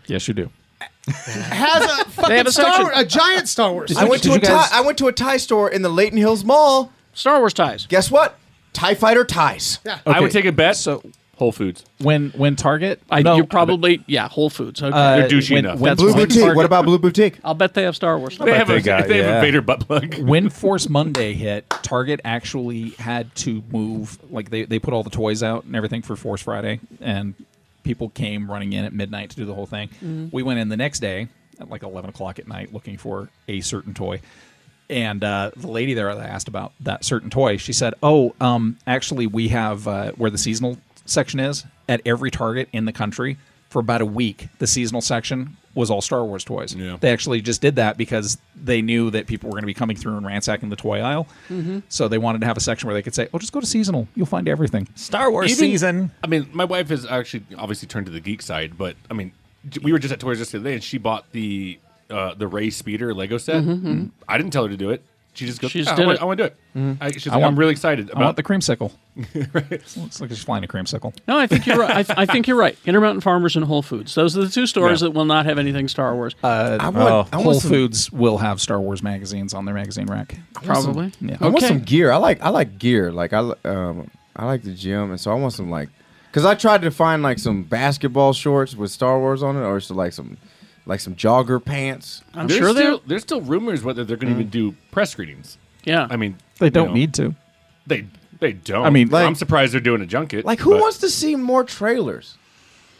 [SPEAKER 3] Yes, you do.
[SPEAKER 2] <laughs>
[SPEAKER 9] Has a fucking
[SPEAKER 2] have a
[SPEAKER 9] Star
[SPEAKER 2] section.
[SPEAKER 9] Wars, a giant Star Wars.
[SPEAKER 6] I went
[SPEAKER 3] did
[SPEAKER 6] to a
[SPEAKER 3] you guys-
[SPEAKER 6] Thai, I went to a Thai store in the Leighton Hills Mall.
[SPEAKER 2] Star Wars ties.
[SPEAKER 6] Guess what? Tie Fighter ties.
[SPEAKER 5] I would take a bet.
[SPEAKER 3] So-
[SPEAKER 5] Whole Foods.
[SPEAKER 3] When when Target,
[SPEAKER 2] I,
[SPEAKER 3] no,
[SPEAKER 2] you're probably yeah. Whole Foods. Okay.
[SPEAKER 3] uh,
[SPEAKER 5] They're douchey
[SPEAKER 3] when,
[SPEAKER 5] enough.
[SPEAKER 3] when
[SPEAKER 6] Blue
[SPEAKER 3] Target-
[SPEAKER 6] Boutique. What about Blue Boutique?
[SPEAKER 2] I'll bet they have Star Wars.
[SPEAKER 5] They have,
[SPEAKER 10] they
[SPEAKER 5] a,
[SPEAKER 10] got-
[SPEAKER 5] they have
[SPEAKER 10] yeah.
[SPEAKER 5] a Vader butt plug.
[SPEAKER 3] when Force Monday hit, Target actually had to move. Like they, they put all the toys out and everything for Force Friday, and people came running in at midnight to do the whole thing. We went in the next day at like eleven o'clock at night looking for a certain toy, and uh, the lady there that asked about that certain toy, she said, "Oh, um, actually, we have uh, where the seasonal section is at every Target in the country." For about a week, the seasonal section was all Star Wars toys.
[SPEAKER 5] Yeah.
[SPEAKER 3] They actually just did that because they knew that people were going to be coming through and ransacking the toy aisle.
[SPEAKER 6] Mm-hmm.
[SPEAKER 3] So they wanted to have a section where they could say, "Oh, just go to seasonal. You'll find everything."
[SPEAKER 10] Star Wars
[SPEAKER 5] Even-
[SPEAKER 10] season.
[SPEAKER 5] I mean, my wife has actually obviously turned to the geek side, but I mean, j- we were just at Toys R Us the other day, and she bought the uh, the Ray Speeder Lego set. Mm-hmm. I didn't tell her to do it. She just goes,
[SPEAKER 2] She just
[SPEAKER 5] "Yeah,
[SPEAKER 2] did
[SPEAKER 5] I, want,
[SPEAKER 2] it."
[SPEAKER 5] I want to do it. I, she's like,
[SPEAKER 3] want-
[SPEAKER 5] I'm really excited
[SPEAKER 3] I want
[SPEAKER 5] about
[SPEAKER 3] the creamsicle. Looks like she's flying a creamsicle.
[SPEAKER 2] No, I think you're right. I, th- I think you're right. Intermountain Farmers and Whole Foods. Those are the two stores that will not have anything Star Wars.
[SPEAKER 6] I want, I want
[SPEAKER 3] Uh, Whole
[SPEAKER 6] some,
[SPEAKER 3] Foods will have Star Wars magazines on their magazine rack.
[SPEAKER 2] probably.
[SPEAKER 3] Yeah.
[SPEAKER 6] I want
[SPEAKER 2] Okay.
[SPEAKER 6] some gear. I like I like gear. Like I li- um I like the gym, and so I want some like because I tried to find like some basketball shorts with Star Wars on it, or so like some like some jogger pants.
[SPEAKER 2] I'm
[SPEAKER 5] there's
[SPEAKER 2] sure they.
[SPEAKER 5] still, there's still rumors whether they're going to even do press screenings.
[SPEAKER 2] Yeah.
[SPEAKER 5] I mean,
[SPEAKER 3] They
[SPEAKER 5] you
[SPEAKER 3] don't
[SPEAKER 5] know,
[SPEAKER 3] need to.
[SPEAKER 5] They they don't.
[SPEAKER 3] I mean,
[SPEAKER 5] I'm
[SPEAKER 6] like-
[SPEAKER 5] surprised they're doing a junket.
[SPEAKER 6] Like who
[SPEAKER 5] but-
[SPEAKER 6] wants to see more trailers?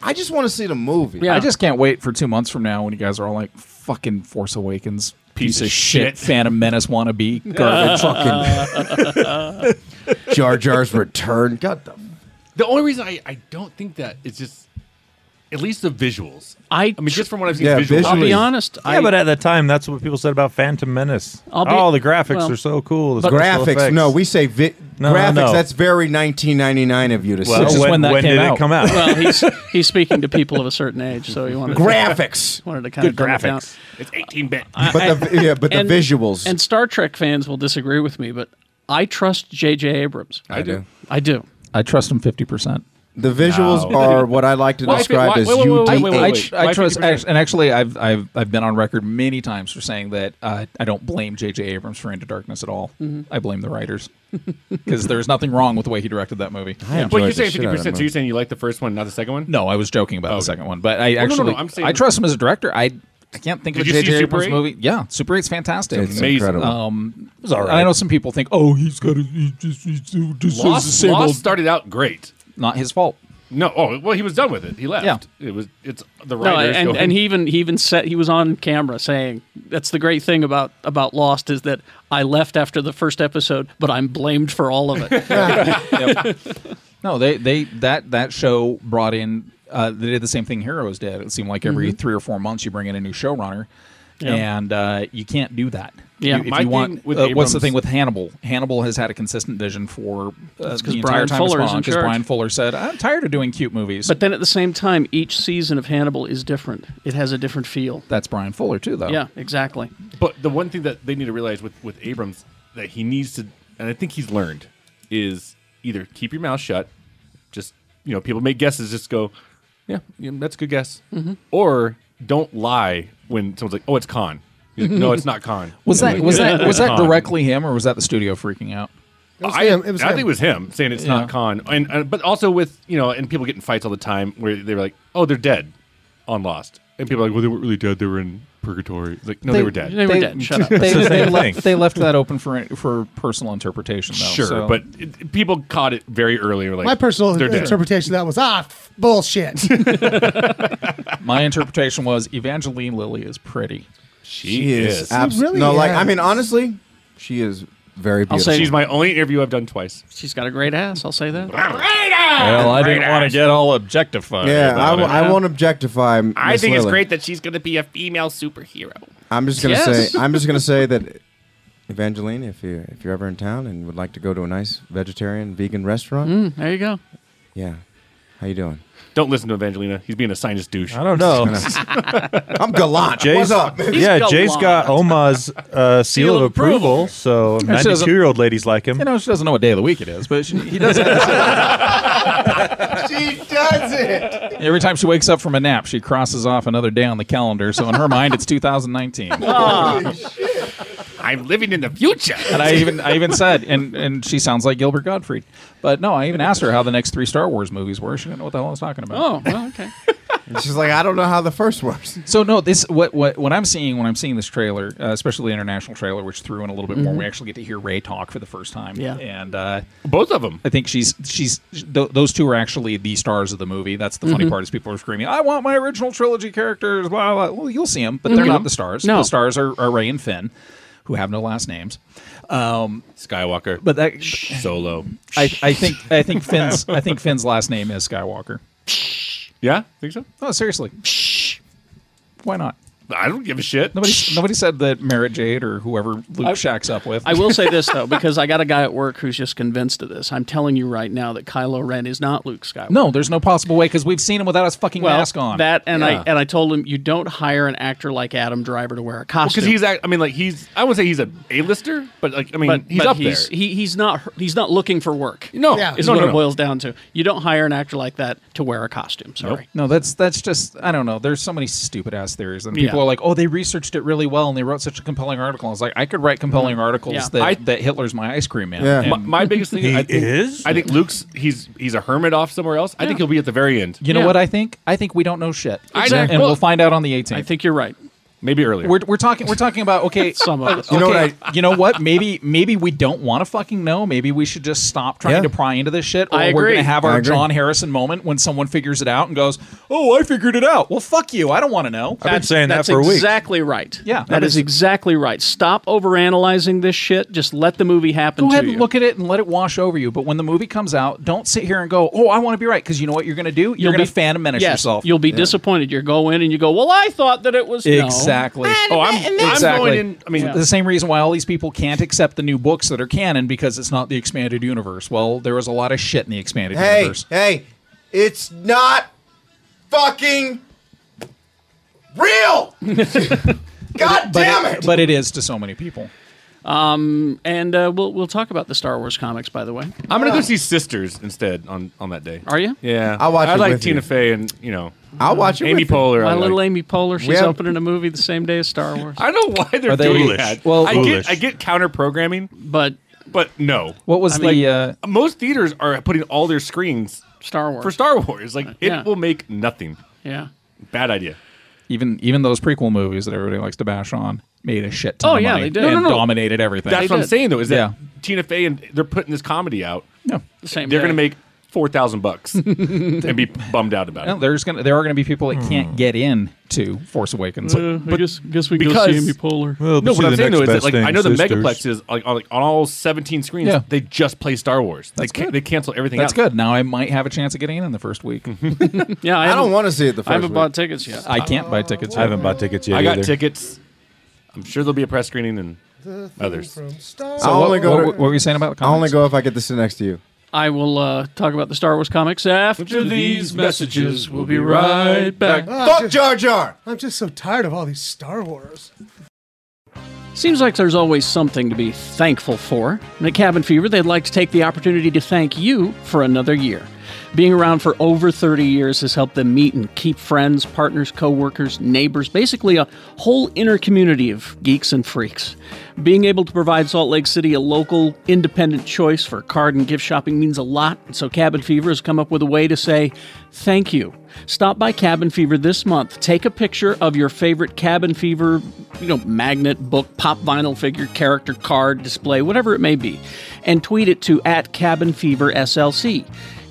[SPEAKER 6] I just want to see the movie.
[SPEAKER 2] Yeah.
[SPEAKER 3] I just can't wait for two months from now when you guys are all like, "Fucking Force Awakens." Piece, of, shit, Phantom Menace wannabe garbage.
[SPEAKER 6] fucking <laughs> Jar Jar's return. God the
[SPEAKER 5] The only reason I, I don't think that is just at least the visuals.
[SPEAKER 2] I
[SPEAKER 5] I mean, just from what I've seen,
[SPEAKER 6] Yeah,
[SPEAKER 5] visuals.
[SPEAKER 2] I'll
[SPEAKER 6] visually-
[SPEAKER 2] be honest.
[SPEAKER 10] Yeah,
[SPEAKER 2] I,
[SPEAKER 10] but at the time, that's what people said about Phantom Menace.
[SPEAKER 2] I'll be-
[SPEAKER 10] oh, the graphics
[SPEAKER 2] well,
[SPEAKER 10] are so cool. The special
[SPEAKER 6] graphics.
[SPEAKER 10] effects.
[SPEAKER 6] No, we say vi-
[SPEAKER 10] No, no,
[SPEAKER 6] graphics.
[SPEAKER 10] no.
[SPEAKER 6] That's very 1999 of you to
[SPEAKER 10] Well,
[SPEAKER 3] Which
[SPEAKER 6] say.
[SPEAKER 3] is
[SPEAKER 10] when,
[SPEAKER 3] when that
[SPEAKER 10] when
[SPEAKER 3] came
[SPEAKER 10] did
[SPEAKER 3] out.
[SPEAKER 10] it come out?
[SPEAKER 2] well, he's he's speaking to people of a certain age, so he wanted
[SPEAKER 6] graphics.
[SPEAKER 2] to, wanted to kind of dumb it down.
[SPEAKER 5] It's 18 bit.
[SPEAKER 6] But the yeah, but the
[SPEAKER 2] and-
[SPEAKER 6] visuals.
[SPEAKER 2] And Star Trek fans will disagree with me, but I trust J.J. Abrams.
[SPEAKER 6] I do.
[SPEAKER 2] I do.
[SPEAKER 3] I trust him fifty percent.
[SPEAKER 6] The visuals are what I like to
[SPEAKER 5] Why-
[SPEAKER 6] describe
[SPEAKER 5] why-
[SPEAKER 6] as
[SPEAKER 5] wait, wait, wait, wait, wait,
[SPEAKER 6] UDH.
[SPEAKER 3] I,
[SPEAKER 5] wait.
[SPEAKER 3] tr- I
[SPEAKER 5] Why
[SPEAKER 3] trust,
[SPEAKER 5] 50%?
[SPEAKER 3] and actually, I've, I've I've been on record many times for saying that uh, I don't blame J.J. Abrams for Into Darkness at all.
[SPEAKER 5] Mm-hmm.
[SPEAKER 3] I blame the writers because there's nothing wrong with the way he directed that movie.
[SPEAKER 5] Well, you're
[SPEAKER 6] enjoyed the
[SPEAKER 5] saying
[SPEAKER 6] shit out of
[SPEAKER 5] 50%,
[SPEAKER 6] that
[SPEAKER 5] so you're saying you like the first one, not the second one?
[SPEAKER 3] No, I was joking about the second one, but I
[SPEAKER 5] no, no,
[SPEAKER 3] actually
[SPEAKER 5] no, I'm saying-
[SPEAKER 3] I trust him as a director. I I can't think
[SPEAKER 5] Did
[SPEAKER 3] of a
[SPEAKER 5] you see
[SPEAKER 3] J.J.
[SPEAKER 5] Super
[SPEAKER 3] Abrams
[SPEAKER 5] 8?
[SPEAKER 3] movie. Yeah, Super 8's fantastic.
[SPEAKER 6] It's
[SPEAKER 5] Amazing.
[SPEAKER 6] incredible.
[SPEAKER 3] Um, I know some people think, oh, he's got a, he just, he's so- just so
[SPEAKER 5] Lost,
[SPEAKER 3] disabled.
[SPEAKER 5] Lost started out great.
[SPEAKER 3] Not his fault.
[SPEAKER 5] No, oh well, he was done with it. He left.
[SPEAKER 3] Yeah.
[SPEAKER 5] It was it's the
[SPEAKER 2] No,
[SPEAKER 5] writers.
[SPEAKER 2] and,
[SPEAKER 5] going-
[SPEAKER 2] and he even he even said he was on camera saying that's the great thing about about Lost is that I left after the first episode, but I'm blamed for all of it.
[SPEAKER 3] No, they they that that show brought in. Uh, they did the same thing Heroes did. It seemed like every three or four months you bring in a new showrunner,
[SPEAKER 2] Yeah.
[SPEAKER 3] and uh, you can't do that.
[SPEAKER 2] Yeah.
[SPEAKER 3] You- if
[SPEAKER 5] My
[SPEAKER 3] you
[SPEAKER 5] thing
[SPEAKER 3] want,
[SPEAKER 5] with
[SPEAKER 3] uh, what's the
[SPEAKER 5] Abrams-
[SPEAKER 3] thing with Hannibal? Hannibal has had a consistent vision for uh,
[SPEAKER 2] 'cause
[SPEAKER 3] the entire
[SPEAKER 2] Brian
[SPEAKER 3] time it's
[SPEAKER 2] Fuller's
[SPEAKER 3] gone
[SPEAKER 2] in
[SPEAKER 3] because
[SPEAKER 2] charge.
[SPEAKER 3] Brian Fuller said, "I'm tired of doing cute movies."
[SPEAKER 2] but then at the same time, each season of Hannibal is different. It has a different feel.
[SPEAKER 3] that's Brian Fuller too, though.
[SPEAKER 2] Yeah, exactly.
[SPEAKER 5] but the one thing that they need to realize with with Abrams that he needs to, and I think he's learned, is either keep your mouth shut, just you know, people make guesses, just go, yeah, yeah that's a good guess, or don't lie when someone's like, oh, it's con. He's like, no, it's not Khan.
[SPEAKER 3] Was that was
[SPEAKER 5] Yeah.
[SPEAKER 3] that was
[SPEAKER 5] <laughs>
[SPEAKER 3] that
[SPEAKER 5] Khan.
[SPEAKER 3] directly him or was that the studio freaking out?
[SPEAKER 5] I, I think it was him saying it's
[SPEAKER 3] Yeah.
[SPEAKER 5] not Khan, and, and but also with you know, and people get in fights all the time where they were like, oh, they're dead on Lost, and people are like, well, they weren't really dead; they were in purgatory. It's like, no, they, were
[SPEAKER 3] <laughs>
[SPEAKER 5] dead.
[SPEAKER 3] They, they left, they left that open for for personal interpretation, though.
[SPEAKER 5] Sure,
[SPEAKER 3] so-
[SPEAKER 5] but it, people caught it very early. Were like,
[SPEAKER 9] My personal
[SPEAKER 5] they're dead.
[SPEAKER 9] interpretation of that was ah f-
[SPEAKER 6] <laughs>
[SPEAKER 9] bullshit.
[SPEAKER 3] my interpretation was Evangeline Lilly is pretty.
[SPEAKER 5] She,
[SPEAKER 6] abs- no, like I mean, honestly, she is very
[SPEAKER 3] I'll
[SPEAKER 6] beautiful.
[SPEAKER 3] say-
[SPEAKER 5] she's my only interview I've done twice.
[SPEAKER 2] She's got a great ass. I'll say that.
[SPEAKER 3] Well, I didn't want to get all objectified.
[SPEAKER 6] yeah, I,
[SPEAKER 3] about
[SPEAKER 6] w-
[SPEAKER 3] it.
[SPEAKER 6] I won't objectify. Miss Lily.
[SPEAKER 5] that she's going to be a female superhero.
[SPEAKER 6] I'm just gonna
[SPEAKER 5] Yes.
[SPEAKER 6] say. I'm just gonna say that, Evangeline, if you if you're ever in town and would like to go to a nice vegetarian vegan restaurant,
[SPEAKER 2] Mm, there you go.
[SPEAKER 6] yeah. How you doing? <laughs>
[SPEAKER 5] Don't listen to Evangelina. He's being a sinus douche.
[SPEAKER 10] I don't know.
[SPEAKER 6] I'm gallant.
[SPEAKER 10] Jay's,
[SPEAKER 6] What's up?
[SPEAKER 10] Yeah, Jay's got Oma's uh, seal,
[SPEAKER 3] Seal
[SPEAKER 10] of
[SPEAKER 3] of
[SPEAKER 10] approval, so
[SPEAKER 3] And she doesn't-
[SPEAKER 10] 92 year old ladies like him.
[SPEAKER 3] You know, she doesn't know what day of the week it is, but she, he does. have
[SPEAKER 6] she does it.
[SPEAKER 3] Every time she wakes up from a nap, she crosses off another day on the calendar. So in her mind, it's 2019.
[SPEAKER 5] I'm living in the future.
[SPEAKER 3] And I even I even said, and and she sounds like Gilbert Gottfried. But no, I even asked her how the next three Star Wars movies were. She didn't know what the hell I was talking about.
[SPEAKER 2] Oh, well, okay.
[SPEAKER 6] She's like, I don't know how the first works.
[SPEAKER 3] So no, this what what what I'm seeing when I'm seeing this trailer, uh, especially the international trailer, which threw in a little bit more.
[SPEAKER 10] Mhm.
[SPEAKER 3] We actually get to hear Ray talk for the first time.
[SPEAKER 10] Yeah.
[SPEAKER 3] and uh,
[SPEAKER 5] both of them.
[SPEAKER 3] I think she's she's th- those two are actually the stars of the movie. That's the
[SPEAKER 2] Mm-hmm.
[SPEAKER 3] funny
[SPEAKER 10] Mhm.
[SPEAKER 3] part is people are screaming, "I want my original trilogy characters!" Blah blah. Well, you'll see them, but
[SPEAKER 2] Mm-hmm.
[SPEAKER 3] they're
[SPEAKER 10] Mhm.
[SPEAKER 3] not the stars.
[SPEAKER 10] No.
[SPEAKER 3] the stars are, are Ray and Finn, who have no last names. Um,
[SPEAKER 5] Skywalker,
[SPEAKER 3] but that
[SPEAKER 5] Solo.
[SPEAKER 3] I, I think I think Finn's I think Finn's last name is Skywalker.
[SPEAKER 5] Yeah, think so.
[SPEAKER 3] No, seriously. Why not?
[SPEAKER 5] I don't give a shit.
[SPEAKER 3] Nobody nobody said that Merritt Jade or whoever Luke
[SPEAKER 2] I-
[SPEAKER 3] shacks up with.
[SPEAKER 2] <laughs> I will say this though, because I got a guy at work who's just convinced of this. I'm telling you right now that Kylo Ren is not Luke Skywalker.
[SPEAKER 3] No, there's no possible way because we've seen him without his fucking
[SPEAKER 2] well,
[SPEAKER 3] mask on.
[SPEAKER 2] That and
[SPEAKER 3] Yeah.
[SPEAKER 2] I and I told him you don't hire an actor like Adam Driver to wear a costume
[SPEAKER 5] Because he's, act- I mean, like he's, I wouldn't say he's a A-lister, but like, I mean, he's up
[SPEAKER 2] he's,
[SPEAKER 5] there.
[SPEAKER 2] He, he's not he's not looking for work.
[SPEAKER 5] No.
[SPEAKER 3] Yeah.
[SPEAKER 2] is
[SPEAKER 3] No,
[SPEAKER 2] what
[SPEAKER 3] no,
[SPEAKER 2] it
[SPEAKER 3] no.
[SPEAKER 2] boils down to. You don't hire an actor like that to wear a costume. Sorry.
[SPEAKER 3] No, that's that's just I don't know. There's so many stupid ass theories, and people
[SPEAKER 2] Yeah.
[SPEAKER 3] are like, "Oh, they researched it really well, and they wrote such a compelling article." I was like, I could write compelling articles
[SPEAKER 5] Yeah.
[SPEAKER 3] that,
[SPEAKER 5] I-
[SPEAKER 3] that Hitler's my ice cream man.
[SPEAKER 5] My, my biggest thing I think, I think Luke's he's he's a hermit off somewhere else. I think he'll be at the very end.
[SPEAKER 3] You know what I think? I think we don't know shit.
[SPEAKER 5] I
[SPEAKER 3] and
[SPEAKER 5] know.
[SPEAKER 3] we'll find out on the 18th. I
[SPEAKER 2] think you're right.
[SPEAKER 5] Maybe earlier.
[SPEAKER 3] We're, we're talking we're talking about okay.
[SPEAKER 2] Some
[SPEAKER 3] <laughs>
[SPEAKER 2] of us.
[SPEAKER 3] You
[SPEAKER 2] You know
[SPEAKER 3] know what? I, you know what? Maybe maybe we don't want to fucking know. Maybe we should just stop trying
[SPEAKER 10] Yeah.
[SPEAKER 3] to pry into this shit. Or
[SPEAKER 10] I
[SPEAKER 3] we're
[SPEAKER 10] agree.
[SPEAKER 3] gonna have
[SPEAKER 10] I
[SPEAKER 3] our
[SPEAKER 10] agree.
[SPEAKER 3] John Harrison moment when someone figures it out and goes, "Oh, I figured it out." Well, fuck you. I don't want to know.
[SPEAKER 10] I've been That's- saying that
[SPEAKER 2] That's
[SPEAKER 10] for a week.
[SPEAKER 2] exactly right.
[SPEAKER 3] Yeah.
[SPEAKER 2] that is exactly right. Stop overanalyzing this shit. Just let the movie happen
[SPEAKER 3] Go
[SPEAKER 2] to
[SPEAKER 3] ahead
[SPEAKER 2] you.
[SPEAKER 3] and look at it and let it wash over you. But when the movie comes out, don't sit here and go, "Oh, I want to be right," because you know what you're going to do. You're
[SPEAKER 2] You'll
[SPEAKER 3] going
[SPEAKER 2] be-
[SPEAKER 3] to fan and menace
[SPEAKER 2] yes,
[SPEAKER 3] yourself.
[SPEAKER 2] You'll be disappointed. You go in and you go, "Well, I thought that it was no."
[SPEAKER 3] Exactly.
[SPEAKER 2] Oh, I'm- I'm going in- I mean-
[SPEAKER 3] It's the same reason why all these people can't accept the new books that are canon because it's not the expanded universe. Well, there was a lot of shit in the expanded
[SPEAKER 6] Hey,
[SPEAKER 3] universe.
[SPEAKER 6] hey, it's not fucking real. God damn it!
[SPEAKER 3] But it is to so many people.
[SPEAKER 2] Um, and uh, we'll we'll talk about the Star Wars comics, by the way.
[SPEAKER 5] I'm gonna go see Sisters instead on on that day.
[SPEAKER 2] uh, Are you?
[SPEAKER 5] Yeah,
[SPEAKER 2] I'll watch
[SPEAKER 5] I
[SPEAKER 2] it
[SPEAKER 5] like
[SPEAKER 2] with
[SPEAKER 5] Tina
[SPEAKER 2] you.
[SPEAKER 5] Fey and you know.
[SPEAKER 6] I'll watch it
[SPEAKER 5] Amy
[SPEAKER 6] with you.
[SPEAKER 5] Poehler.
[SPEAKER 2] My
[SPEAKER 5] I
[SPEAKER 2] little
[SPEAKER 5] like.
[SPEAKER 2] Amy Poehler. She's
[SPEAKER 5] We have-
[SPEAKER 2] opening a movie the same day as Star Wars.
[SPEAKER 5] I don't know why they're
[SPEAKER 2] Are they-
[SPEAKER 5] doing
[SPEAKER 2] Foolish.
[SPEAKER 5] that.
[SPEAKER 2] Well-
[SPEAKER 5] I
[SPEAKER 2] Foolish.
[SPEAKER 5] get I get counter programming,
[SPEAKER 2] but
[SPEAKER 5] but no.
[SPEAKER 3] What was
[SPEAKER 5] I
[SPEAKER 3] the,
[SPEAKER 5] mean,
[SPEAKER 3] uh,
[SPEAKER 5] most theaters are putting all their screens
[SPEAKER 2] Star Wars
[SPEAKER 5] for Star Wars. Like
[SPEAKER 2] Yeah.
[SPEAKER 5] it will make nothing.
[SPEAKER 2] Yeah.
[SPEAKER 5] Bad idea.
[SPEAKER 3] Even even those prequel movies that everybody likes to bash on made a shit ton
[SPEAKER 5] Oh,
[SPEAKER 3] of
[SPEAKER 5] yeah,
[SPEAKER 3] money
[SPEAKER 5] they did.
[SPEAKER 3] and
[SPEAKER 5] No, no, no.
[SPEAKER 3] dominated everything.
[SPEAKER 5] That's what I'm saying though. Is that
[SPEAKER 3] yeah.
[SPEAKER 5] Tina Fey and they're putting this comedy out.
[SPEAKER 3] No,
[SPEAKER 2] same.
[SPEAKER 5] They're
[SPEAKER 2] day.
[SPEAKER 5] gonna make four thousand
[SPEAKER 3] <laughs>
[SPEAKER 5] bucks and be bummed out about
[SPEAKER 3] No,
[SPEAKER 5] it.
[SPEAKER 3] there's gonna there are gonna be people that
[SPEAKER 5] Hmm.
[SPEAKER 3] can't get in to Force Awakens.
[SPEAKER 2] Uh,
[SPEAKER 5] Mm-hmm.
[SPEAKER 2] I guess guess we
[SPEAKER 5] because-
[SPEAKER 2] go see Amy Poehler.
[SPEAKER 5] no, what I'm saying though is that like I know the megaplexes like on, like, on all 17 screens
[SPEAKER 3] Yeah.
[SPEAKER 5] they just play Star Wars. They ca- they cancel everything.
[SPEAKER 3] That's
[SPEAKER 5] out.
[SPEAKER 3] good. Now I might have a chance of getting in in the first week.
[SPEAKER 2] yeah,
[SPEAKER 6] I don't want to see it the first
[SPEAKER 2] I haven't
[SPEAKER 6] week.
[SPEAKER 2] bought tickets yet.
[SPEAKER 3] I can't buy tickets.
[SPEAKER 10] I haven't bought tickets yet
[SPEAKER 5] I got
[SPEAKER 10] either.
[SPEAKER 5] tickets. I'm sure there'll be a press screening and others.
[SPEAKER 6] I'll
[SPEAKER 3] what-
[SPEAKER 6] only go.
[SPEAKER 3] what-
[SPEAKER 6] to-
[SPEAKER 3] what were you saying about the
[SPEAKER 6] I'll only go if I get to sit next to you.
[SPEAKER 2] I will uh, talk about the Star Wars comics after these messages. We'll be right back.
[SPEAKER 6] Fuck Jar Jar.
[SPEAKER 9] I'm just so tired of all these Star Wars.
[SPEAKER 2] Seems like there's always something to be thankful for. And at Cabin Fever, they'd like to take the opportunity to thank you for another year. Being around for over 30 years has helped them meet and keep friends, partners, coworkers, neighbors, basically a whole inner community of geeks and freaks. Being able to provide Salt Lake City a local, independent choice for card and gift shopping means a lot, and so Cabin Fever has come up with a way to say thank you. Stop by Cabin Fever this month. Take a picture of your favorite Cabin Fever, you know, magnet, book, pop vinyl figure, character, card, display, whatever it may be, and tweet it to at Cabin Fever SLC.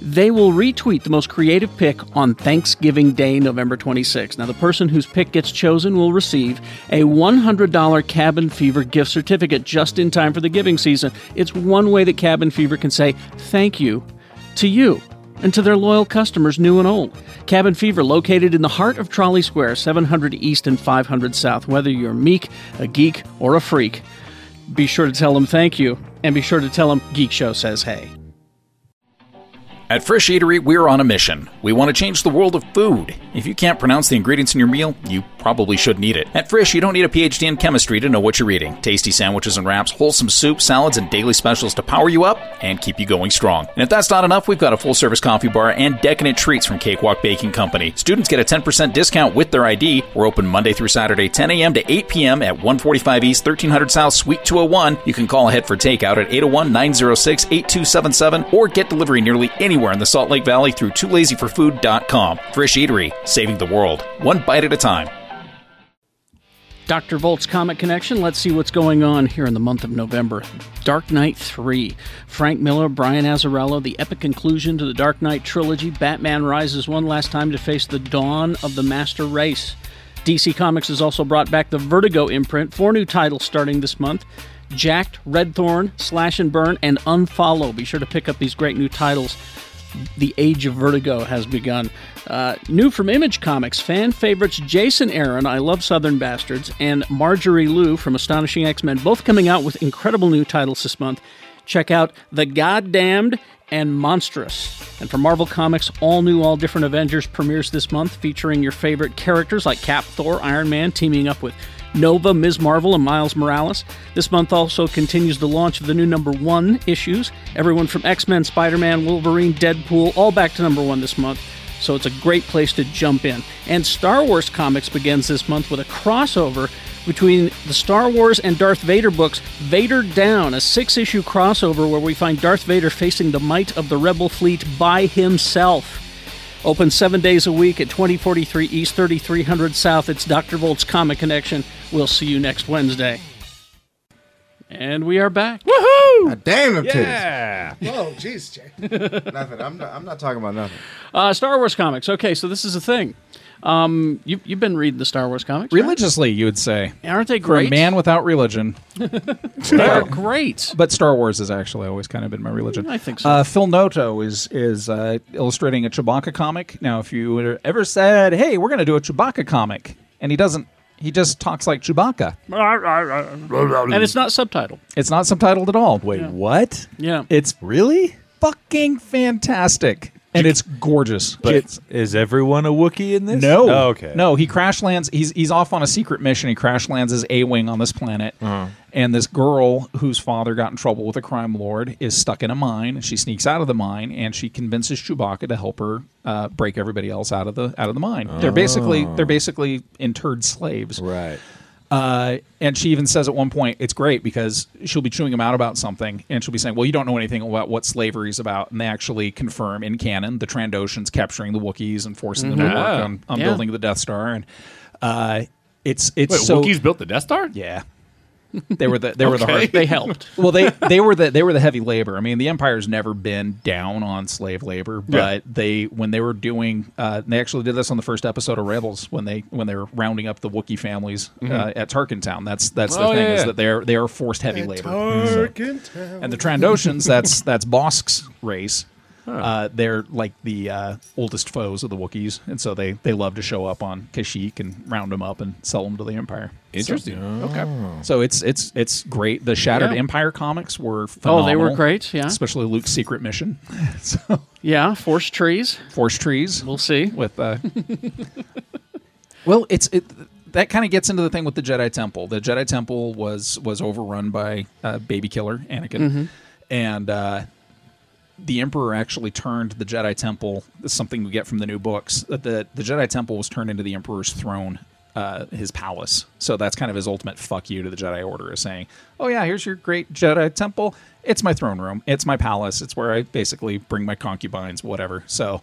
[SPEAKER 2] They will retweet the most creative pick on Thanksgiving Day, November 26. Now, the person whose pick gets chosen will receive a $100 Cabin Fever gift certificate just in time for the giving season. It's one way that Cabin Fever can say thank you to you and to their loyal customers, new and old. Cabin Fever, located in the heart of Trolley Square, 700 East and 500 South. Whether you're meek, a geek, or a freak, be sure to tell them thank you, and be sure to tell them Geek Show says hey.
[SPEAKER 11] At Fresh Eatery, we're on a mission. We want to change the world of food. If you can't pronounce the ingredients in your meal, you probably shouldn't eat it. At Fresh, you don't need a PhD in chemistry to know what you're eating. Tasty sandwiches and wraps, wholesome soup, salads, and daily specials to power you up and keep you going strong. And if that's not enough, we've got a full service coffee bar and decadent treats from Cakewalk Baking Company. Students get a 10% discount with their ID. We're open Monday through Saturday, 10 a.m. to 8 p.m. at 145 East, 1300 South, Suite 201. You can call ahead for takeout at 801 906 8277 or get delivery nearly anywhere in the Salt Lake Valley through toolazyforfood.com. Fresh Eatery, saving the world, one bite at a time.
[SPEAKER 2] Dr. Volt's Comic Connection. Let's see what's going on here in the month of November. Dark Knight 3. Frank Miller, Brian Azzarello, the epic conclusion to the Dark Knight trilogy. Batman rises one last time to face the dawn of the master race. DC Comics has also brought back the Vertigo imprint, four new titles starting this month. Jacked, Red Thorn, Slash and Burn, and Unfollow. Be sure to pick up these great new titles the age of vertigo has begun. Uh, new from Image Comics, fan favorites Jason Aaron, I Love Southern Bastards, and Marjorie Liu from Astonishing X Men, both coming out with incredible new titles this month. Check out The Goddamned and Monstrous. And for Marvel Comics, all new, all different Avengers premieres this month, featuring your favorite characters like Cap, Thor, Iron Man, teaming up with Nova, Ms. Marvel, and Miles Morales. This month also continues the launch of the new number one issues. Everyone from X Men, Spider Man, Wolverine, Deadpool, all back to number one this month. So it's a great place to jump in. And Star Wars Comics begins this month with a crossover between the Star Wars and Darth Vader books, Vader Down, a six issue crossover where we find Darth Vader facing the might of the Rebel fleet by himself. Open seven days a week at 2043 East, 3300 South. It's Dr. Volt's Comic Connection. We'll see you next Wednesday. And we are back. Woohoo!
[SPEAKER 6] damn
[SPEAKER 2] them
[SPEAKER 9] Yeah. Whoa, Oh, jeez, Jay.
[SPEAKER 6] nothing. I'm not, I'm not talking about nothing.
[SPEAKER 2] Uh, Star Wars comics. Okay, so this is a thing. Um, you, you've been reading the Star Wars comics. right?
[SPEAKER 3] Religiously, you would say.
[SPEAKER 2] Aren't they
[SPEAKER 3] For a
[SPEAKER 2] great?
[SPEAKER 3] man without religion.
[SPEAKER 2] They're
[SPEAKER 10] <laughs>
[SPEAKER 2] great.
[SPEAKER 3] But Star Wars has actually always kind of been my religion.
[SPEAKER 2] I think so.
[SPEAKER 3] Uh, Phil Noto is is uh, illustrating a Chewbacca comic. Now, if you were ever said, "Hey, we're going to do a Chewbacca comic," and he doesn't, he just talks like Chewbacca.
[SPEAKER 2] and it's not subtitled.
[SPEAKER 3] It's not subtitled at all. Wait, what?
[SPEAKER 2] Yeah.
[SPEAKER 3] It's really fucking fantastic, and it's gorgeous.
[SPEAKER 10] But
[SPEAKER 3] It's-
[SPEAKER 10] is everyone a Wookiee in this?
[SPEAKER 3] No.
[SPEAKER 10] Oh, okay.
[SPEAKER 3] No, he crash lands. He's he's off on a secret mission. He crash lands his A wing on this planet,
[SPEAKER 10] Uh-huh.
[SPEAKER 3] and this girl whose father got in trouble with a crime lord is stuck in a mine. She sneaks out of the mine, and she convinces Chewbacca to help her uh, break everybody else out of the out of the mine. They're basically
[SPEAKER 10] Oh.
[SPEAKER 3] they're basically interred slaves. Right. Uh, and she even says at one point, it's great because she'll be chewing him out about something, and she'll be saying, "Well, you don't know anything about what slavery's about." And they actually confirm in canon the Trandoshans capturing the Wookiees and forcing them to
[SPEAKER 5] Mhm.
[SPEAKER 3] work
[SPEAKER 5] Ah.
[SPEAKER 3] on, on
[SPEAKER 5] Yeah.
[SPEAKER 3] building the Death Star, and uh, it's it's
[SPEAKER 5] Wait,
[SPEAKER 3] so
[SPEAKER 5] Wookiees built the Death Star?
[SPEAKER 3] Yeah. they were the they were the
[SPEAKER 5] Okay.
[SPEAKER 3] hard,
[SPEAKER 5] They helped.
[SPEAKER 3] <laughs> Well, they they were the they were the heavy labor. I mean, the empire's never been down on slave labor,
[SPEAKER 5] Yeah.
[SPEAKER 3] but they when they were doing uh, they actually did this on the first episode of Rebels when they when they were rounding up the Wookiee families uh,
[SPEAKER 5] Mhm.
[SPEAKER 3] at Tarkin Town. That's that's the
[SPEAKER 5] Oh,
[SPEAKER 3] thing
[SPEAKER 5] yeah,
[SPEAKER 3] is
[SPEAKER 5] yeah.
[SPEAKER 3] that they're they are forced heavy labor.
[SPEAKER 9] Tarkin
[SPEAKER 3] <laughs> And the Trandoshans, that's that's Bosk's race. Uh, they're like the uh, oldest foes of the Wookiees, and so they, they love to show up on Kashyyyk and round them up and sell them to the Empire. So-
[SPEAKER 5] Interesting. Okay.
[SPEAKER 3] So it's it's it's great. The Shattered
[SPEAKER 2] Oh. Yeah.
[SPEAKER 3] Empire comics were
[SPEAKER 2] Oh,
[SPEAKER 3] phenomenal.
[SPEAKER 2] they were great, yeah.
[SPEAKER 3] especially Luke's
[SPEAKER 2] <laughs>
[SPEAKER 3] secret mission,
[SPEAKER 2] Yeah, Force Trees.
[SPEAKER 3] Force Trees.
[SPEAKER 2] We'll see. <laughs>
[SPEAKER 3] With uh, well, it's it that kind of gets into the thing with the Jedi Temple. The Jedi Temple
[SPEAKER 2] Mm-hmm.
[SPEAKER 3] was was overrun by uh, baby killer Anakin,
[SPEAKER 2] Mhm.
[SPEAKER 3] and uh, the Emperor actually turned the Jedi Temple. That's something we get from the new books. That the the Jedi Temple was turned into the Emperor's throne, uh, his palace. So that's kind of his ultimate fuck you to the Jedi Order, is saying, "Oh yeah, here's your great Jedi Temple. It's my throne room. It's my palace. It's where I basically bring my concubines, whatever." So.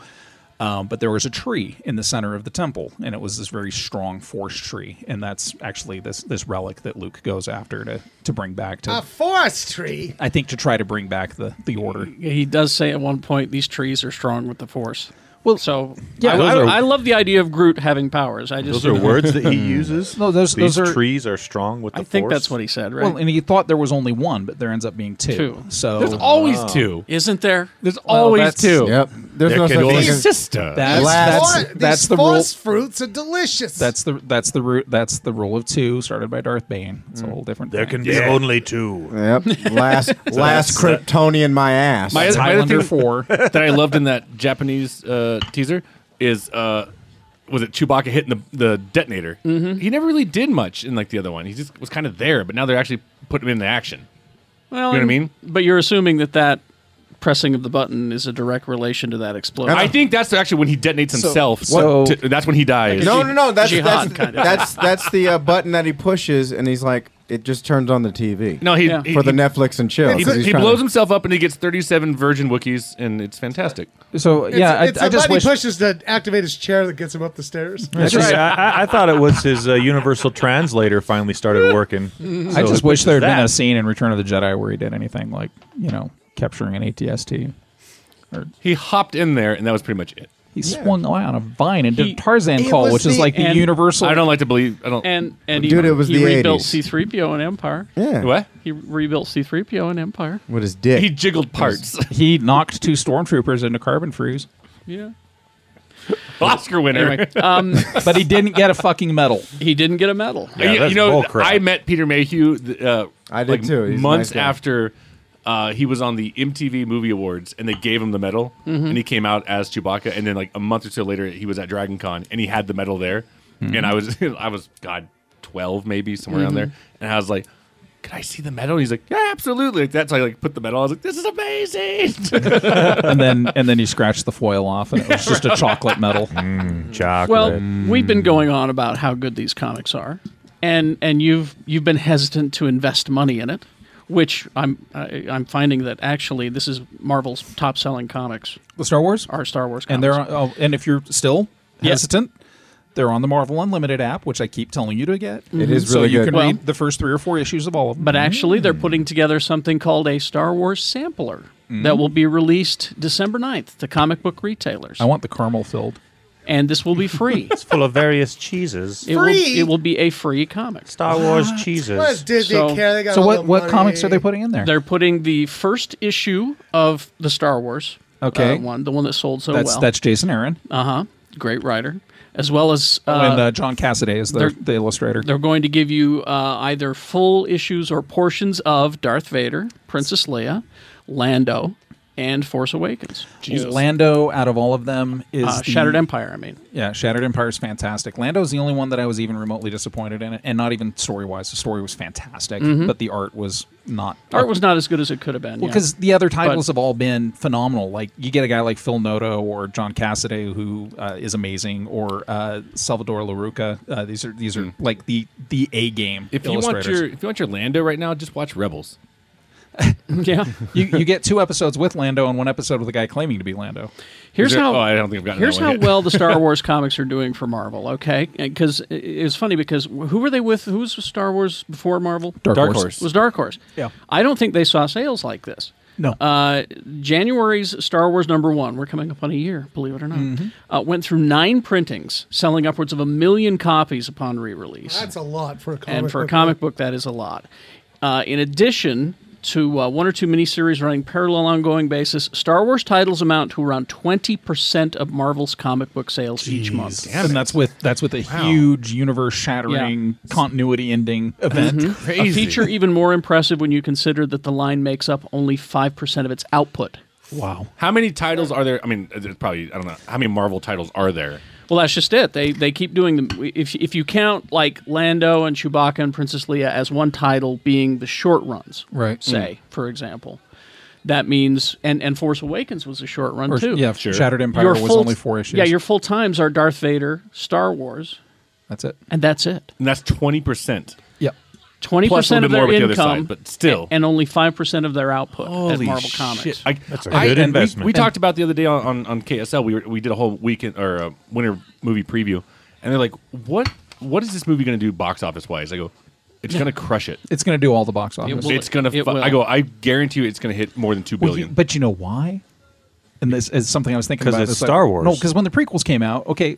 [SPEAKER 3] Um, but there was a tree in the center of the temple, and it was this very strong force tree, and that's actually this this relic that Luke goes after to to bring back to
[SPEAKER 9] A forest tree.
[SPEAKER 3] I think to try to bring back the, the order.
[SPEAKER 2] He does say at one point these trees are strong with the force.
[SPEAKER 3] Well,
[SPEAKER 2] so yeah,
[SPEAKER 3] yeah,
[SPEAKER 2] I,
[SPEAKER 3] those
[SPEAKER 2] I-
[SPEAKER 3] are-
[SPEAKER 2] I love the idea of Groot having powers. I just
[SPEAKER 10] <laughs> Those are words that he uses.
[SPEAKER 3] No, those-
[SPEAKER 10] These
[SPEAKER 3] those are-
[SPEAKER 10] trees are strong with the
[SPEAKER 2] I think
[SPEAKER 10] force?
[SPEAKER 2] that's what he said, right?
[SPEAKER 3] Well, and he thought there was only one, but there ends up being two.
[SPEAKER 2] Two.
[SPEAKER 3] So
[SPEAKER 2] There's always Wow. two. Isn't there? There's always two. Yep.
[SPEAKER 6] There's no such thing as-
[SPEAKER 3] sister. That's,
[SPEAKER 9] Last-
[SPEAKER 3] that's,
[SPEAKER 9] These
[SPEAKER 3] that's the rule.
[SPEAKER 9] forest fruits are delicious.
[SPEAKER 3] That's the that's the root. That's the rule of two, started by Darth Bane. It's a whole different.
[SPEAKER 10] There
[SPEAKER 3] thing.
[SPEAKER 10] can be Yeah. only two.
[SPEAKER 5] <laughs>
[SPEAKER 6] Yep. Last
[SPEAKER 10] So that's-
[SPEAKER 6] last Kryptonian my ass.
[SPEAKER 10] My-
[SPEAKER 5] other- other
[SPEAKER 3] Highlander 4.
[SPEAKER 5] <laughs> that I loved in that Japanese uh, teaser is uh, was it Chewbacca hitting the, the detonator? Mm-hmm. He never really did much in like the other one. He just was kind of there, but now they're actually putting him in the action.
[SPEAKER 2] Well,
[SPEAKER 5] You know what I
[SPEAKER 2] and- But you're assuming that that pressing of the button is a direct relation to that explosion.
[SPEAKER 5] I think that's actually when he detonates
[SPEAKER 2] So-
[SPEAKER 5] himself.
[SPEAKER 2] so-
[SPEAKER 5] to- that's when he dies.
[SPEAKER 6] No, no, no. That's
[SPEAKER 5] Jihad
[SPEAKER 6] that's
[SPEAKER 5] kind of.
[SPEAKER 6] that's, that's the uh, button that he pushes, and he's like, it just turns on the TV.
[SPEAKER 5] No, he- Yeah. he-
[SPEAKER 6] for the
[SPEAKER 5] he-
[SPEAKER 6] Netflix and chill.
[SPEAKER 5] He,
[SPEAKER 6] 'cause he's
[SPEAKER 5] he
[SPEAKER 6] trying
[SPEAKER 5] blows
[SPEAKER 6] to-
[SPEAKER 5] himself up and he gets 37 virgin Wookiees, and it's fantastic.
[SPEAKER 3] So
[SPEAKER 9] It's, it's the button he pushes to activate his chair that gets him up the stairs.
[SPEAKER 10] That's right. I, I thought it was his uh, universal translator finally started working.
[SPEAKER 3] <laughs> I just wish there had been a
[SPEAKER 10] that.
[SPEAKER 3] scene in Return of the Jedi where he did anything like you know capturing an ATST. Or
[SPEAKER 5] He hopped in there, and that was pretty much it.
[SPEAKER 3] he swung away on a vine and did Tarzan call, which is like the universal.
[SPEAKER 5] I don't like to believe. I don't.
[SPEAKER 2] And and
[SPEAKER 6] Dude,
[SPEAKER 2] he,
[SPEAKER 6] it was
[SPEAKER 2] he
[SPEAKER 6] the
[SPEAKER 2] rebuilt
[SPEAKER 6] 80s.
[SPEAKER 2] C-3PO in Empire.
[SPEAKER 6] Yeah.
[SPEAKER 5] What?
[SPEAKER 2] He rebuilt C-3PO in Empire.
[SPEAKER 6] with his dick.
[SPEAKER 5] He jiggled parts.
[SPEAKER 3] He knocked two stormtroopers into carbon freeze.
[SPEAKER 2] Yeah.
[SPEAKER 5] <laughs> Oscar winner.
[SPEAKER 2] Anyway, um,
[SPEAKER 3] but he didn't get a fucking medal.
[SPEAKER 2] He didn't get a medal.
[SPEAKER 5] you, you know, I met Peter Mayhew. th- Uh, I
[SPEAKER 6] did too. He's a
[SPEAKER 5] months
[SPEAKER 6] nice guy.
[SPEAKER 5] after uh, he was on the MTV Movie Awards, and they gave him the medal,
[SPEAKER 2] Mhm.
[SPEAKER 5] and he came out as Chewbacca. And then, like a month or so later, he was at Dragon Con, and he had the medal there. And I was, <laughs> I was God, twelve maybe somewhere around
[SPEAKER 2] Mhm.
[SPEAKER 5] there, and I was like. Can I see the medal? And he's like, yeah, absolutely. Like, that's how I like put the medal. I was like, this is amazing.
[SPEAKER 3] and then and then you scratched the foil off, and it was just a chocolate medal.
[SPEAKER 10] chocolate.
[SPEAKER 2] Well, we've been going on about how good these comics are, and and you've you've been hesitant to invest money in it, which I'm I, I'm finding that actually this is Marvel's top selling comics.
[SPEAKER 3] The Star Wars
[SPEAKER 2] are Star Wars, comics.
[SPEAKER 3] and they're on, oh, and if you're still
[SPEAKER 2] Yeah.
[SPEAKER 3] hesitant, they're on the Marvel Unlimited app, which I keep telling you to get.
[SPEAKER 2] It is
[SPEAKER 3] so
[SPEAKER 2] really
[SPEAKER 3] you
[SPEAKER 2] good.
[SPEAKER 3] can
[SPEAKER 2] Well-
[SPEAKER 3] read the first three or four issues of all of them.
[SPEAKER 2] But actually,
[SPEAKER 3] Mm.
[SPEAKER 2] they're putting together something called a Star Wars sampler
[SPEAKER 3] Mm.
[SPEAKER 2] that will be released December 9th to comic book retailers.
[SPEAKER 3] I want the caramel filled.
[SPEAKER 2] And this will be
[SPEAKER 3] <laughs>
[SPEAKER 2] free. it's
[SPEAKER 10] full of various cheeses.
[SPEAKER 2] It will,
[SPEAKER 9] Free?
[SPEAKER 2] it will be a free comic.
[SPEAKER 10] Star Wars What? cheeses.
[SPEAKER 9] What does Disney care? They got
[SPEAKER 3] So
[SPEAKER 9] all
[SPEAKER 3] what
[SPEAKER 9] the
[SPEAKER 3] what
[SPEAKER 9] money.
[SPEAKER 3] comics are they putting in there?
[SPEAKER 2] They're putting the first issue of the Star Wars.
[SPEAKER 3] Okay.
[SPEAKER 2] uh, one the one that sold so
[SPEAKER 3] that's
[SPEAKER 2] well.
[SPEAKER 3] that's Jason Aaron
[SPEAKER 2] uh huh. Great writer, as well as uh,
[SPEAKER 3] Oh, and uh, John Cassaday is the,
[SPEAKER 2] they're-
[SPEAKER 3] the illustrator.
[SPEAKER 2] They're going to give you uh, either full issues or portions of Darth Vader, Princess Leia, Lando, and Force Awakens.
[SPEAKER 3] Lando out of all of them is
[SPEAKER 2] Uh,
[SPEAKER 3] the-
[SPEAKER 2] Shattered Empire, I mean.
[SPEAKER 3] Yeah, Shattered Empire is fantastic. Lando's the only one that I was even remotely disappointed in, and not even story wise. The story was fantastic,
[SPEAKER 2] Mhm.
[SPEAKER 3] but the art was not.
[SPEAKER 2] Art was not as good as it could have been.
[SPEAKER 3] Well,
[SPEAKER 2] yeah.
[SPEAKER 3] because the other titles
[SPEAKER 2] But-
[SPEAKER 3] have all been phenomenal. Like you get a guy like Phil Noto or John Cassaday, who uh, is amazing, or uh, Salvador LaRuca. Uh, these are these are like the the A game.
[SPEAKER 5] <laughs> <laughs> if you want
[SPEAKER 3] illustrators.
[SPEAKER 5] your if you want your Lando right now, just watch Rebels.
[SPEAKER 3] <laughs>
[SPEAKER 2] yeah,
[SPEAKER 3] you, you get two episodes with Lando and one episode with a guy claiming to be Lando.
[SPEAKER 2] Here's how
[SPEAKER 3] oh,
[SPEAKER 2] here's how well the Star
[SPEAKER 3] <laughs> Wars.
[SPEAKER 2] Wars comics are doing for Marvel. Okay, because it's funny because who were they with? Who was Star Wars before Marvel?
[SPEAKER 3] Dark Dark Horse. Horse.
[SPEAKER 2] was Dark Horse.
[SPEAKER 3] Yeah.
[SPEAKER 2] I don't think they saw sales like this.
[SPEAKER 3] No.
[SPEAKER 2] Uh, January's Star Wars number one. We're coming up on a year, believe it or not.
[SPEAKER 3] Mm-hmm.
[SPEAKER 2] Uh, went through nine printings, selling upwards of a million copies upon re-release
[SPEAKER 9] That's a lot for a comic.
[SPEAKER 2] and for a
[SPEAKER 9] book.
[SPEAKER 2] comic book, that is a lot. Uh, in addition to uh, one or two miniseries running parallel ongoing basis, Star Wars titles amount to around twenty percent of Marvel's comic book sales each month.
[SPEAKER 3] and that's with that's with a huge universe shattering continuity ending event.
[SPEAKER 2] Mhm. A feature even more impressive when you consider that the line makes up only five percent of its output.
[SPEAKER 3] Wow.
[SPEAKER 5] How many titles are there? I mean, there's probably I don't know how many Marvel titles are there.
[SPEAKER 2] Well, that's just it. They they keep doing them. If if you count like Lando and Chewbacca and Princess Leia as one title being the short runs,
[SPEAKER 3] Right. Mm.
[SPEAKER 2] Say for example, That means and and Force Awakens was a short run
[SPEAKER 3] Or-
[SPEAKER 2] too.
[SPEAKER 3] yeah, Sure. Shattered Empire was only four issues.
[SPEAKER 2] Yeah, your full times are Darth Vader, Star Wars.
[SPEAKER 3] That's it.
[SPEAKER 2] And that's it.
[SPEAKER 5] And that's twenty percent.
[SPEAKER 3] Yep.
[SPEAKER 2] Twenty
[SPEAKER 5] Plus a
[SPEAKER 2] percent
[SPEAKER 5] little
[SPEAKER 2] of
[SPEAKER 5] bit more
[SPEAKER 2] their
[SPEAKER 5] with the other
[SPEAKER 2] income,
[SPEAKER 5] side, but still.
[SPEAKER 2] and, and only five percent of their output at
[SPEAKER 5] Holy
[SPEAKER 2] Marvel
[SPEAKER 5] shit.
[SPEAKER 2] Comics.
[SPEAKER 5] I,
[SPEAKER 2] That's
[SPEAKER 5] I-
[SPEAKER 2] good
[SPEAKER 5] and we-
[SPEAKER 2] investment.
[SPEAKER 5] We, talked about the other day on, on, on KSL. We were, we did a whole weekend or a winter movie preview, and they're like, "What what is this movie going to do box office wise?" I go, "It's
[SPEAKER 3] Yeah.
[SPEAKER 5] going to crush it.
[SPEAKER 3] It's going to do all the box office.
[SPEAKER 5] it's going to.
[SPEAKER 3] It
[SPEAKER 5] Fu-
[SPEAKER 3] will.
[SPEAKER 5] I go, I guarantee you, it's going to hit more than two
[SPEAKER 3] Well, you-
[SPEAKER 5] billion.
[SPEAKER 3] but you know why? And this is something I was thinking
[SPEAKER 5] 'Cause
[SPEAKER 3] about.
[SPEAKER 5] it's
[SPEAKER 3] like-
[SPEAKER 5] Star Wars.
[SPEAKER 3] No, because when the prequels came out, okay,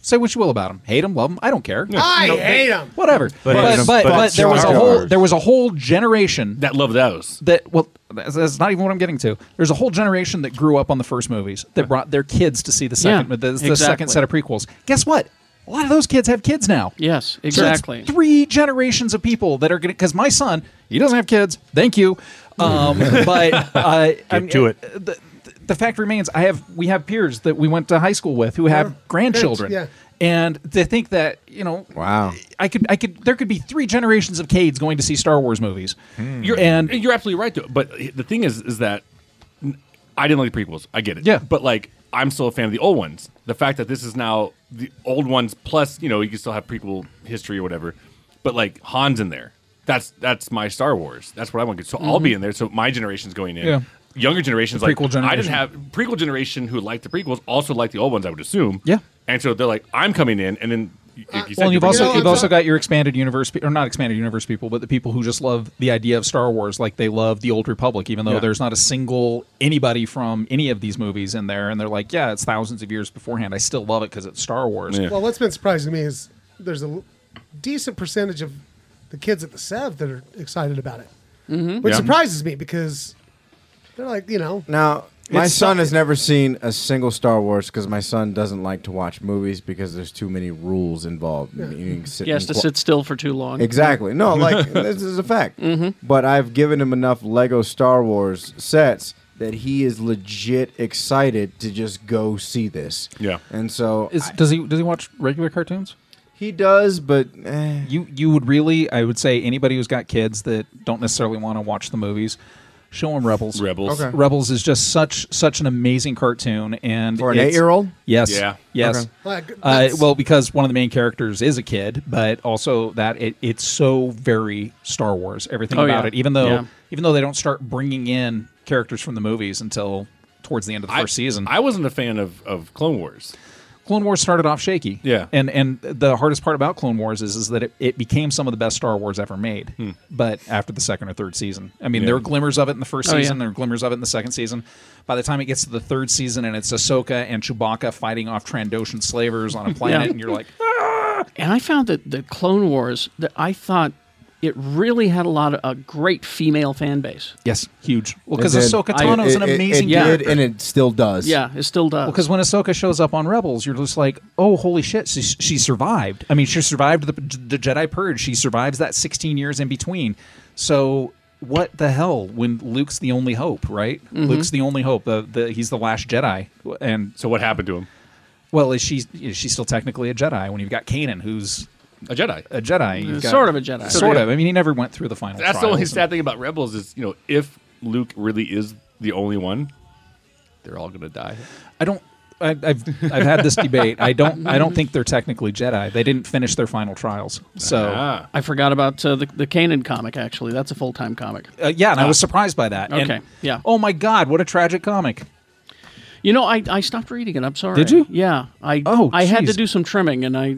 [SPEAKER 3] say what you will about them, hate them, love them, I don't care.
[SPEAKER 9] I
[SPEAKER 3] You know,
[SPEAKER 9] hate
[SPEAKER 3] they-
[SPEAKER 9] 'em.
[SPEAKER 3] Whatever.
[SPEAKER 9] But
[SPEAKER 3] But
[SPEAKER 9] it's-
[SPEAKER 3] but, but,
[SPEAKER 9] but it's
[SPEAKER 3] there was
[SPEAKER 9] Star
[SPEAKER 3] a whole
[SPEAKER 9] Wars.
[SPEAKER 3] there was a whole generation
[SPEAKER 5] that loved those.
[SPEAKER 3] That well, that's, that's not even what I'm getting to. There's a whole generation that grew up on the first movies that brought their kids to see the second
[SPEAKER 2] Yeah,
[SPEAKER 3] the, the
[SPEAKER 2] exactly.
[SPEAKER 3] second set of prequels. Guess what? A lot of those kids have kids now.
[SPEAKER 2] Yes,
[SPEAKER 3] So it's
[SPEAKER 2] exactly.
[SPEAKER 3] three generations of people that are going to, because my son, he doesn't have kids. Thank you.
[SPEAKER 10] <laughs>
[SPEAKER 3] Um, but uh,
[SPEAKER 10] Get to it.
[SPEAKER 3] The, the fact remains, I have we have peers that we went to high school with who have grandchildren,
[SPEAKER 9] yeah.
[SPEAKER 3] and to think that you know,
[SPEAKER 6] wow,
[SPEAKER 3] I could, I could, there could be three generations of kids going to see Star Wars movies.
[SPEAKER 10] Hmm.
[SPEAKER 5] You're,
[SPEAKER 3] And-
[SPEAKER 5] you're absolutely right, though. But the thing is, is that I didn't like the prequels. I get it.
[SPEAKER 3] Yeah.
[SPEAKER 5] But like, I'm still a fan of the old ones. The fact that this is now the old ones plus, you know, you can still have prequel history or whatever. But like Han's in there. That's that's my Star Wars. That's what I want. to get. So I'll
[SPEAKER 3] Mhm.
[SPEAKER 5] be in there. So my generation's going in.
[SPEAKER 3] Yeah.
[SPEAKER 5] Younger generations,
[SPEAKER 3] The
[SPEAKER 5] like
[SPEAKER 3] prequel
[SPEAKER 5] I didn't
[SPEAKER 3] generation.
[SPEAKER 5] have prequel generation who liked the prequels also liked the old ones. I would assume.
[SPEAKER 3] Yeah. Uh,
[SPEAKER 5] And so they're like, I'm coming in, and then. Like you said,
[SPEAKER 3] well, and you've
[SPEAKER 5] you're
[SPEAKER 3] also
[SPEAKER 5] like-
[SPEAKER 3] you've also got your expanded universe, pe- or not expanded universe people, but the people who just love the idea of Star Wars, like they love the Old Republic, even though
[SPEAKER 5] Yeah.
[SPEAKER 3] there's not a single anybody from any of these movies in there, and they're like, yeah, it's thousands of years beforehand. I still love it because it's Star Wars.
[SPEAKER 9] Well, what's been surprising to me is there's a l- decent percentage of the kids at the Sev that are excited about it,
[SPEAKER 3] Mm-hmm.
[SPEAKER 6] Mhm.
[SPEAKER 9] which
[SPEAKER 6] Yeah.
[SPEAKER 9] surprises me because they're like, you know,
[SPEAKER 6] Now, my
[SPEAKER 9] It's-
[SPEAKER 6] son has never seen a single Star Wars because my son doesn't like to watch movies because there's too many rules involved. You can sit
[SPEAKER 2] He has
[SPEAKER 6] and
[SPEAKER 2] to
[SPEAKER 6] qua-
[SPEAKER 2] sit still for too long.
[SPEAKER 6] Exactly. No,
[SPEAKER 3] <laughs>
[SPEAKER 6] like this is a fact. Mm-hmm. But I've given him enough Lego Star Wars sets that he is legit excited to just go see this.
[SPEAKER 5] Yeah.
[SPEAKER 6] And so
[SPEAKER 3] Is,
[SPEAKER 6] I-
[SPEAKER 3] does he does he watch regular cartoons?
[SPEAKER 6] He does, but eh.
[SPEAKER 3] you you would really I would say anybody who's got kids that don't necessarily want to watch the movies, show them Rebels.
[SPEAKER 5] Rebels. Okay.
[SPEAKER 3] Rebels is just such such an amazing cartoon and
[SPEAKER 6] For an
[SPEAKER 3] it's-
[SPEAKER 6] eight-year-old?
[SPEAKER 3] Yes.
[SPEAKER 6] Yeah.
[SPEAKER 3] Yes.
[SPEAKER 6] Okay. Like,
[SPEAKER 3] Uh,
[SPEAKER 6] that's-
[SPEAKER 3] well, because one of the main characters is a kid, but also that it, it's so very Star Wars. Everything
[SPEAKER 2] Oh,
[SPEAKER 3] about
[SPEAKER 2] yeah.
[SPEAKER 3] it, even though
[SPEAKER 2] Yeah.
[SPEAKER 3] even though they don't start bringing in characters from the movies until towards the end of the first season.
[SPEAKER 5] I wasn't a fan of, of Clone Wars.
[SPEAKER 3] Clone Wars started off shaky.
[SPEAKER 5] Yeah.
[SPEAKER 3] And and the hardest part about Clone Wars is is that it, it became some of the best Star Wars ever made. But after the second or third season. I mean,
[SPEAKER 5] Yeah.
[SPEAKER 3] there were glimmers of it in the first
[SPEAKER 5] Oh, yeah.
[SPEAKER 3] season, there were glimmers of it in the second season. By the time it gets to the third season and it's Ahsoka and Chewbacca fighting off Trandoshan slavers
[SPEAKER 6] <laughs>
[SPEAKER 3] on a planet
[SPEAKER 2] Yeah.
[SPEAKER 3] and you're like
[SPEAKER 2] And I found that the Clone Wars that I thought it really had a lot of a great female fan base.
[SPEAKER 3] <laughs> Yes, huge. Well,
[SPEAKER 6] It
[SPEAKER 3] because
[SPEAKER 6] did.
[SPEAKER 3] Ahsoka
[SPEAKER 6] I-
[SPEAKER 3] Tano is
[SPEAKER 6] it-
[SPEAKER 3] an
[SPEAKER 6] it-
[SPEAKER 3] amazing
[SPEAKER 6] it
[SPEAKER 3] character.
[SPEAKER 6] did, and it still does.
[SPEAKER 2] Yeah, it still does.
[SPEAKER 3] Because when Ahsoka shows up on Rebels, you're just like, oh, holy shit, she, she survived. I mean, she survived the, the Jedi Purge. She survives that 16 years in between. So what the hell when Luke's the only hope, right?
[SPEAKER 5] Mhm.
[SPEAKER 3] Luke's the only hope. The, the, he's the last Jedi. And
[SPEAKER 5] so what happened to him?
[SPEAKER 3] Well, is she is she still technically a Jedi when you've got Kanan, who's
[SPEAKER 5] a Jedi?
[SPEAKER 3] A Jedi. You've got-
[SPEAKER 2] Sort of a Jedi.
[SPEAKER 3] Sort of. I mean, he never went through the final.
[SPEAKER 5] That's the only
[SPEAKER 3] trials and-
[SPEAKER 5] sad thing about Rebels is you know if Luke really is the only one, they're all gonna die.
[SPEAKER 3] I don't. I, I've I've had this debate. I don't I don't think they're technically Jedi. They didn't finish their final trials. So
[SPEAKER 5] Ah,
[SPEAKER 2] I forgot about uh, the the Kanan comic. Actually, that's a full time comic.
[SPEAKER 3] Uh, yeah, and I was surprised by that. And-
[SPEAKER 2] Ah. Okay, yeah.
[SPEAKER 3] Oh my God, what a tragic comic.
[SPEAKER 2] You know, I, I stopped reading it. I'm sorry.
[SPEAKER 3] Did you?
[SPEAKER 2] Yeah. I
[SPEAKER 3] Oh,
[SPEAKER 2] I had to
[SPEAKER 3] geez.
[SPEAKER 2] do some trimming, and I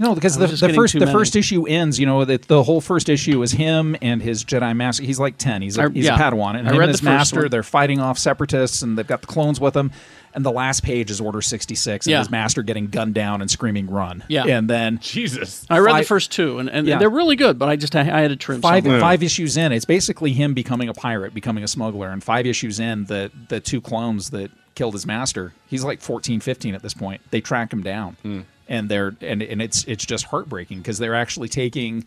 [SPEAKER 3] No, because
[SPEAKER 2] I
[SPEAKER 3] the,
[SPEAKER 2] was just
[SPEAKER 3] the
[SPEAKER 2] getting
[SPEAKER 3] first
[SPEAKER 2] too
[SPEAKER 3] the
[SPEAKER 2] many.
[SPEAKER 3] first issue ends. You know, the, the whole first issue is him and his Jedi master. He's like ten. He's a,
[SPEAKER 2] I-
[SPEAKER 3] he's
[SPEAKER 2] yeah.
[SPEAKER 3] a Padawan, and
[SPEAKER 2] I
[SPEAKER 3] him
[SPEAKER 2] read the
[SPEAKER 3] and his
[SPEAKER 2] first
[SPEAKER 3] master.
[SPEAKER 2] one.
[SPEAKER 3] They're fighting off separatists, and they've got the clones with them. And the last page is Order sixty six, and
[SPEAKER 2] Yeah.
[SPEAKER 3] his master getting gunned down and screaming "Run!"
[SPEAKER 2] Yeah.
[SPEAKER 3] and then
[SPEAKER 5] Jesus,
[SPEAKER 2] I read the first two, and, and
[SPEAKER 3] Yeah.
[SPEAKER 2] they're really good. But I just I, I had to trim
[SPEAKER 3] five
[SPEAKER 2] something.
[SPEAKER 3] five issues in, it's basically him becoming a pirate, becoming a smuggler, and five issues in, the the two clones that killed his master, he's like 14, 15 at this point. They
[SPEAKER 5] Hmm.
[SPEAKER 3] track him down, and they're and and it's it's just heartbreaking because they're actually taking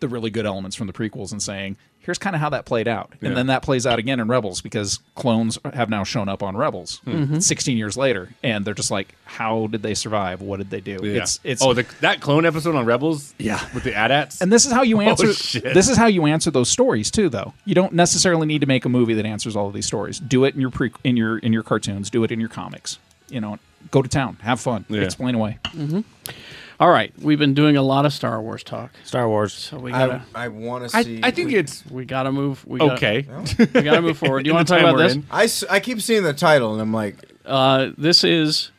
[SPEAKER 3] the really good elements from the prequels and saying, here's kind of how that played out.
[SPEAKER 11] Yeah.
[SPEAKER 3] And then that plays out again in Rebels because clones have now shown up on Rebels
[SPEAKER 5] Hmm.
[SPEAKER 3] 16 years later. And they're just like, how did they survive? What did they do? It's, it's,
[SPEAKER 5] oh the, that clone episode on Rebels,
[SPEAKER 3] Yeah.
[SPEAKER 5] with the AT-ATs.
[SPEAKER 3] and this is how you
[SPEAKER 5] Oh,
[SPEAKER 3] answer
[SPEAKER 5] shit.
[SPEAKER 3] this is how you answer those stories too though you don't necessarily need to make a movie that answers all of these stories do it in your pre in your in your cartoons do it in your comics you know go to town have fun
[SPEAKER 2] Yeah.
[SPEAKER 3] explain away
[SPEAKER 2] Mhm. All right, we've been doing a lot of Star Wars talk.
[SPEAKER 10] Star Wars.
[SPEAKER 2] So we gotta.
[SPEAKER 6] I, I want to
[SPEAKER 2] I-
[SPEAKER 6] see.
[SPEAKER 2] I think
[SPEAKER 6] we-
[SPEAKER 2] it's. We gotta move. We gotta-
[SPEAKER 5] Okay.
[SPEAKER 2] we gotta move forward. Do you
[SPEAKER 6] In
[SPEAKER 2] want
[SPEAKER 6] the
[SPEAKER 2] to talk
[SPEAKER 6] time
[SPEAKER 2] about
[SPEAKER 6] we're
[SPEAKER 2] this?
[SPEAKER 6] in. I, s- I keep seeing the title and I'm like,
[SPEAKER 2] Uh, this is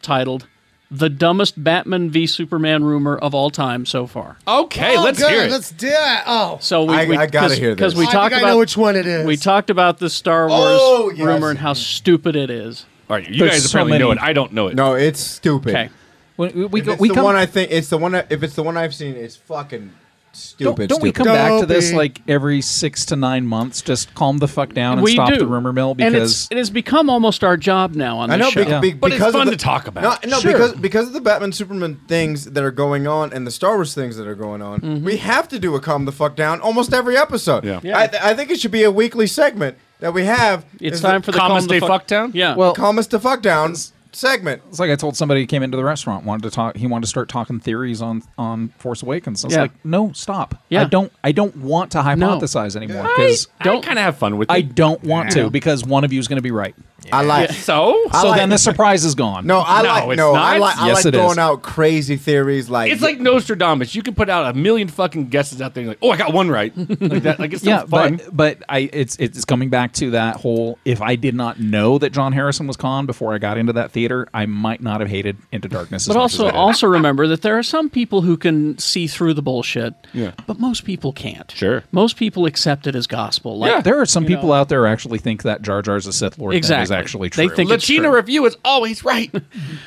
[SPEAKER 2] titled "The Dumbest Batman v Superman Rumor of All Time So Far."
[SPEAKER 5] Okay,
[SPEAKER 9] Oh, good. Let's do it. Oh,
[SPEAKER 2] So we,
[SPEAKER 9] I-
[SPEAKER 2] we
[SPEAKER 9] I gotta
[SPEAKER 2] cause,
[SPEAKER 9] hear this.
[SPEAKER 2] because we
[SPEAKER 9] I
[SPEAKER 2] talked
[SPEAKER 9] think I
[SPEAKER 2] about
[SPEAKER 9] know which one it is.
[SPEAKER 2] We
[SPEAKER 9] <laughs>
[SPEAKER 2] talked about the Star Wars
[SPEAKER 9] Oh, yes.
[SPEAKER 2] rumor and how stupid it is.
[SPEAKER 5] All right, you guys apparently know it. I don't know it.
[SPEAKER 6] No, it's stupid.
[SPEAKER 2] Okay.
[SPEAKER 3] we, we,
[SPEAKER 6] If
[SPEAKER 3] go-
[SPEAKER 6] it's
[SPEAKER 3] we
[SPEAKER 6] the
[SPEAKER 3] come-
[SPEAKER 6] one I think it's the one. I, if it's the one I've seen, it's fucking
[SPEAKER 3] don't,
[SPEAKER 6] stupid.
[SPEAKER 3] don't we come
[SPEAKER 6] stupid.
[SPEAKER 3] back to this like every six to nine months just calm the fuck down and
[SPEAKER 2] we
[SPEAKER 3] stop
[SPEAKER 2] do
[SPEAKER 3] the rumor mill
[SPEAKER 2] and
[SPEAKER 3] because
[SPEAKER 2] it's, it has become almost our job now on
[SPEAKER 6] I
[SPEAKER 2] this
[SPEAKER 6] know,
[SPEAKER 2] show.
[SPEAKER 6] be- be- because of the- No, no
[SPEAKER 2] Sure.
[SPEAKER 6] because because of the Batman Superman things that are going on and the Star Wars things that are going on, we have to do a calm the fuck down almost every episode. Yeah, I, th- I think it should be a weekly segment that we have.
[SPEAKER 2] It's
[SPEAKER 6] is
[SPEAKER 2] time for the Calm us calm the the fuck- fuck down? Yeah.
[SPEAKER 3] Well-
[SPEAKER 6] calm us the fuck down segment.
[SPEAKER 3] it's like I told somebody who came into the restaurant wanted to talk. He wanted to start talking theories on on Force Awakens. I was
[SPEAKER 6] Yeah.
[SPEAKER 3] like, no, stop.
[SPEAKER 6] Yeah.
[SPEAKER 3] I don't. I don't want to hypothesize anymore because
[SPEAKER 5] don't kind of have fun with.
[SPEAKER 3] I don't want
[SPEAKER 5] Yeah.
[SPEAKER 3] to because one of you is going to be right.
[SPEAKER 6] I like
[SPEAKER 5] Yeah. So?
[SPEAKER 3] So
[SPEAKER 6] I like-
[SPEAKER 2] <laughs>
[SPEAKER 3] then the surprise is gone.
[SPEAKER 6] No, I like no, I like I
[SPEAKER 3] yes,
[SPEAKER 6] like
[SPEAKER 3] it is.
[SPEAKER 6] going out crazy theories like
[SPEAKER 5] It's like Nostradamus. You can put out a million fucking guesses out there. And you're like, oh, I got one right. Like that. Like it's still
[SPEAKER 3] <laughs> yeah,
[SPEAKER 5] fun.
[SPEAKER 3] but but I it's it's coming back to that whole. If I did not know that John Harrison was con before I got into that theater, I might not have hated Into Darkness.
[SPEAKER 2] But
[SPEAKER 3] as much
[SPEAKER 2] also,
[SPEAKER 3] as I did.
[SPEAKER 2] also remember that there are some people who can see through the bullshit. Yeah. But most people can't. Sure. Most people accept it as gospel. Like,
[SPEAKER 3] yeah, there are some
[SPEAKER 2] you know,
[SPEAKER 3] people out there who actually think that Jar Jar's a Sith Lord. thing
[SPEAKER 2] Exactly.
[SPEAKER 3] is actually true.
[SPEAKER 2] They think it's
[SPEAKER 5] Latina
[SPEAKER 2] true.
[SPEAKER 5] review is always right.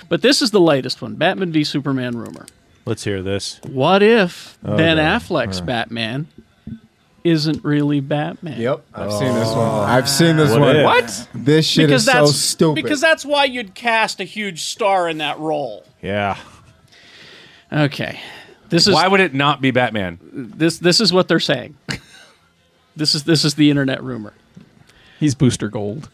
[SPEAKER 2] But this is the latest one: Batman v Superman rumor.
[SPEAKER 10] Let's hear this.
[SPEAKER 2] What if
[SPEAKER 10] Oh,
[SPEAKER 2] Ben
[SPEAKER 10] no.
[SPEAKER 2] Affleck's
[SPEAKER 10] All right.
[SPEAKER 2] Batman isn't really Batman?
[SPEAKER 6] Yep, I've seen this one. I've seen this one.
[SPEAKER 2] What?
[SPEAKER 6] This shit
[SPEAKER 2] because
[SPEAKER 6] is so
[SPEAKER 2] that's
[SPEAKER 6] stupid.
[SPEAKER 2] Because that's why you'd cast a huge star in that role.
[SPEAKER 10] Yeah.
[SPEAKER 2] Okay. This is
[SPEAKER 5] why would it not be Batman?
[SPEAKER 2] This this is what they're saying. <laughs> this is this is the internet rumor.
[SPEAKER 3] He's Booster Gold.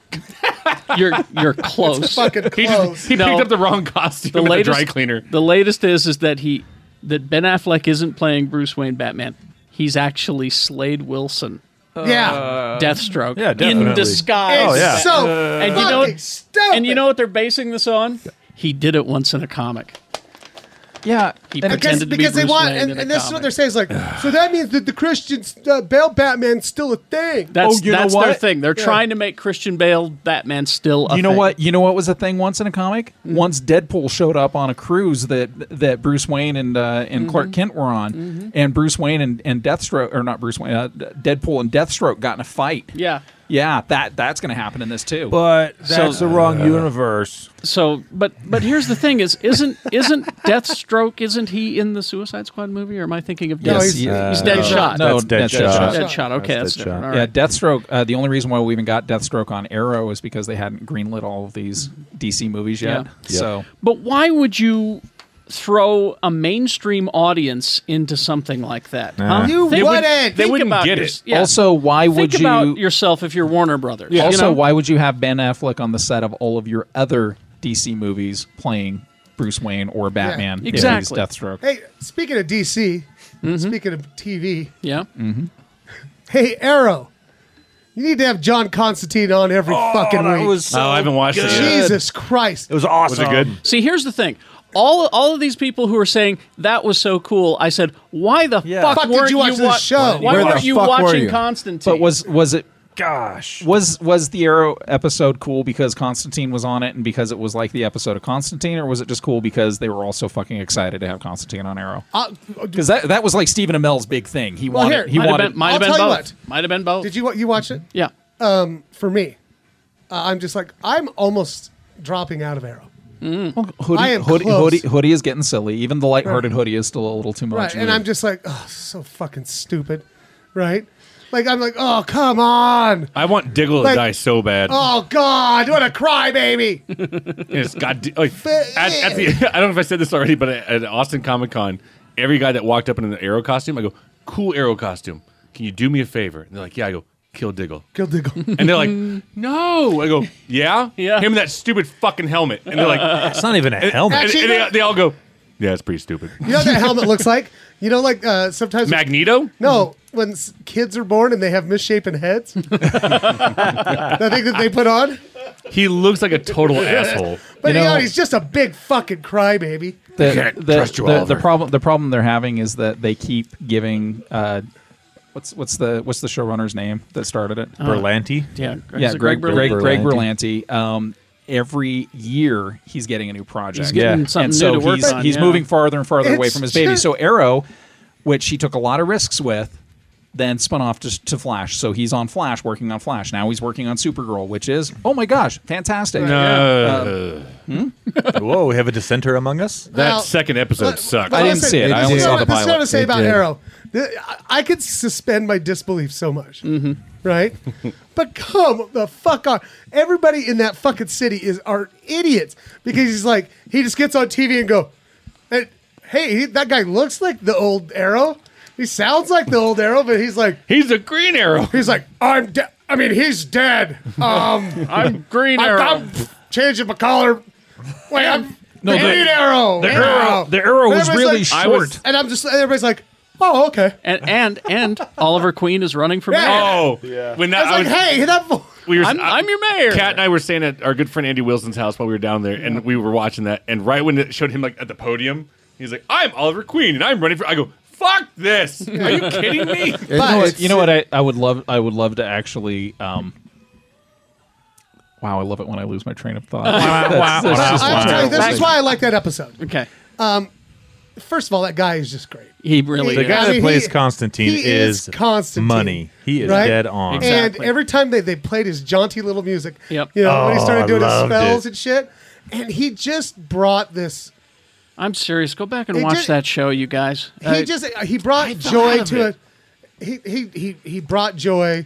[SPEAKER 2] You're you're close. <laughs>
[SPEAKER 5] fucking He just- close. he picked up the wrong costume at the dry cleaner.
[SPEAKER 2] The latest is is that he that Ben Affleck isn't playing Bruce Wayne Batman. He's actually Slade Wilson.
[SPEAKER 9] Uh, Yeah.
[SPEAKER 2] Deathstroke.
[SPEAKER 9] Yeah,
[SPEAKER 2] In
[SPEAKER 9] definitely.
[SPEAKER 2] disguise.
[SPEAKER 9] It's Oh, yeah. so
[SPEAKER 2] and you know
[SPEAKER 9] fucking
[SPEAKER 2] what, And you know what they're basing this on? He did it once in a comic.
[SPEAKER 3] Yeah,
[SPEAKER 2] he
[SPEAKER 9] And
[SPEAKER 2] pretended to be
[SPEAKER 9] because they
[SPEAKER 2] Bruce
[SPEAKER 9] want,
[SPEAKER 2] Wayne
[SPEAKER 9] and,
[SPEAKER 2] in a
[SPEAKER 9] and this is
[SPEAKER 2] comic.
[SPEAKER 9] what they're saying is like, so that means that the Christian uh, Bale Batman's still a thing.
[SPEAKER 3] Oh,
[SPEAKER 2] That's that's their thing. They're trying to make Christian Bale Batman still. A
[SPEAKER 3] you know
[SPEAKER 2] thing. Mm-hmm.
[SPEAKER 3] what? You know what was a thing once in a comic? Once Deadpool showed up on a cruise that that Bruce Wayne and uh, and
[SPEAKER 2] Mm-hmm.
[SPEAKER 3] Clark Kent were on, and Bruce Wayne and, and Deathstroke or not Bruce Wayne, uh, Deadpool and Deathstroke got in a fight.
[SPEAKER 2] Yeah.
[SPEAKER 3] Yeah, that that's going to happen in this too.
[SPEAKER 10] But
[SPEAKER 2] So- that's the
[SPEAKER 10] <laughs> wrong universe.
[SPEAKER 2] So, but but here's the thing: is isn't isn't Deathstroke? Isn't he in the Suicide Squad movie? Or am I thinking of
[SPEAKER 3] Yes,
[SPEAKER 2] Death? he's,
[SPEAKER 3] yeah.
[SPEAKER 2] dead
[SPEAKER 3] No,
[SPEAKER 2] shot.
[SPEAKER 3] no, That's Deadshot. Deadshot.
[SPEAKER 2] Deadshot. Okay, that's,
[SPEAKER 3] That's
[SPEAKER 2] different.
[SPEAKER 3] Deadshot.
[SPEAKER 2] All right.
[SPEAKER 3] Yeah, Deathstroke. Uh, the only reason why we even got Deathstroke on Arrow is because they hadn't greenlit all of these DC movies yet.
[SPEAKER 2] Mm-hmm. Yeah.
[SPEAKER 3] So
[SPEAKER 2] But why would you throw a mainstream audience into something like that? huh?
[SPEAKER 3] You
[SPEAKER 2] They would-
[SPEAKER 3] wouldn't.
[SPEAKER 2] They
[SPEAKER 3] Think
[SPEAKER 2] wouldn't
[SPEAKER 3] about
[SPEAKER 2] get
[SPEAKER 3] your-
[SPEAKER 2] it. Yeah.
[SPEAKER 3] Also, why would
[SPEAKER 2] Think about
[SPEAKER 3] you-
[SPEAKER 2] yourself if you're Warner Brothers? you
[SPEAKER 3] Also,
[SPEAKER 2] know?
[SPEAKER 3] why would you have Ben Affleck on the set of all of your other DC movies playing Bruce Wayne or Batman? if he's Deathstroke.
[SPEAKER 9] Hey, speaking of DC,
[SPEAKER 2] Mm-hmm.
[SPEAKER 9] speaking of TV,
[SPEAKER 2] Yeah.
[SPEAKER 3] Mm-hmm.
[SPEAKER 9] hey Arrow, you need to have John Constantine on every fucking
[SPEAKER 5] Oh, that
[SPEAKER 9] week.
[SPEAKER 5] was so No, I haven't watched it good. yet.
[SPEAKER 9] Jesus Christ,
[SPEAKER 5] It was awesome. Was it good?
[SPEAKER 2] See, here's the thing. All, all of these people who are saying that was so cool, I said, why the fuck,
[SPEAKER 9] Fuck, did
[SPEAKER 2] weren't
[SPEAKER 9] you watch this
[SPEAKER 2] wa-
[SPEAKER 9] show?
[SPEAKER 2] Why
[SPEAKER 9] Where the
[SPEAKER 2] weren't you
[SPEAKER 9] fuck were
[SPEAKER 2] watching
[SPEAKER 9] you?
[SPEAKER 2] Constantine?
[SPEAKER 3] But was was it? Gosh, was was the Arrow episode cool because Constantine was on it and because it was like the episode of Constantine, or was it just cool because they were all so fucking excited to have Constantine on Arrow?
[SPEAKER 9] Uh,
[SPEAKER 3] Because that that was like Stephen Amell's big thing. He
[SPEAKER 9] Well,
[SPEAKER 3] wanted.
[SPEAKER 9] here,
[SPEAKER 3] he
[SPEAKER 9] might have
[SPEAKER 3] wanted.
[SPEAKER 9] been- might have I'll been tell you both.
[SPEAKER 2] Might have been both.
[SPEAKER 9] Did you wa- you watch it?
[SPEAKER 2] Yeah.
[SPEAKER 9] Um, for me, uh, I'm just like I'm almost dropping out of Arrow.
[SPEAKER 2] Mm-hmm.
[SPEAKER 3] Hoodie,
[SPEAKER 9] I am
[SPEAKER 3] hoodie,
[SPEAKER 9] close.
[SPEAKER 3] hoodie, hoodie is getting silly. Even the lighthearted hoodie is still a little too much.
[SPEAKER 9] Right, and I'm just like, oh, so fucking stupid, right? Like I'm like, oh come on,
[SPEAKER 5] I want Diggle to
[SPEAKER 9] Like-
[SPEAKER 5] die so bad.
[SPEAKER 9] oh god, what a crybaby.
[SPEAKER 5] Yes, God, like, at, at <laughs> the, I don't know if I said this already, but at, at Austin Comic Con, every guy that walked up in an arrow costume, I go, cool arrow costume. Can you do me a favor? And they're like, yeah. I go, kill Diggle.
[SPEAKER 9] Kill Diggle.
[SPEAKER 5] And they're like, no. I go, yeah? Yeah. Him in that stupid fucking helmet. And they're
[SPEAKER 3] <laughs>
[SPEAKER 5] like,
[SPEAKER 10] It's not even a
[SPEAKER 5] And-
[SPEAKER 10] helmet.
[SPEAKER 5] and-
[SPEAKER 9] Actually,
[SPEAKER 5] and
[SPEAKER 9] no.
[SPEAKER 5] they, they all go, yeah, it's pretty stupid.
[SPEAKER 9] You know what that helmet looks like? You know, like uh, sometimes
[SPEAKER 5] Magneto.
[SPEAKER 9] No, when s- kids are born and they have misshapen heads, <laughs> the thing that they put on.
[SPEAKER 5] He looks like a total asshole.
[SPEAKER 9] But
[SPEAKER 3] You
[SPEAKER 9] you know,
[SPEAKER 3] know-
[SPEAKER 9] he's just a big fucking crybaby.
[SPEAKER 3] the, the- the- the problem the problem they're having is that they keep giving uh, what's what's the what's the showrunner's name that started it
[SPEAKER 10] Uh, <laughs> Berlanti? yeah, Greg-
[SPEAKER 3] yeah
[SPEAKER 10] is it
[SPEAKER 3] Greg
[SPEAKER 10] Greg
[SPEAKER 3] Greg, Greg,
[SPEAKER 10] Berlanti?
[SPEAKER 3] Berlanti um, every year he's getting a new project
[SPEAKER 10] He's getting Yeah. something
[SPEAKER 3] and so
[SPEAKER 10] new to work
[SPEAKER 3] he's,
[SPEAKER 10] on,
[SPEAKER 3] he's
[SPEAKER 10] yeah.
[SPEAKER 3] moving farther and farther away
[SPEAKER 10] It's
[SPEAKER 3] from his baby
[SPEAKER 10] just-
[SPEAKER 3] so Arrow which he took a lot of risks with then spun off to, to Flash so he's on Flash working on Flash now he's working on Supergirl which is oh my gosh fantastic Um,
[SPEAKER 10] No. Whoa, we have a dissenter among us.
[SPEAKER 9] That Well, second
[SPEAKER 5] episode sucked.
[SPEAKER 9] Well, listen, this is what- This is what I say about Arrow. Th- I- I could suspend my disbelief so much, right? but come the fuck on! Everybody in that fucking city is are idiots because he's like he just gets on TV and go, "Hey, hey, he- that guy looks like the old Arrow. He sounds like the old Arrow, but he's like
[SPEAKER 5] he's the Green Arrow.
[SPEAKER 9] He's like I'm. De- I mean, he's dead. Um,
[SPEAKER 5] I'm Green
[SPEAKER 9] I'm-
[SPEAKER 5] Arrow.
[SPEAKER 9] I'm changing my collar. Wait, I'm
[SPEAKER 3] No,
[SPEAKER 9] the
[SPEAKER 3] the-
[SPEAKER 9] Green Arrow.
[SPEAKER 3] the Arrow- the Arrow was
[SPEAKER 9] Everybody's
[SPEAKER 3] really
[SPEAKER 9] like-
[SPEAKER 3] short.
[SPEAKER 9] and I'm just everybody's like, oh, okay.
[SPEAKER 2] And and and Oliver Queen is running for mayor.
[SPEAKER 9] Yeah.
[SPEAKER 5] Oh, yeah. When that,
[SPEAKER 9] I was like, hey, that vo-
[SPEAKER 5] we were,
[SPEAKER 2] I'm- I'm your mayor.
[SPEAKER 5] Kat and I were staying at our good friend Andy Wilson's house while we were down there, and we were watching that. And right when it showed him like at the podium, he's like, "I'm Oliver Queen, and I'm running for." I go, "Fuck this! Are <laughs> you kidding me?"
[SPEAKER 3] you know what, you know what I, I would love I would love to actually um Wow, I love it when I lose my train of thought.
[SPEAKER 10] <laughs>
[SPEAKER 3] That's- that's
[SPEAKER 9] But
[SPEAKER 3] just
[SPEAKER 9] I- I'm
[SPEAKER 3] wild.
[SPEAKER 9] telling you, this is why I like that episode.
[SPEAKER 2] Okay.
[SPEAKER 9] Um, first of all, that guy is just great.
[SPEAKER 2] He
[SPEAKER 9] really
[SPEAKER 10] the
[SPEAKER 9] is.
[SPEAKER 10] guy
[SPEAKER 9] I
[SPEAKER 10] that
[SPEAKER 9] mean,
[SPEAKER 10] plays
[SPEAKER 9] he-
[SPEAKER 10] Constantine
[SPEAKER 9] he
[SPEAKER 10] is,
[SPEAKER 9] is Constantine,
[SPEAKER 10] money. He is
[SPEAKER 9] right?
[SPEAKER 10] dead on.
[SPEAKER 9] And every time they, they played his jaunty little music,
[SPEAKER 2] Yep.
[SPEAKER 9] you know, when he
[SPEAKER 10] Oh,
[SPEAKER 9] started
[SPEAKER 10] I
[SPEAKER 9] doing his
[SPEAKER 10] loved
[SPEAKER 9] spells
[SPEAKER 10] it.
[SPEAKER 9] and shit, and he just brought this.
[SPEAKER 2] I'm serious. Go back
[SPEAKER 9] He
[SPEAKER 2] and watch
[SPEAKER 9] just-
[SPEAKER 2] that show, you guys.
[SPEAKER 9] He
[SPEAKER 2] Uh,
[SPEAKER 9] just he brought
[SPEAKER 2] thought
[SPEAKER 9] joy
[SPEAKER 2] of
[SPEAKER 9] to
[SPEAKER 2] it.
[SPEAKER 9] a he, he he he brought joy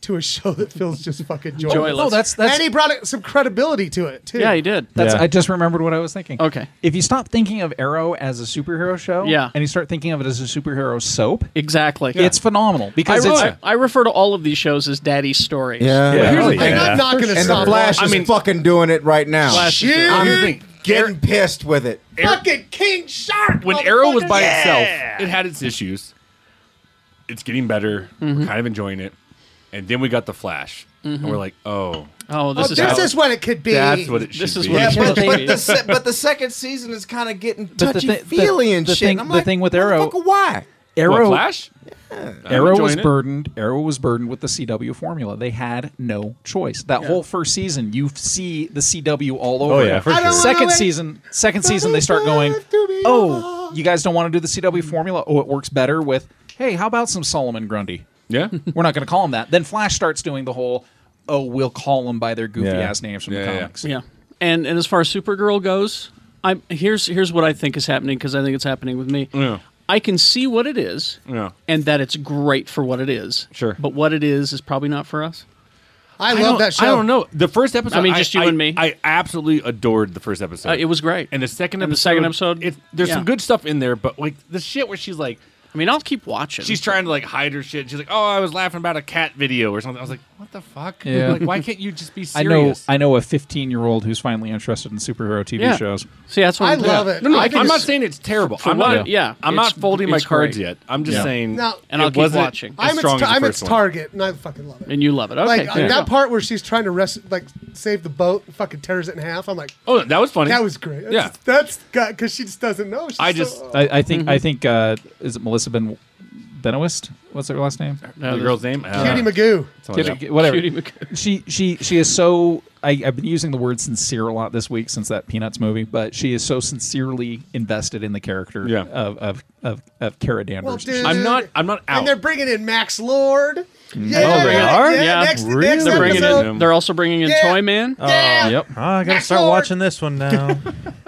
[SPEAKER 9] to a show that feels just fucking joyless.
[SPEAKER 3] Joyless. No, that's- that's-
[SPEAKER 9] and he brought it- some credibility to it too.
[SPEAKER 3] That's
[SPEAKER 9] Yeah.
[SPEAKER 3] I just remembered what I was thinking.
[SPEAKER 2] Okay.
[SPEAKER 3] If you stop thinking of Arrow as a superhero show
[SPEAKER 2] Yeah.
[SPEAKER 3] and you start thinking of it as a superhero soap,
[SPEAKER 2] exactly.
[SPEAKER 3] It's phenomenal because
[SPEAKER 2] I,
[SPEAKER 3] it's
[SPEAKER 2] wrote- I refer to all of these shows as Daddy's stories.
[SPEAKER 6] Yeah.
[SPEAKER 2] But here's
[SPEAKER 6] Oh,
[SPEAKER 2] the thing.
[SPEAKER 6] yeah. And the Flash is fucking doing it right now.
[SPEAKER 2] Flash is
[SPEAKER 6] Shit.
[SPEAKER 2] doing it. Here's the
[SPEAKER 6] I'm
[SPEAKER 2] thing.
[SPEAKER 6] getting pissed with it.
[SPEAKER 9] fucking King Shark.
[SPEAKER 5] when Arrow was by
[SPEAKER 9] motherfuckers.
[SPEAKER 5] itself, it had its issues. Mm-hmm. It's getting better. We're kind of enjoying it, and then we got the Flash, and
[SPEAKER 2] Mhm.
[SPEAKER 5] we're like, "Oh,
[SPEAKER 2] oh,
[SPEAKER 9] this Oh, is this how- is what it could be.
[SPEAKER 5] That's what it should
[SPEAKER 2] This is
[SPEAKER 5] be.
[SPEAKER 2] what it Yeah,
[SPEAKER 6] But, but, the, se- but the second season is kind of getting
[SPEAKER 3] But the
[SPEAKER 6] touchy
[SPEAKER 3] thi- the-
[SPEAKER 6] feely and
[SPEAKER 3] the
[SPEAKER 6] shit.
[SPEAKER 3] thing-
[SPEAKER 6] I'm
[SPEAKER 3] the
[SPEAKER 6] like,
[SPEAKER 3] thing with Arrow-
[SPEAKER 6] motherfucker, why?
[SPEAKER 3] Arrow
[SPEAKER 5] Flash?
[SPEAKER 3] Arrow was
[SPEAKER 5] enjoying it.
[SPEAKER 3] burdened. Arrow was burdened with the CW formula. They had no choice. That whole first season, you see the CW all over.
[SPEAKER 10] Oh, yeah,
[SPEAKER 3] it.
[SPEAKER 10] for I don't sure. wanna
[SPEAKER 3] Second
[SPEAKER 10] wait
[SPEAKER 3] season, second season, they start going. Oh, you guys don't want to do the CW formula? Oh, it works better with. Hey, how about some Solomon Grundy?
[SPEAKER 5] Yeah,
[SPEAKER 3] we're not going to call him that. Then Flash starts doing the whole. Oh, we'll call them by their goofy ass names from the comics.
[SPEAKER 2] Yeah, and and as far as Supergirl goes, I here's here's what I think is happening because I think it's happening with me.
[SPEAKER 5] Yeah.
[SPEAKER 2] I can see what it is,
[SPEAKER 5] Yeah.
[SPEAKER 2] and that it's great for what it is. Sure, but what it is is probably not for us.
[SPEAKER 9] I
[SPEAKER 2] love
[SPEAKER 5] don't-
[SPEAKER 2] that show.
[SPEAKER 5] I don't know. The first episode.
[SPEAKER 2] I mean, just you
[SPEAKER 5] I,
[SPEAKER 2] and me.
[SPEAKER 5] I absolutely adored the first episode.
[SPEAKER 2] Uh, it was great.
[SPEAKER 5] And the second
[SPEAKER 2] And
[SPEAKER 5] episode.
[SPEAKER 2] the second episode,
[SPEAKER 5] it, there's
[SPEAKER 2] yeah.
[SPEAKER 5] some good stuff in there, but like the shit where she's like,
[SPEAKER 2] I mean, I'll keep watching.
[SPEAKER 5] she's trying to like hide her shit. She's like, oh, I was laughing about a cat video or something. I was like, what the fuck?
[SPEAKER 3] Yeah.
[SPEAKER 5] Like, why can't you just be
[SPEAKER 3] I know.
[SPEAKER 5] serious?
[SPEAKER 3] I know a 15 year old who's finally interested in superhero TV
[SPEAKER 5] Yeah.
[SPEAKER 3] shows.
[SPEAKER 2] See, that's
[SPEAKER 5] what I'm- yeah. No, no, I am not saying it's terrible.
[SPEAKER 3] For
[SPEAKER 5] I'm
[SPEAKER 3] what-
[SPEAKER 5] not.
[SPEAKER 3] yeah,
[SPEAKER 5] I'm
[SPEAKER 3] it's-
[SPEAKER 5] not folding my
[SPEAKER 3] it's
[SPEAKER 5] cards
[SPEAKER 3] great.
[SPEAKER 5] yet. I'm just
[SPEAKER 3] Yeah.
[SPEAKER 5] saying.
[SPEAKER 9] No.
[SPEAKER 2] And I'll
[SPEAKER 5] it
[SPEAKER 2] keep
[SPEAKER 5] wasn't
[SPEAKER 2] watching.
[SPEAKER 5] As
[SPEAKER 9] I'm its,
[SPEAKER 5] strong as the
[SPEAKER 9] I'm its
[SPEAKER 5] first one.
[SPEAKER 9] target, and I fucking love it.
[SPEAKER 2] and you love it. Okay,
[SPEAKER 9] like
[SPEAKER 2] good.
[SPEAKER 9] that part where she's trying to rest, like save the boat and fucking tears it in half. I'm like,
[SPEAKER 5] Oh, that was funny.
[SPEAKER 9] That was great.
[SPEAKER 5] Yeah.
[SPEAKER 9] That's- that's got because she just doesn't know. She's
[SPEAKER 5] I
[SPEAKER 9] so-
[SPEAKER 5] just-
[SPEAKER 3] I, I think.
[SPEAKER 9] Mhm.
[SPEAKER 3] I think. Uh, is it Melissa Ben Benoist? What's her last name?
[SPEAKER 5] No, the girl's name? Uh,
[SPEAKER 9] Cutie Magoo.
[SPEAKER 5] something like
[SPEAKER 3] Cutie-
[SPEAKER 5] that.
[SPEAKER 3] whatever.
[SPEAKER 5] Cutie
[SPEAKER 3] She she she is so. I, I've been using the word sincere a lot this week since that Peanuts movie, but she is so sincerely invested in the character
[SPEAKER 5] Yeah.
[SPEAKER 3] of, of of of Kara
[SPEAKER 9] Well,
[SPEAKER 3] Danvers.
[SPEAKER 9] dude,
[SPEAKER 5] I'm not. I'm not out.
[SPEAKER 9] And they're bringing in Max Lord. Yeah,
[SPEAKER 2] Oh, they are?
[SPEAKER 9] Yeah,
[SPEAKER 2] Yeah,
[SPEAKER 9] next,
[SPEAKER 2] really?
[SPEAKER 9] next
[SPEAKER 2] They're bringing in- uh,
[SPEAKER 9] episode.
[SPEAKER 2] they're also bringing in
[SPEAKER 9] Yeah.
[SPEAKER 2] Toy Man.
[SPEAKER 9] Yeah.
[SPEAKER 10] Yep. Oh, I gotta
[SPEAKER 9] Max
[SPEAKER 10] start
[SPEAKER 9] Lord.
[SPEAKER 10] watching this one
[SPEAKER 9] <laughs>
[SPEAKER 10] now.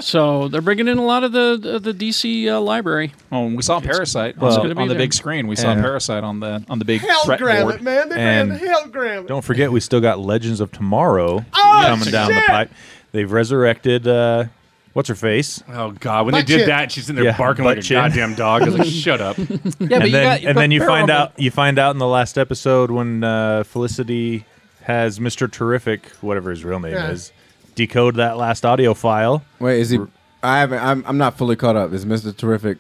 [SPEAKER 2] So they're bringing in a lot of the the, the DC uh, library.
[SPEAKER 3] Oh, and we saw Parasite
[SPEAKER 2] it's
[SPEAKER 3] on,
[SPEAKER 2] gonna
[SPEAKER 3] the-
[SPEAKER 2] be
[SPEAKER 3] on the
[SPEAKER 2] there.
[SPEAKER 3] big screen. We saw
[SPEAKER 10] Yeah.
[SPEAKER 3] Parasite on the on the big
[SPEAKER 9] Hell
[SPEAKER 3] threat
[SPEAKER 9] grab
[SPEAKER 3] board.
[SPEAKER 9] it, man. They're
[SPEAKER 10] And-
[SPEAKER 9] bringing hell grab it.
[SPEAKER 10] Don't forget, we still got Legends of Tomorrow
[SPEAKER 9] Oh,
[SPEAKER 10] coming down the
[SPEAKER 9] shit!
[SPEAKER 10] pipe. They've resurrected uh, What's her face?
[SPEAKER 5] Oh God! When
[SPEAKER 10] Butt
[SPEAKER 5] they did
[SPEAKER 10] chin.
[SPEAKER 5] that, she's in there
[SPEAKER 10] Yeah,
[SPEAKER 5] barking
[SPEAKER 10] butt
[SPEAKER 5] like a
[SPEAKER 10] chin.
[SPEAKER 5] goddamn dog. I was like, "Shut up!"
[SPEAKER 10] and then, and then you find out you find out in the last episode when uh, Felicity has Mr. Terrific, whatever his real name
[SPEAKER 6] Yeah.
[SPEAKER 10] is, decode that last audio file.
[SPEAKER 6] Wait, is he? I haven't. I'm, I'm not fully caught up. Is Mister Terrific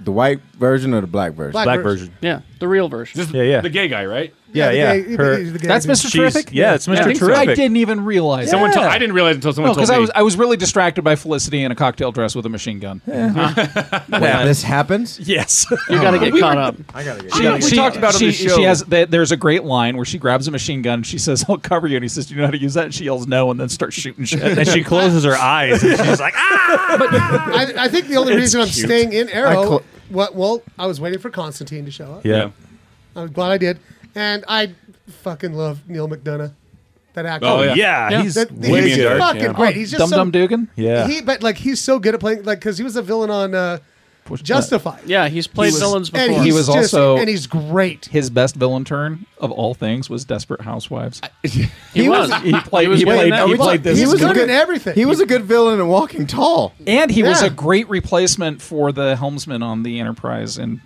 [SPEAKER 6] the white version or the black version?
[SPEAKER 2] Black Black version. version. Yeah, the real version.
[SPEAKER 6] yeah, yeah.
[SPEAKER 5] The gay guy, right?
[SPEAKER 6] Yeah, Yeah, the yeah. gay- Her- the gay
[SPEAKER 3] That's
[SPEAKER 6] dude.
[SPEAKER 3] Mr.
[SPEAKER 6] She's-
[SPEAKER 3] Terrific.
[SPEAKER 6] yeah, it's Mr.
[SPEAKER 3] I think so. I
[SPEAKER 6] Terrific.
[SPEAKER 3] didn't even realize.
[SPEAKER 5] Someone
[SPEAKER 3] that.
[SPEAKER 5] told- I didn't realize until someone
[SPEAKER 3] no,
[SPEAKER 5] told
[SPEAKER 3] because I
[SPEAKER 5] me.
[SPEAKER 3] was I was really distracted by Felicity and a cocktail dress with a machine gun.
[SPEAKER 6] Wait, this happens.
[SPEAKER 10] Yes,
[SPEAKER 3] You gotta get
[SPEAKER 6] We
[SPEAKER 3] caught
[SPEAKER 6] were-
[SPEAKER 3] up.
[SPEAKER 6] I gotta get.
[SPEAKER 3] She,
[SPEAKER 6] caught up.
[SPEAKER 3] she- she,
[SPEAKER 6] she-
[SPEAKER 3] She has th- there's a great line where she grabs a machine gun. and She says, "I'll cover you," and he says, "Do you know how to use that?" And she yells, "No!" and then starts shooting shit.
[SPEAKER 10] and <laughs> she closes her eyes. And she's like, "Ah!"
[SPEAKER 9] I, I think the only
[SPEAKER 3] It's
[SPEAKER 9] reason I'm
[SPEAKER 3] cute.
[SPEAKER 9] staying in Arrow,
[SPEAKER 10] I cl-
[SPEAKER 9] what? Well, I was waiting for Constantine to show up.
[SPEAKER 10] <laughs> yeah.
[SPEAKER 9] I'm glad I did, and I fucking love Neil McDonough. That actor.
[SPEAKER 10] Oh, yeah. Yeah, he's way
[SPEAKER 9] he's
[SPEAKER 10] good.
[SPEAKER 9] fucking
[SPEAKER 10] Yeah.
[SPEAKER 9] great. He's just
[SPEAKER 3] Dum
[SPEAKER 9] so-
[SPEAKER 3] Dum Dugan?
[SPEAKER 10] Yeah.
[SPEAKER 9] He, but like he's so good at playing like because he was a villain on uh, Justified.
[SPEAKER 2] Yeah, he's played
[SPEAKER 9] He was-
[SPEAKER 2] villains before.
[SPEAKER 9] and
[SPEAKER 3] he
[SPEAKER 9] he's
[SPEAKER 3] was
[SPEAKER 9] just-
[SPEAKER 3] also
[SPEAKER 9] and he's great.
[SPEAKER 3] His best villain turn of all things was Desperate Housewives. he,
[SPEAKER 9] He was-
[SPEAKER 3] He played. He,
[SPEAKER 9] was good in
[SPEAKER 3] played.
[SPEAKER 9] that.
[SPEAKER 3] He
[SPEAKER 9] He was-
[SPEAKER 3] played this.
[SPEAKER 9] he was good in everything.
[SPEAKER 6] He was a good villain in Walking Tall.
[SPEAKER 2] Oh,
[SPEAKER 3] And he was
[SPEAKER 9] Yeah.
[SPEAKER 3] a great replacement for the helmsman on the Enterprise in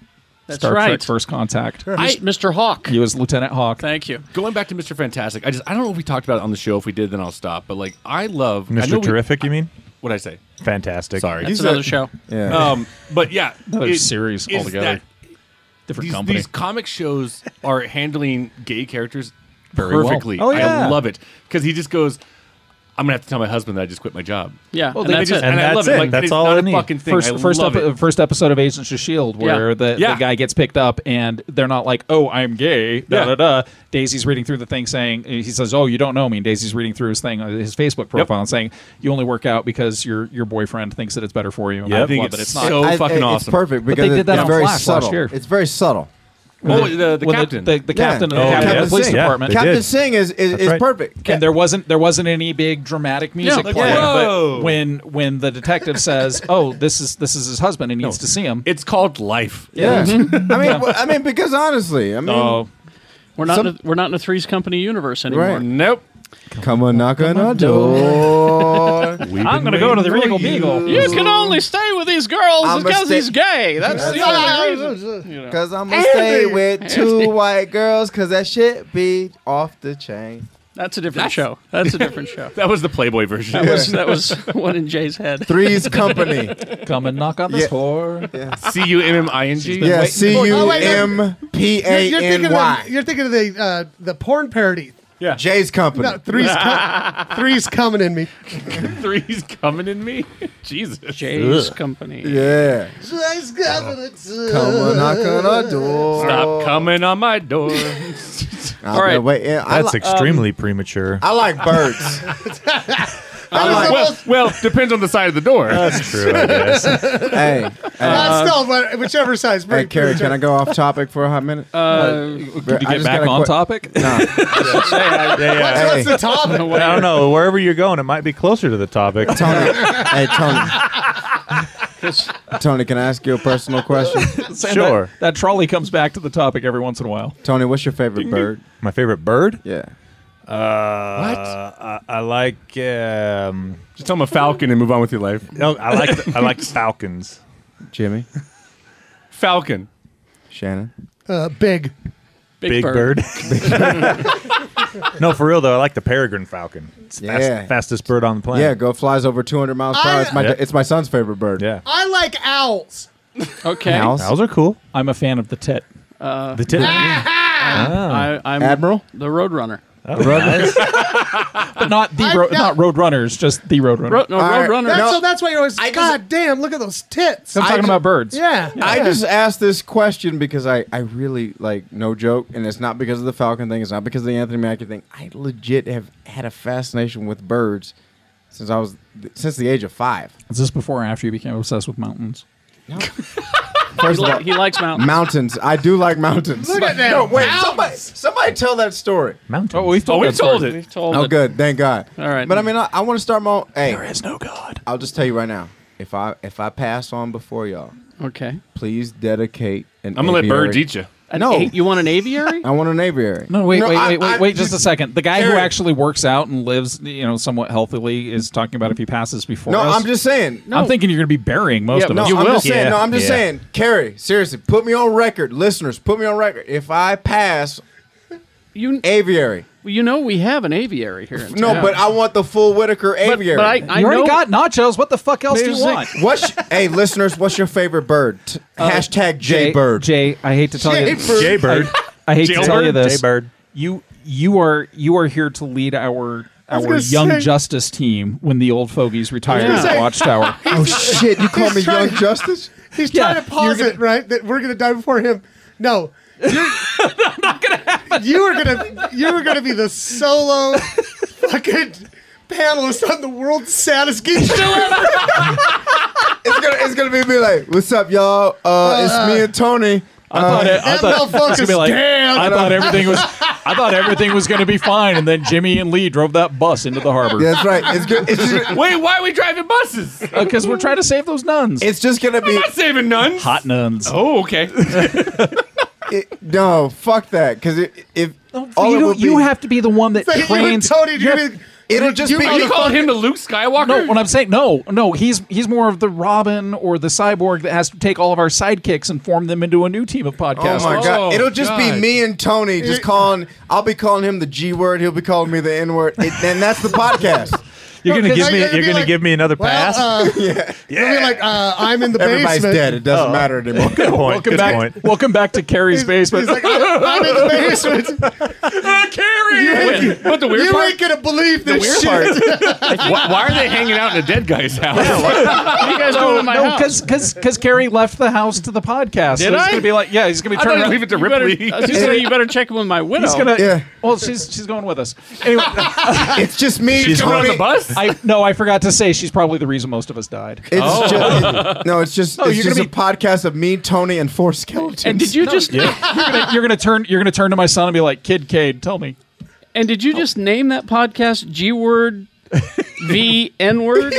[SPEAKER 2] That's
[SPEAKER 3] Star
[SPEAKER 2] right.
[SPEAKER 3] Trek First Contact.
[SPEAKER 2] I- Mr. Hawk.
[SPEAKER 3] He was Lieutenant Hawk.
[SPEAKER 2] Thank you.
[SPEAKER 5] Going back to Mr. Fantastic, I just I don't know if we talked about it on the show. If we did, then I'll stop. But like, I love I know
[SPEAKER 10] Mr.
[SPEAKER 5] we-
[SPEAKER 10] Terrific, you mean?
[SPEAKER 5] What would I say?
[SPEAKER 10] Fantastic.
[SPEAKER 5] Sorry,
[SPEAKER 10] That's
[SPEAKER 2] another show.
[SPEAKER 10] Yeah.
[SPEAKER 5] Um, but yeah,
[SPEAKER 10] Another
[SPEAKER 5] it
[SPEAKER 10] series
[SPEAKER 5] is
[SPEAKER 10] altogether.
[SPEAKER 5] that-
[SPEAKER 10] Different
[SPEAKER 5] these,
[SPEAKER 10] company.
[SPEAKER 5] These comic shows are handling gay characters
[SPEAKER 10] Very well.
[SPEAKER 5] perfectly.
[SPEAKER 10] Oh, yeah.
[SPEAKER 5] I love it because he just goes. I'm gonna have to tell my husband that I just quit my job.
[SPEAKER 2] Yeah,
[SPEAKER 5] and, that's just, and, I love it. Like, it's not a fucking thing.
[SPEAKER 3] First,
[SPEAKER 5] I
[SPEAKER 3] first, uh,
[SPEAKER 5] love
[SPEAKER 3] ep-
[SPEAKER 5] it.
[SPEAKER 3] first episode of Agents of Shield, E where
[SPEAKER 5] Yeah.
[SPEAKER 3] The,
[SPEAKER 5] Yeah.
[SPEAKER 3] the guy gets picked up, and they're not like, "Oh, I'm gay." Da da
[SPEAKER 5] Yeah.
[SPEAKER 3] da. Daisy's reading through the thing, saying he says, "Oh, you don't know me." And Daisy's reading through his thing, uh, his Facebook profile, and saying, "You only work out because your your boyfriend thinks that it's better for you." And
[SPEAKER 5] Yep.
[SPEAKER 3] I think
[SPEAKER 5] Love
[SPEAKER 3] it's,
[SPEAKER 5] it. It's
[SPEAKER 3] so
[SPEAKER 6] I-
[SPEAKER 3] fucking
[SPEAKER 6] it's
[SPEAKER 3] awesome.
[SPEAKER 6] perfect
[SPEAKER 3] But
[SPEAKER 6] because
[SPEAKER 3] they did that
[SPEAKER 6] it's
[SPEAKER 3] on
[SPEAKER 6] very
[SPEAKER 3] Flash last
[SPEAKER 6] subtle.
[SPEAKER 3] year.
[SPEAKER 6] It's very subtle.
[SPEAKER 3] Oh, the- the When the- captain. the- the captain of
[SPEAKER 5] Oh,
[SPEAKER 3] the- captain of the police
[SPEAKER 6] Singh.
[SPEAKER 3] department. Oh, They
[SPEAKER 6] Captain
[SPEAKER 3] did.
[SPEAKER 6] Singh is is,
[SPEAKER 3] That's
[SPEAKER 6] is
[SPEAKER 3] right.
[SPEAKER 6] perfect.
[SPEAKER 3] and there wasn't there wasn't any big dramatic music
[SPEAKER 6] like,
[SPEAKER 3] playing.
[SPEAKER 6] yeah.
[SPEAKER 3] But when when the detective says, "Oh, this is this is his husband, and he needs to see him,"
[SPEAKER 5] it's called life.
[SPEAKER 6] Yeah. I mean, w- I mean, because honestly, I
[SPEAKER 3] uh,
[SPEAKER 6] mean,
[SPEAKER 2] Oh. We're not
[SPEAKER 6] Some-
[SPEAKER 2] in a, we're not in a Three's Company universe anymore.
[SPEAKER 6] Right.
[SPEAKER 5] Nope.
[SPEAKER 6] Come on, knock on our door.
[SPEAKER 5] <laughs>
[SPEAKER 2] I'm gonna go to the Regal Beagle. You can only stay with these girls
[SPEAKER 6] I'm a
[SPEAKER 2] because
[SPEAKER 6] sta-
[SPEAKER 2] he's gay. That's the only reason.
[SPEAKER 6] Because I'm gonna stay
[SPEAKER 2] Andy.
[SPEAKER 6] with two white girls. Because that shit be off the chain.
[SPEAKER 2] That's a different show. That's a different show.
[SPEAKER 5] That was the Playboy version.
[SPEAKER 2] That was that was <laughs> one in Jay's head.
[SPEAKER 6] <laughs> Three's Company.
[SPEAKER 3] Come and knock on
[SPEAKER 6] this Yeah.
[SPEAKER 3] door.
[SPEAKER 5] C U M M I N G.
[SPEAKER 6] Yeah, C
[SPEAKER 9] Oh,
[SPEAKER 6] U
[SPEAKER 9] wait, no.
[SPEAKER 6] M P
[SPEAKER 9] You're-
[SPEAKER 6] A
[SPEAKER 9] you're thinking of
[SPEAKER 6] N Y.
[SPEAKER 9] the- You're thinking of the uh, the porn parody.
[SPEAKER 5] Yeah.
[SPEAKER 6] Jay's Company.
[SPEAKER 9] No, three's co- three's coming in me.
[SPEAKER 5] Three's coming in me. <laughs> Jesus.
[SPEAKER 2] Jay's company.
[SPEAKER 6] Yeah. Come on, knock on our door.
[SPEAKER 5] Stop coming on my door.
[SPEAKER 6] All right. Wait, yeah, I
[SPEAKER 10] That's
[SPEAKER 6] li-
[SPEAKER 10] extremely premature.
[SPEAKER 6] I
[SPEAKER 3] <laughs>
[SPEAKER 6] like birds.
[SPEAKER 5] well, well, depends on the side of the door.
[SPEAKER 10] <laughs> That's true, I guess.
[SPEAKER 6] hey,
[SPEAKER 9] Uh, still, but whichever size.
[SPEAKER 6] hey, Carrie, can I go off topic for a hot minute?
[SPEAKER 2] Uh,
[SPEAKER 3] could
[SPEAKER 6] I
[SPEAKER 3] you get
[SPEAKER 6] just
[SPEAKER 3] back
[SPEAKER 6] got a
[SPEAKER 3] on
[SPEAKER 6] quick-
[SPEAKER 3] topic?
[SPEAKER 6] No.
[SPEAKER 10] yeah, yeah.
[SPEAKER 9] What's the topic?
[SPEAKER 10] I don't know. Wherever you're going, it might be closer to the topic.
[SPEAKER 6] Tony, hey Tony. Tony, can I ask you a personal question?
[SPEAKER 3] <laughs> Saying that- That, trolley comes back to the topic every once in a while.
[SPEAKER 6] Tony, what's your favorite bird?
[SPEAKER 10] My favorite bird?
[SPEAKER 6] Yeah.
[SPEAKER 10] Uh, I, I like. Um,
[SPEAKER 5] Just tell him a falcon and move on with your life.
[SPEAKER 10] no, I like. I like falcons.
[SPEAKER 6] Jimmy,
[SPEAKER 5] Falcon.
[SPEAKER 6] Shannon.
[SPEAKER 9] Uh, big.
[SPEAKER 10] <laughs> Big, bird. <laughs> no, for real though, I like the peregrine falcon. It's fast-
[SPEAKER 6] Yeah.
[SPEAKER 10] fastest bird on the planet.
[SPEAKER 6] Yeah, go flies over 200 miles per hour. It's my
[SPEAKER 10] I-
[SPEAKER 6] it's my son's favorite bird.
[SPEAKER 10] Yeah.
[SPEAKER 9] I like owls.
[SPEAKER 2] Okay.
[SPEAKER 6] Owls?
[SPEAKER 10] Owls are cool.
[SPEAKER 3] I'm a fan of the tit.
[SPEAKER 2] Uh,
[SPEAKER 10] The Oh, tit. <laughs>
[SPEAKER 2] I, I'm
[SPEAKER 6] Admiral?
[SPEAKER 2] the Roadrunner.
[SPEAKER 3] But not the ro- not road runners, just the road runner.
[SPEAKER 2] Ro- no,
[SPEAKER 6] All right.
[SPEAKER 2] Roadrunner.
[SPEAKER 9] That's,
[SPEAKER 6] No.
[SPEAKER 9] So that's why you're always.
[SPEAKER 6] I just-
[SPEAKER 9] God damn! Look at those tits.
[SPEAKER 3] I'm talking
[SPEAKER 6] I
[SPEAKER 3] about birds.
[SPEAKER 9] Yeah.
[SPEAKER 6] I just asked this question because I, I really like no joke, and it's not because of the Falcon thing, it's not because of the Anthony Mackie thing. I legit have had a fascination with birds since I was since the age of five.
[SPEAKER 3] Is this before or after you became obsessed with mountains?
[SPEAKER 6] First
[SPEAKER 2] He,
[SPEAKER 6] of
[SPEAKER 2] li-
[SPEAKER 6] all,
[SPEAKER 2] he likes
[SPEAKER 6] <laughs>
[SPEAKER 2] mountains.
[SPEAKER 6] mountains. I do like mountains.
[SPEAKER 9] Look at them.
[SPEAKER 6] No, wait,
[SPEAKER 9] Owls.
[SPEAKER 6] somebody, somebody tell that story.
[SPEAKER 10] Mountain.
[SPEAKER 3] Oh, we've told,
[SPEAKER 5] we
[SPEAKER 3] that
[SPEAKER 5] told
[SPEAKER 3] story.
[SPEAKER 5] it.
[SPEAKER 2] We've told
[SPEAKER 6] Oh,
[SPEAKER 2] it.
[SPEAKER 6] good. Thank God.
[SPEAKER 2] All right.
[SPEAKER 6] But I mean, I, I want to start my own. Hey,
[SPEAKER 3] There is no God.
[SPEAKER 6] I'll just tell you right now. If I if I pass on before y'all,
[SPEAKER 2] Okay.
[SPEAKER 6] please dedicate an.
[SPEAKER 5] I'm gonna let
[SPEAKER 6] aviary-
[SPEAKER 5] birds eat you.
[SPEAKER 2] An
[SPEAKER 6] No.
[SPEAKER 2] a- you want an aviary?
[SPEAKER 6] I want an aviary.
[SPEAKER 3] No, wait, wait,
[SPEAKER 2] I-
[SPEAKER 3] wait, wait,
[SPEAKER 2] I-
[SPEAKER 3] wait, just a second. The guy who
[SPEAKER 6] Eric.
[SPEAKER 3] actually works out and lives, you know, somewhat healthily is talking about if he passes before
[SPEAKER 6] No,
[SPEAKER 3] us.
[SPEAKER 6] I'm just saying.
[SPEAKER 3] I'm thinking you're going to be burying most
[SPEAKER 6] Yeah,
[SPEAKER 3] of
[SPEAKER 6] no,
[SPEAKER 3] us.
[SPEAKER 6] I'm just saying. No, I'm just saying. Carrie, seriously, put me on record, listeners. Put me on record. If I pass,
[SPEAKER 2] you
[SPEAKER 6] aviary.
[SPEAKER 2] Well, you know we have an aviary here. In
[SPEAKER 6] No,
[SPEAKER 2] town.
[SPEAKER 6] but I want the full Whitaker aviary.
[SPEAKER 2] but I- I You already know- got
[SPEAKER 3] nachos. What the fuck else
[SPEAKER 2] do you want?
[SPEAKER 6] What's hey listeners? What's your favorite bird? T-
[SPEAKER 9] Uh,
[SPEAKER 6] hashtag J Bird.
[SPEAKER 3] Jay, I hate to tell you,
[SPEAKER 6] Jaybird. Jaybird.
[SPEAKER 3] I, I hate to tell you
[SPEAKER 6] Jailbird?
[SPEAKER 3] this,
[SPEAKER 6] Jaybird.
[SPEAKER 3] You you are you are here to lead our
[SPEAKER 6] I was
[SPEAKER 3] our
[SPEAKER 6] gonna
[SPEAKER 3] young
[SPEAKER 6] say-
[SPEAKER 3] justice team when the old fogies retire
[SPEAKER 9] gonna
[SPEAKER 3] to
[SPEAKER 9] say-
[SPEAKER 3] Watchtower.
[SPEAKER 6] <laughs> Oh shit! You call me
[SPEAKER 9] trying-
[SPEAKER 6] Young Justice?
[SPEAKER 9] He's
[SPEAKER 3] Yeah,
[SPEAKER 9] trying to pause
[SPEAKER 3] you're
[SPEAKER 9] it, right? That we're gonna die before him. No. You're, not gonna happen. You were gonna you were gonna be the solo fucking panelist on the world's saddest
[SPEAKER 6] <laughs>
[SPEAKER 9] geek show ever.
[SPEAKER 6] It's gonna it's gonna be me like, what's up, y'all? Uh, it's me and Tony.
[SPEAKER 3] I thought, it, I
[SPEAKER 6] Uh,
[SPEAKER 3] thought, it was gonna be like,
[SPEAKER 6] damn.
[SPEAKER 3] I thought everything was I thought everything was going to be fine, and then Jimmy and Lee drove that bus into the harbor.
[SPEAKER 6] That's right. It's
[SPEAKER 3] <laughs>
[SPEAKER 6] good. It's just,
[SPEAKER 5] Wait, why are we driving buses?
[SPEAKER 3] because Uh, we're trying to save those nuns.
[SPEAKER 6] it's just gonna be
[SPEAKER 5] Not saving nuns.
[SPEAKER 3] Hot nuns.
[SPEAKER 5] Oh, okay.
[SPEAKER 6] it- no. Fuck that. Because if
[SPEAKER 3] you,
[SPEAKER 6] all it
[SPEAKER 3] don't-
[SPEAKER 6] would be,
[SPEAKER 3] you
[SPEAKER 6] <laughs>
[SPEAKER 3] have to be the one that
[SPEAKER 9] It's like you and
[SPEAKER 3] trains.
[SPEAKER 9] Tony do
[SPEAKER 3] you
[SPEAKER 9] it.
[SPEAKER 6] it'll just
[SPEAKER 9] you
[SPEAKER 6] be
[SPEAKER 9] are the
[SPEAKER 5] You called him the Luke Skywalker?
[SPEAKER 3] No,
[SPEAKER 5] <laughs>
[SPEAKER 3] what I'm saying, no, no, he's he's more of the Robin or the cyborg that has to take all of our sidekicks and form them into a new team of
[SPEAKER 6] Oh
[SPEAKER 3] podcasters.
[SPEAKER 6] my god!
[SPEAKER 5] Oh,
[SPEAKER 6] It'll just be
[SPEAKER 5] God.
[SPEAKER 6] me and Tony just calling. I'll be calling him the G word. He'll be calling me the N word, It- and that's the podcast.
[SPEAKER 10] You're gonna
[SPEAKER 9] No, 'cause
[SPEAKER 10] give
[SPEAKER 9] I-
[SPEAKER 10] me.
[SPEAKER 9] it'd
[SPEAKER 10] You're
[SPEAKER 9] be
[SPEAKER 10] gonna
[SPEAKER 9] like,
[SPEAKER 10] give me another
[SPEAKER 9] Well,
[SPEAKER 10] pass.
[SPEAKER 9] uh, You'll be like, uh, I'm in the
[SPEAKER 6] Everybody's
[SPEAKER 9] basement.
[SPEAKER 6] dead. It doesn't matter anymore.
[SPEAKER 10] good point. Good
[SPEAKER 3] back,
[SPEAKER 10] point.
[SPEAKER 3] Welcome back to Carrie's basement.
[SPEAKER 9] He's like, I'm, I'm in the basement.
[SPEAKER 5] Ah, Carrie!
[SPEAKER 9] You ain't,
[SPEAKER 5] But the weird
[SPEAKER 9] you
[SPEAKER 5] part-
[SPEAKER 9] ain't gonna believe
[SPEAKER 5] the
[SPEAKER 9] this
[SPEAKER 5] weird
[SPEAKER 9] shit.
[SPEAKER 5] part. why, why are they hanging out in a dead guy's house? <laughs> what are you guys doing in my
[SPEAKER 3] no,
[SPEAKER 5] house?
[SPEAKER 3] because because Carrie left the house to the podcast. so
[SPEAKER 5] Did
[SPEAKER 3] he's
[SPEAKER 5] I?
[SPEAKER 3] gonna be like, yeah, he's gonna be
[SPEAKER 5] I thought
[SPEAKER 3] turning.
[SPEAKER 5] you
[SPEAKER 3] around-
[SPEAKER 5] leave it to
[SPEAKER 2] You better-
[SPEAKER 5] Ripley.
[SPEAKER 2] I was just saying, you better check with my widow.
[SPEAKER 3] He's gonna.
[SPEAKER 6] Yeah.
[SPEAKER 3] Well, she's she's going with us. Anyway,
[SPEAKER 6] <laughs> It's just me,
[SPEAKER 5] She's on
[SPEAKER 6] Tony.
[SPEAKER 5] the bus?
[SPEAKER 3] I no, I forgot to say she's probably the reason most of us died.
[SPEAKER 6] It's just it- no. It's just
[SPEAKER 3] No,
[SPEAKER 6] it's
[SPEAKER 3] you're
[SPEAKER 6] just a
[SPEAKER 3] gonna
[SPEAKER 6] podcast of me, Tony, and four skeletons.
[SPEAKER 2] and
[SPEAKER 3] <laughs>
[SPEAKER 2] did you just
[SPEAKER 3] You're gonna, you're gonna turn you're gonna turn to my son and be like, "Kid, Cade, tell me."
[SPEAKER 2] and did you just name that podcast G word V N word?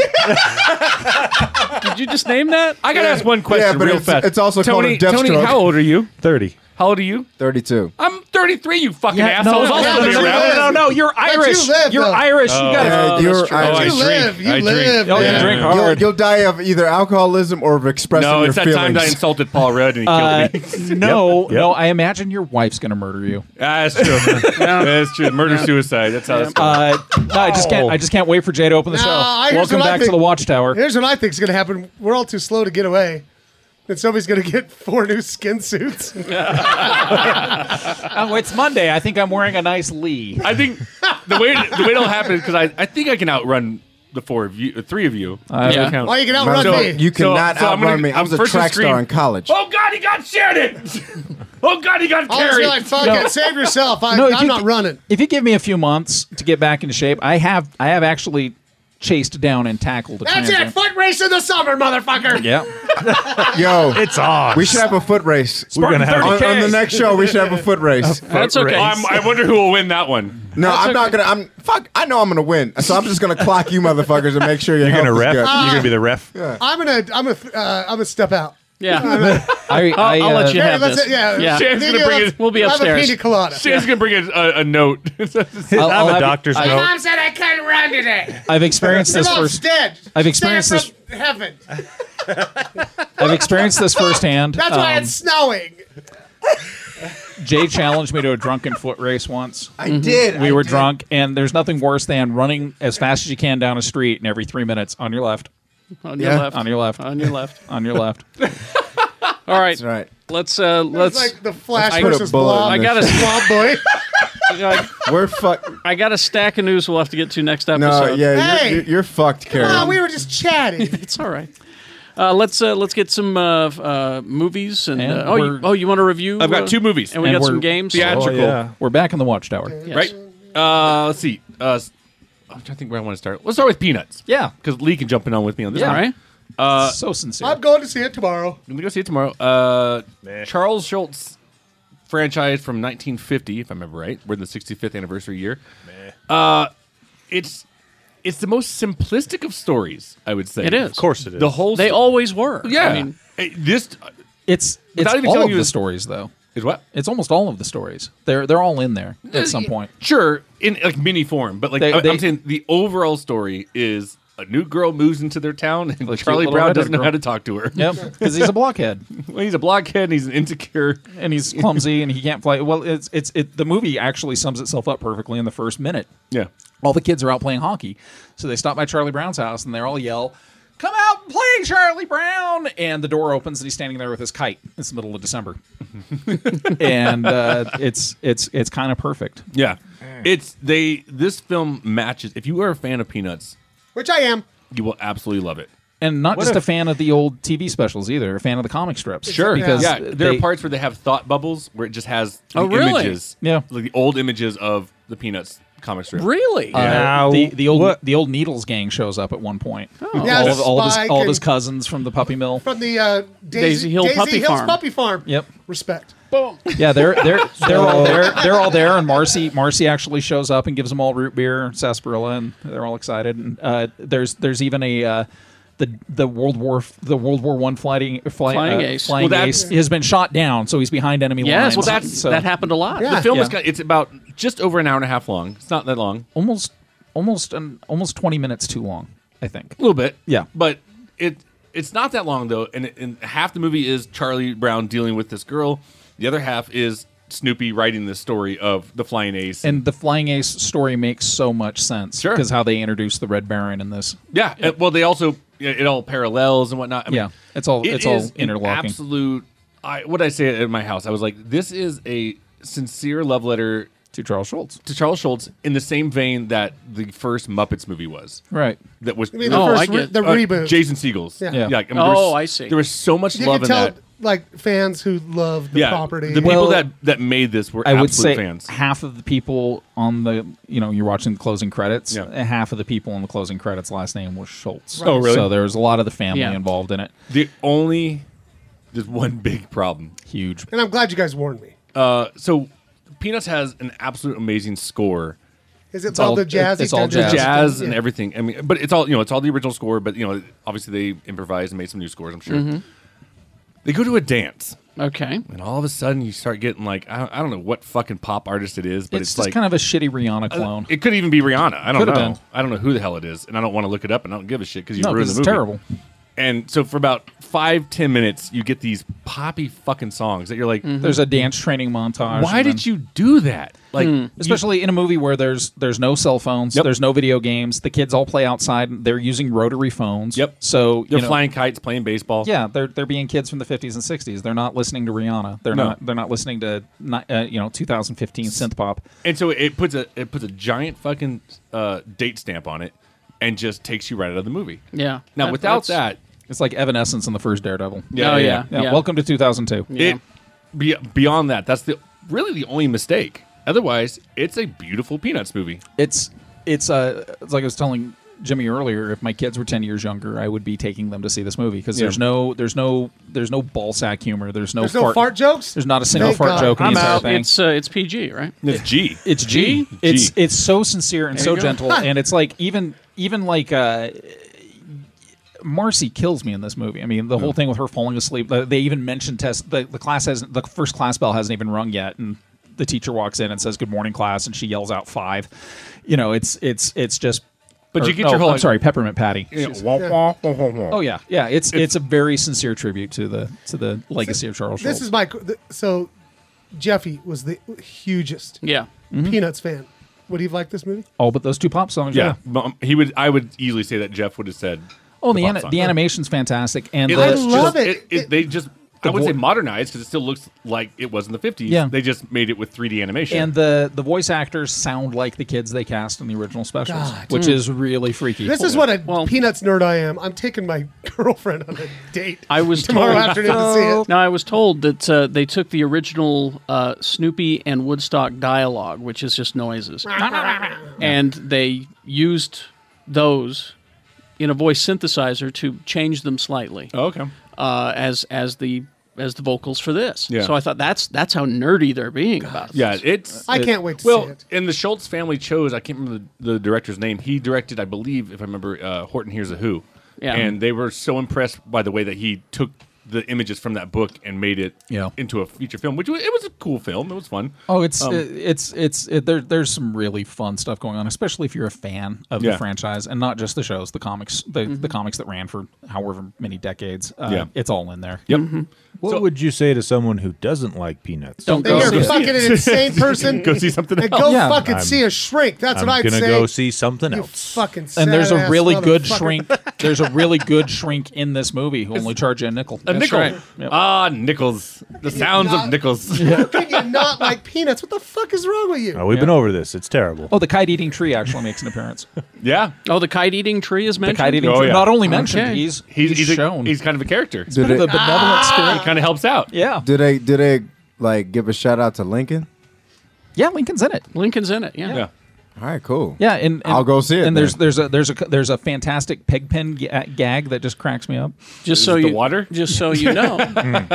[SPEAKER 2] did you just name that?
[SPEAKER 5] I gotta ask one question
[SPEAKER 6] Yeah, but
[SPEAKER 5] real
[SPEAKER 6] it's-
[SPEAKER 5] fast.
[SPEAKER 6] it's also called
[SPEAKER 5] Tony,
[SPEAKER 6] a death
[SPEAKER 5] Tony,
[SPEAKER 6] stroke.
[SPEAKER 5] how old are you?
[SPEAKER 10] Thirty.
[SPEAKER 5] How old are you?
[SPEAKER 6] Thirty-two.
[SPEAKER 5] I'm 33, you fucking
[SPEAKER 3] Yeah,
[SPEAKER 5] assholes.
[SPEAKER 3] no,
[SPEAKER 5] I'll
[SPEAKER 9] yeah,
[SPEAKER 5] still be
[SPEAKER 9] no, no,
[SPEAKER 5] around.
[SPEAKER 9] no, no, no,
[SPEAKER 3] you're
[SPEAKER 9] Irish. live, You're though.
[SPEAKER 3] Irish. You
[SPEAKER 6] Yeah, you're
[SPEAKER 5] Oh, I
[SPEAKER 9] you
[SPEAKER 6] Irish.
[SPEAKER 9] <laughs>
[SPEAKER 5] drink.
[SPEAKER 9] live. You
[SPEAKER 5] I drink.
[SPEAKER 9] live.
[SPEAKER 3] Oh, you
[SPEAKER 9] man.
[SPEAKER 3] drink
[SPEAKER 6] You'll,
[SPEAKER 3] hard.
[SPEAKER 6] you'll die of either alcoholism or of expressing
[SPEAKER 5] No,
[SPEAKER 6] your
[SPEAKER 5] it's that time
[SPEAKER 6] feelings.
[SPEAKER 5] that I insulted Paul Rudd and he
[SPEAKER 3] Uh,
[SPEAKER 5] killed me. <laughs>
[SPEAKER 3] no, no. I imagine your wife's gonna murder you.
[SPEAKER 5] Ah, that's true. That's true. Murder suicide. That's how. That's
[SPEAKER 3] Uh, no, I just can't. I just can't wait for Jay to open the
[SPEAKER 9] No,
[SPEAKER 3] show.
[SPEAKER 9] I- here's
[SPEAKER 3] Welcome
[SPEAKER 9] what I
[SPEAKER 3] back to
[SPEAKER 9] think-
[SPEAKER 3] the Watchtower.
[SPEAKER 9] Here's what I think is going to happen. We're all too slow to get away. And somebody's going to get <laughs> four new skin suits.
[SPEAKER 3] Oh, it's Monday. I think I'm wearing a nice Lee.
[SPEAKER 5] I think the way the way it'll happen is because I, I think I can outrun the four of you, uh, three of you.
[SPEAKER 2] yeah.
[SPEAKER 5] Count.
[SPEAKER 9] Why you can outrun
[SPEAKER 5] So-
[SPEAKER 9] me?
[SPEAKER 6] You
[SPEAKER 5] So-
[SPEAKER 6] cannot
[SPEAKER 5] so I'm
[SPEAKER 6] outrun
[SPEAKER 5] gonna-
[SPEAKER 6] me. I was a
[SPEAKER 5] I'm first to
[SPEAKER 6] track
[SPEAKER 5] scream.
[SPEAKER 6] star in college.
[SPEAKER 5] Oh God, he got Sheridan! <laughs> oh God, he got
[SPEAKER 9] I'll just
[SPEAKER 5] Carrie!
[SPEAKER 9] be like, fuck
[SPEAKER 3] No.
[SPEAKER 9] it, save yourself. I,
[SPEAKER 3] No, if
[SPEAKER 9] I'm
[SPEAKER 3] you-
[SPEAKER 9] not running.
[SPEAKER 3] If you give me a few months to get back into shape, I have I have actually chased down and tackled. A
[SPEAKER 9] That's it.
[SPEAKER 3] transient.
[SPEAKER 9] Foot race in the summer, motherfucker.
[SPEAKER 3] Yeah.
[SPEAKER 6] Yo,
[SPEAKER 10] It's on.
[SPEAKER 6] we should have a foot race.
[SPEAKER 10] We're gonna have.
[SPEAKER 6] on,
[SPEAKER 10] a-
[SPEAKER 6] on the next show, we should have a foot race.
[SPEAKER 2] That's okay.
[SPEAKER 5] I'm, I wonder who will win that one.
[SPEAKER 6] No, I'm not gonna. I'm fuck. I know I'm gonna win, so I'm just gonna clock you motherfuckers and make sure your
[SPEAKER 10] You're gonna Ah. ref.
[SPEAKER 6] health is good.
[SPEAKER 10] You're gonna be the ref.
[SPEAKER 9] <laughs> I'm gonna, I'm gonna, uh, I'm gonna step out.
[SPEAKER 2] yeah.
[SPEAKER 3] I, uh, I,
[SPEAKER 2] I'll let you
[SPEAKER 9] Hey,
[SPEAKER 2] have
[SPEAKER 9] let's-
[SPEAKER 2] this.
[SPEAKER 9] Yeah,
[SPEAKER 2] Yeah.
[SPEAKER 5] Shan's
[SPEAKER 9] Think
[SPEAKER 5] gonna bring
[SPEAKER 9] of-
[SPEAKER 5] it-
[SPEAKER 2] We'll be
[SPEAKER 9] I'll have a
[SPEAKER 2] upstairs.
[SPEAKER 9] pina colada.
[SPEAKER 5] Shay's gonna bring a, a, a note. <laughs>
[SPEAKER 3] I'll-
[SPEAKER 10] I
[SPEAKER 3] I'll
[SPEAKER 10] have a
[SPEAKER 3] have-
[SPEAKER 10] doctor's
[SPEAKER 3] I-
[SPEAKER 10] note.
[SPEAKER 9] said I couldn't run today.
[SPEAKER 3] I've experienced this
[SPEAKER 9] Mom's
[SPEAKER 3] first.
[SPEAKER 9] dead.
[SPEAKER 3] I've
[SPEAKER 9] Sent
[SPEAKER 3] experienced this-
[SPEAKER 9] from Heaven.
[SPEAKER 3] I've experienced this firsthand.
[SPEAKER 9] That's why
[SPEAKER 3] Um,
[SPEAKER 9] it's snowing.
[SPEAKER 3] Jay challenged me to a drunken foot race once.
[SPEAKER 6] I did.
[SPEAKER 3] Mm-hmm. We
[SPEAKER 6] I
[SPEAKER 3] were
[SPEAKER 6] did.
[SPEAKER 3] drunk, and there's nothing worse than running as fast as you can down a street, and every three minutes on your left,
[SPEAKER 2] <laughs> On your
[SPEAKER 6] Yeah.
[SPEAKER 2] left.
[SPEAKER 3] on your left,
[SPEAKER 2] On your left.
[SPEAKER 3] on your left.
[SPEAKER 2] All right.
[SPEAKER 6] That's right.
[SPEAKER 2] Let's uh
[SPEAKER 9] It's
[SPEAKER 2] let's
[SPEAKER 9] like the Flash
[SPEAKER 2] I-
[SPEAKER 6] Put
[SPEAKER 9] versus
[SPEAKER 6] a bullet
[SPEAKER 9] Blob.
[SPEAKER 6] in
[SPEAKER 2] I
[SPEAKER 9] <laughs>
[SPEAKER 2] got a
[SPEAKER 9] Blob boy.
[SPEAKER 2] I,
[SPEAKER 6] We're fucked.
[SPEAKER 2] I got a stack of news we'll have to get to next episode.
[SPEAKER 6] No, yeah,
[SPEAKER 9] Hey!
[SPEAKER 6] you're, you're, you're fucked, Carrie.
[SPEAKER 9] Ah, we were just chatting.
[SPEAKER 5] <laughs>
[SPEAKER 2] It's all right. Uh, let's uh, let's get some uh, f- uh, movies and,
[SPEAKER 3] And
[SPEAKER 2] uh, oh you,
[SPEAKER 3] we're-
[SPEAKER 2] oh you want to review?
[SPEAKER 5] I've got
[SPEAKER 2] uh,
[SPEAKER 5] two movies.
[SPEAKER 2] and we
[SPEAKER 3] And
[SPEAKER 2] got some
[SPEAKER 3] we're-
[SPEAKER 2] games.
[SPEAKER 5] Theatrical.
[SPEAKER 3] Oh, We're back in the watchtower.
[SPEAKER 2] Yes.
[SPEAKER 5] Right. Uh, let's see. Uh, s- I'm trying to think where I want to start. Let's start with peanuts.
[SPEAKER 3] Yeah.
[SPEAKER 5] because Lee can jump in on with me on this.
[SPEAKER 3] Yeah.
[SPEAKER 5] one.
[SPEAKER 2] All right.
[SPEAKER 3] so sincere.
[SPEAKER 9] I'm going to see it tomorrow.
[SPEAKER 5] I'm gonna go see it tomorrow. Uh, Charles Schultz franchise from 1950, if I remember right. We're in the 65th anniversary year. Uh, it's it's the most simplistic of stories, I would say.
[SPEAKER 2] It is. Of
[SPEAKER 10] course it is.
[SPEAKER 5] The whole
[SPEAKER 2] They
[SPEAKER 5] sto-
[SPEAKER 2] always were.
[SPEAKER 5] yeah.
[SPEAKER 2] I mean,
[SPEAKER 5] It- this
[SPEAKER 3] it's it's
[SPEAKER 5] Without even
[SPEAKER 3] all
[SPEAKER 5] telling
[SPEAKER 3] of
[SPEAKER 5] you
[SPEAKER 3] the
[SPEAKER 5] it's-
[SPEAKER 3] stories though.
[SPEAKER 5] Is what?
[SPEAKER 3] It's almost all of the stories. They're they're all in there
[SPEAKER 5] Uh,
[SPEAKER 3] at some
[SPEAKER 5] yeah,
[SPEAKER 3] point.
[SPEAKER 5] Sure, in like mini form, but like
[SPEAKER 3] They-
[SPEAKER 5] I- I'm
[SPEAKER 3] they-
[SPEAKER 5] saying, the overall story is a new girl moves into their town, and
[SPEAKER 3] cute
[SPEAKER 5] Charlie
[SPEAKER 3] little
[SPEAKER 5] Brown
[SPEAKER 3] redhead
[SPEAKER 5] doesn't know
[SPEAKER 3] girl.
[SPEAKER 5] how to talk to her.
[SPEAKER 3] Yep, 'cause he's a blockhead.
[SPEAKER 5] <laughs> well, he's a blockhead, and he's an insecure,
[SPEAKER 3] and he's clumsy, and he can't fly. Well, it's it's it. The movie actually sums itself up perfectly in the first minute.
[SPEAKER 5] Yeah,
[SPEAKER 3] all the kids are out playing hockey, so they stop by Charlie Brown's house, and they all yell. Come out and play, Charlie Brown! And the door opens, and he's standing there with his kite. It's the middle of
[SPEAKER 5] <laughs>
[SPEAKER 3] December, and uh, it's it's it's kind of perfect.
[SPEAKER 5] Yeah, it's they. This film matches. If you are a fan of Peanuts,
[SPEAKER 9] Which I am.
[SPEAKER 5] you will absolutely love it.
[SPEAKER 3] and not
[SPEAKER 5] What
[SPEAKER 3] just
[SPEAKER 5] a-
[SPEAKER 3] a fan of the old TV specials either. A fan of the comic strips,
[SPEAKER 5] Sure,
[SPEAKER 3] Because
[SPEAKER 5] yeah, there
[SPEAKER 3] they-
[SPEAKER 5] are parts where they have thought bubbles where it just has
[SPEAKER 3] Oh,
[SPEAKER 5] the
[SPEAKER 3] really?
[SPEAKER 5] images,
[SPEAKER 3] Yeah.
[SPEAKER 5] like the old images of the Peanuts comic strip.
[SPEAKER 3] Uh, the, the old the old Needles gang shows up at one point.
[SPEAKER 9] Yeah,
[SPEAKER 3] all, of, all, of his,
[SPEAKER 9] Spike
[SPEAKER 3] all of his
[SPEAKER 9] and-
[SPEAKER 3] cousins from the puppy mill.
[SPEAKER 9] From the uh, Daisy,
[SPEAKER 3] Daisy Hill
[SPEAKER 9] Daisy
[SPEAKER 3] Puppy
[SPEAKER 9] Hill's
[SPEAKER 3] Farm.
[SPEAKER 9] Puppy Farm.
[SPEAKER 3] Yep.
[SPEAKER 9] Respect. Boom.
[SPEAKER 3] Yeah, they're they're they're all there. They're all there, and Marcy Marcy actually shows up and gives them all root beer, and sarsaparilla, and they're all excited. And uh, there's there's even a. Uh, the, the World War the World War One flying fly,
[SPEAKER 2] Flying
[SPEAKER 3] uh,
[SPEAKER 2] ace.
[SPEAKER 3] flying
[SPEAKER 2] Well,
[SPEAKER 3] ace
[SPEAKER 2] that's-
[SPEAKER 3] has been shot down, so he's behind enemy lines.
[SPEAKER 5] Yes, well, that's
[SPEAKER 3] so-
[SPEAKER 5] that happened a lot. The film is kind it's about just over an hour and a half long. It's not that long.
[SPEAKER 3] almost almost an, almost 20 minutes too long i think
[SPEAKER 5] A little bit,
[SPEAKER 3] Yeah.
[SPEAKER 5] but it it's not that long though. And, and half the movie is Charlie Brown dealing with this girl. The other half is Snoopy writing this story of the flying ace.
[SPEAKER 3] and the flying ace story makes so much sense
[SPEAKER 5] Sure.
[SPEAKER 3] because how they introduce the red baron in this
[SPEAKER 5] yeah, uh, well, they also it it all parallels and whatnot. I mean,
[SPEAKER 3] Yeah, it's all-
[SPEAKER 5] it
[SPEAKER 3] it's all
[SPEAKER 5] is an
[SPEAKER 3] interlocking.
[SPEAKER 5] Absolute. I what I say at my house, I was like, this is a sincere love letter
[SPEAKER 3] to Charles Schultz.
[SPEAKER 5] To Charles Schultz in the same vein that the first Muppets movie was.
[SPEAKER 3] Right.
[SPEAKER 5] That was uh,
[SPEAKER 9] You mean the Oh, first I get- re- the reboot.
[SPEAKER 5] Jason Siegel's.
[SPEAKER 9] Yeah. Yeah.
[SPEAKER 5] like, I mean, there
[SPEAKER 9] Oh,
[SPEAKER 5] was-
[SPEAKER 9] I see.
[SPEAKER 5] There was so much
[SPEAKER 9] You
[SPEAKER 5] love
[SPEAKER 9] can
[SPEAKER 5] in
[SPEAKER 9] tell
[SPEAKER 5] that.
[SPEAKER 9] like fans who love the
[SPEAKER 5] yeah,
[SPEAKER 9] property.
[SPEAKER 5] the people that that made this were
[SPEAKER 3] i
[SPEAKER 5] absolute
[SPEAKER 3] would say
[SPEAKER 5] fans.
[SPEAKER 3] half of the people on the you know you're watching the closing credits
[SPEAKER 5] Yeah.
[SPEAKER 3] and half of the people on the closing credits last name was schultz
[SPEAKER 5] Right. Oh, really?
[SPEAKER 3] so there was a lot of the family
[SPEAKER 5] Yeah.
[SPEAKER 3] involved in it
[SPEAKER 5] The only there's one big problem,
[SPEAKER 3] huge.
[SPEAKER 9] and I'm glad you guys warned me.
[SPEAKER 5] Uh, so Peanuts has an absolute amazing score.
[SPEAKER 9] Is it all the jazzy
[SPEAKER 5] It's all
[SPEAKER 9] tenders?
[SPEAKER 5] jazz,
[SPEAKER 9] Yeah.
[SPEAKER 5] and everything. I mean, but it's all you know. It's all the original score. But you know, obviously they improvised and made some new scores. I'm sure.
[SPEAKER 3] Mm-hmm.
[SPEAKER 2] Mhm.
[SPEAKER 5] They go to a dance.
[SPEAKER 2] Okay.
[SPEAKER 5] And all of a sudden, you start getting like I, I don't know what fucking pop artist it is, but
[SPEAKER 3] it's,
[SPEAKER 5] it's,
[SPEAKER 3] just
[SPEAKER 5] like
[SPEAKER 3] kind of a shitty rihanna
[SPEAKER 5] Uh,
[SPEAKER 3] clone
[SPEAKER 5] It could even be Rihanna. I don't
[SPEAKER 3] Could have
[SPEAKER 5] know.
[SPEAKER 3] been.
[SPEAKER 5] I don't know who the hell it is, and I don't want to look it up, and I don't give a shit because you
[SPEAKER 3] No,
[SPEAKER 5] ruined
[SPEAKER 3] 'cause
[SPEAKER 5] the
[SPEAKER 3] it's
[SPEAKER 5] movie.
[SPEAKER 3] terrible.
[SPEAKER 5] And so for about five ten minutes, you get these poppy fucking songs that you're like,
[SPEAKER 3] There's a dance training montage.
[SPEAKER 5] Why
[SPEAKER 3] and
[SPEAKER 5] did you do that? Like, you-
[SPEAKER 3] Hmm. especially in a movie where there's there's no cell phones, there's no video games. The kids all play outside. and They're using rotary phones. Yep. So you
[SPEAKER 5] They're
[SPEAKER 3] know-
[SPEAKER 5] flying kites, playing
[SPEAKER 9] Oh.
[SPEAKER 5] baseball.
[SPEAKER 3] Yeah, they're they're being kids from the 50s and 60s. They're not listening to Rihanna. They're
[SPEAKER 5] No.
[SPEAKER 3] not they're not listening to ni- uh, you know 2015 synth pop.
[SPEAKER 5] And so it puts a it puts a giant fucking uh, date stamp on it, and just takes you right out of the movie. Now
[SPEAKER 3] That-
[SPEAKER 5] without
[SPEAKER 3] that's-
[SPEAKER 5] that,
[SPEAKER 3] it's like Evanescence in the first Daredevil.
[SPEAKER 5] Yeah, Oh, yeah, yeah, yeah.
[SPEAKER 3] Welcome to 2002.
[SPEAKER 5] It be, beyond that, that's the really the only mistake. Otherwise, it's a beautiful Peanuts movie.
[SPEAKER 3] it's it's uh it's like I was telling Jimmy earlier. If my kids were ten years younger, I would be taking them to see this movie because
[SPEAKER 5] Yeah.
[SPEAKER 3] there's no there's no there's no ball sack humor. There's no
[SPEAKER 9] There's no fart jokes?
[SPEAKER 3] There's not a single
[SPEAKER 9] Thank
[SPEAKER 3] fart
[SPEAKER 9] God.
[SPEAKER 3] joke in
[SPEAKER 9] I'm
[SPEAKER 3] the entire
[SPEAKER 9] out.
[SPEAKER 3] thing.
[SPEAKER 2] It's uh, it's PG, right?
[SPEAKER 5] It's G.
[SPEAKER 3] It's G.
[SPEAKER 2] G?
[SPEAKER 3] It's
[SPEAKER 2] G.
[SPEAKER 3] it's so sincere and
[SPEAKER 2] There
[SPEAKER 3] so
[SPEAKER 2] you go.
[SPEAKER 3] gentle, and it's like even even like uh, Marcy kills me in this movie. I mean, the whole
[SPEAKER 5] Yeah.
[SPEAKER 3] thing with her falling asleep. uh, They even mention test the, the class hasn't the first class bell hasn't even rung yet, and the teacher walks in and says "Good morning, class," and she yells out five. You know, it's it's it's just.
[SPEAKER 5] But
[SPEAKER 3] or-
[SPEAKER 5] you get
[SPEAKER 3] no,
[SPEAKER 5] your whole
[SPEAKER 3] I'm sorry, peppermint patty.
[SPEAKER 5] Yeah,
[SPEAKER 3] She's-
[SPEAKER 5] wah, wah, wah, wah, wah.
[SPEAKER 3] Oh yeah, yeah. It's, it's a very sincere tribute to the to the legacy of Charles.
[SPEAKER 9] This
[SPEAKER 3] Schulz.
[SPEAKER 9] is my th- so Jeffy was the hugest
[SPEAKER 3] Yeah.
[SPEAKER 9] Peanuts fan. Would he have liked this movie?
[SPEAKER 3] all Oh, but those two pop songs.
[SPEAKER 5] Yeah, Mom- he would. I would easily say that Jeff would have said.
[SPEAKER 3] Oh, and the
[SPEAKER 5] pop
[SPEAKER 3] ana-
[SPEAKER 5] song.
[SPEAKER 3] the animation's fantastic, and
[SPEAKER 5] It
[SPEAKER 3] the,
[SPEAKER 5] looks
[SPEAKER 9] love
[SPEAKER 5] just-
[SPEAKER 9] it.
[SPEAKER 5] They just. I
[SPEAKER 3] The
[SPEAKER 5] would say
[SPEAKER 3] vo-
[SPEAKER 5] modernized because it still looks like it was in the fifties.
[SPEAKER 3] Yeah.
[SPEAKER 5] They just made it with 3D animation.
[SPEAKER 3] and the the voice actors sound like the kids they cast in the original specials,
[SPEAKER 9] God.
[SPEAKER 3] which
[SPEAKER 9] Mm.
[SPEAKER 3] is really freaky.
[SPEAKER 9] This is what a Peanuts nerd I am. I'm taking my <laughs> girlfriend on a date.
[SPEAKER 2] I was
[SPEAKER 9] tomorrow
[SPEAKER 2] told,
[SPEAKER 9] afternoon to see it.
[SPEAKER 2] Now I was told that uh, they took the original uh, Snoopy and Woodstock dialogue, which is just noises, and they used those in a voice synthesizer to change them slightly.
[SPEAKER 5] Oh, okay.
[SPEAKER 2] Uh, as as the as the vocals for this.
[SPEAKER 5] Yeah.
[SPEAKER 2] So I thought that's that's how nerdy they're being about. This.
[SPEAKER 5] yeah, it's.
[SPEAKER 9] I
[SPEAKER 5] it-
[SPEAKER 9] can't wait to
[SPEAKER 5] well,
[SPEAKER 9] see it.
[SPEAKER 5] and the Schultz family chose. I can't remember the, the director's name. He directed, I believe, if I remember, uh, Horton Hears a Who.
[SPEAKER 2] Yeah.
[SPEAKER 5] And they were so impressed by the way that he took the images from that book and made it
[SPEAKER 3] Yeah.
[SPEAKER 5] into a feature film, which was, it was a cool film. It was fun.
[SPEAKER 3] Oh, it's
[SPEAKER 5] Um,
[SPEAKER 3] it, it's it's it, there. There's some really fun stuff going on, especially if you're a fan of
[SPEAKER 5] Yeah.
[SPEAKER 3] the franchise and not just the shows, the comics, the,
[SPEAKER 9] Mm-hmm.
[SPEAKER 3] the comics that ran for however many decades. Uh,
[SPEAKER 10] Yeah.
[SPEAKER 3] it's all in there.
[SPEAKER 5] Yep.
[SPEAKER 10] What would you say to someone who doesn't like peanuts?
[SPEAKER 3] Don't Then go you're see it.
[SPEAKER 9] fucking an insane person.
[SPEAKER 5] Go see something
[SPEAKER 9] And
[SPEAKER 5] else.
[SPEAKER 9] go
[SPEAKER 10] Yeah.
[SPEAKER 9] fucking
[SPEAKER 10] I'm-
[SPEAKER 9] see a shrink. That's
[SPEAKER 10] I'm
[SPEAKER 9] what I'd
[SPEAKER 10] gonna
[SPEAKER 9] say.
[SPEAKER 10] go see something
[SPEAKER 9] You
[SPEAKER 10] else.
[SPEAKER 9] Fucking
[SPEAKER 3] And there's a
[SPEAKER 9] sad-ass
[SPEAKER 3] really good
[SPEAKER 9] motherfucker.
[SPEAKER 3] shrink. There's a really good shrink in this movie who only charge you a nickel.
[SPEAKER 5] A nickel. Ah, nickels. The sounds
[SPEAKER 9] not-
[SPEAKER 5] of nickels.
[SPEAKER 9] Can you not like peanuts? What the fuck is wrong with you?
[SPEAKER 10] <laughs> Oh, we've been over this. It's terrible.
[SPEAKER 3] Oh, the kite eating tree actually makes an appearance.
[SPEAKER 5] <laughs> yeah.
[SPEAKER 2] Oh, the kite eating tree is mentioned.
[SPEAKER 3] kite-eating Oh, tree- yeah. not only mentioned, he's- he's
[SPEAKER 5] a-
[SPEAKER 3] shown.
[SPEAKER 5] he's kind of a character.
[SPEAKER 6] Did it-
[SPEAKER 3] benevolent spirit.
[SPEAKER 9] Ah!
[SPEAKER 5] He kind of helps out.
[SPEAKER 3] Yeah.
[SPEAKER 6] Did they did they like give a shout out to Lincoln?
[SPEAKER 3] Yeah, Lincoln's in it.
[SPEAKER 2] Lincoln's in it. Yeah.
[SPEAKER 5] Yeah.
[SPEAKER 6] All right, cool.
[SPEAKER 3] Yeah, and, and-
[SPEAKER 6] I'll go see it.
[SPEAKER 3] And there's
[SPEAKER 6] then.
[SPEAKER 3] there's a there's a there's a fantastic pig pen ga- gag that just cracks me up.
[SPEAKER 2] Just so
[SPEAKER 5] the
[SPEAKER 2] you
[SPEAKER 5] water? Hmm.
[SPEAKER 2] Just so you
[SPEAKER 5] <laughs>
[SPEAKER 2] know,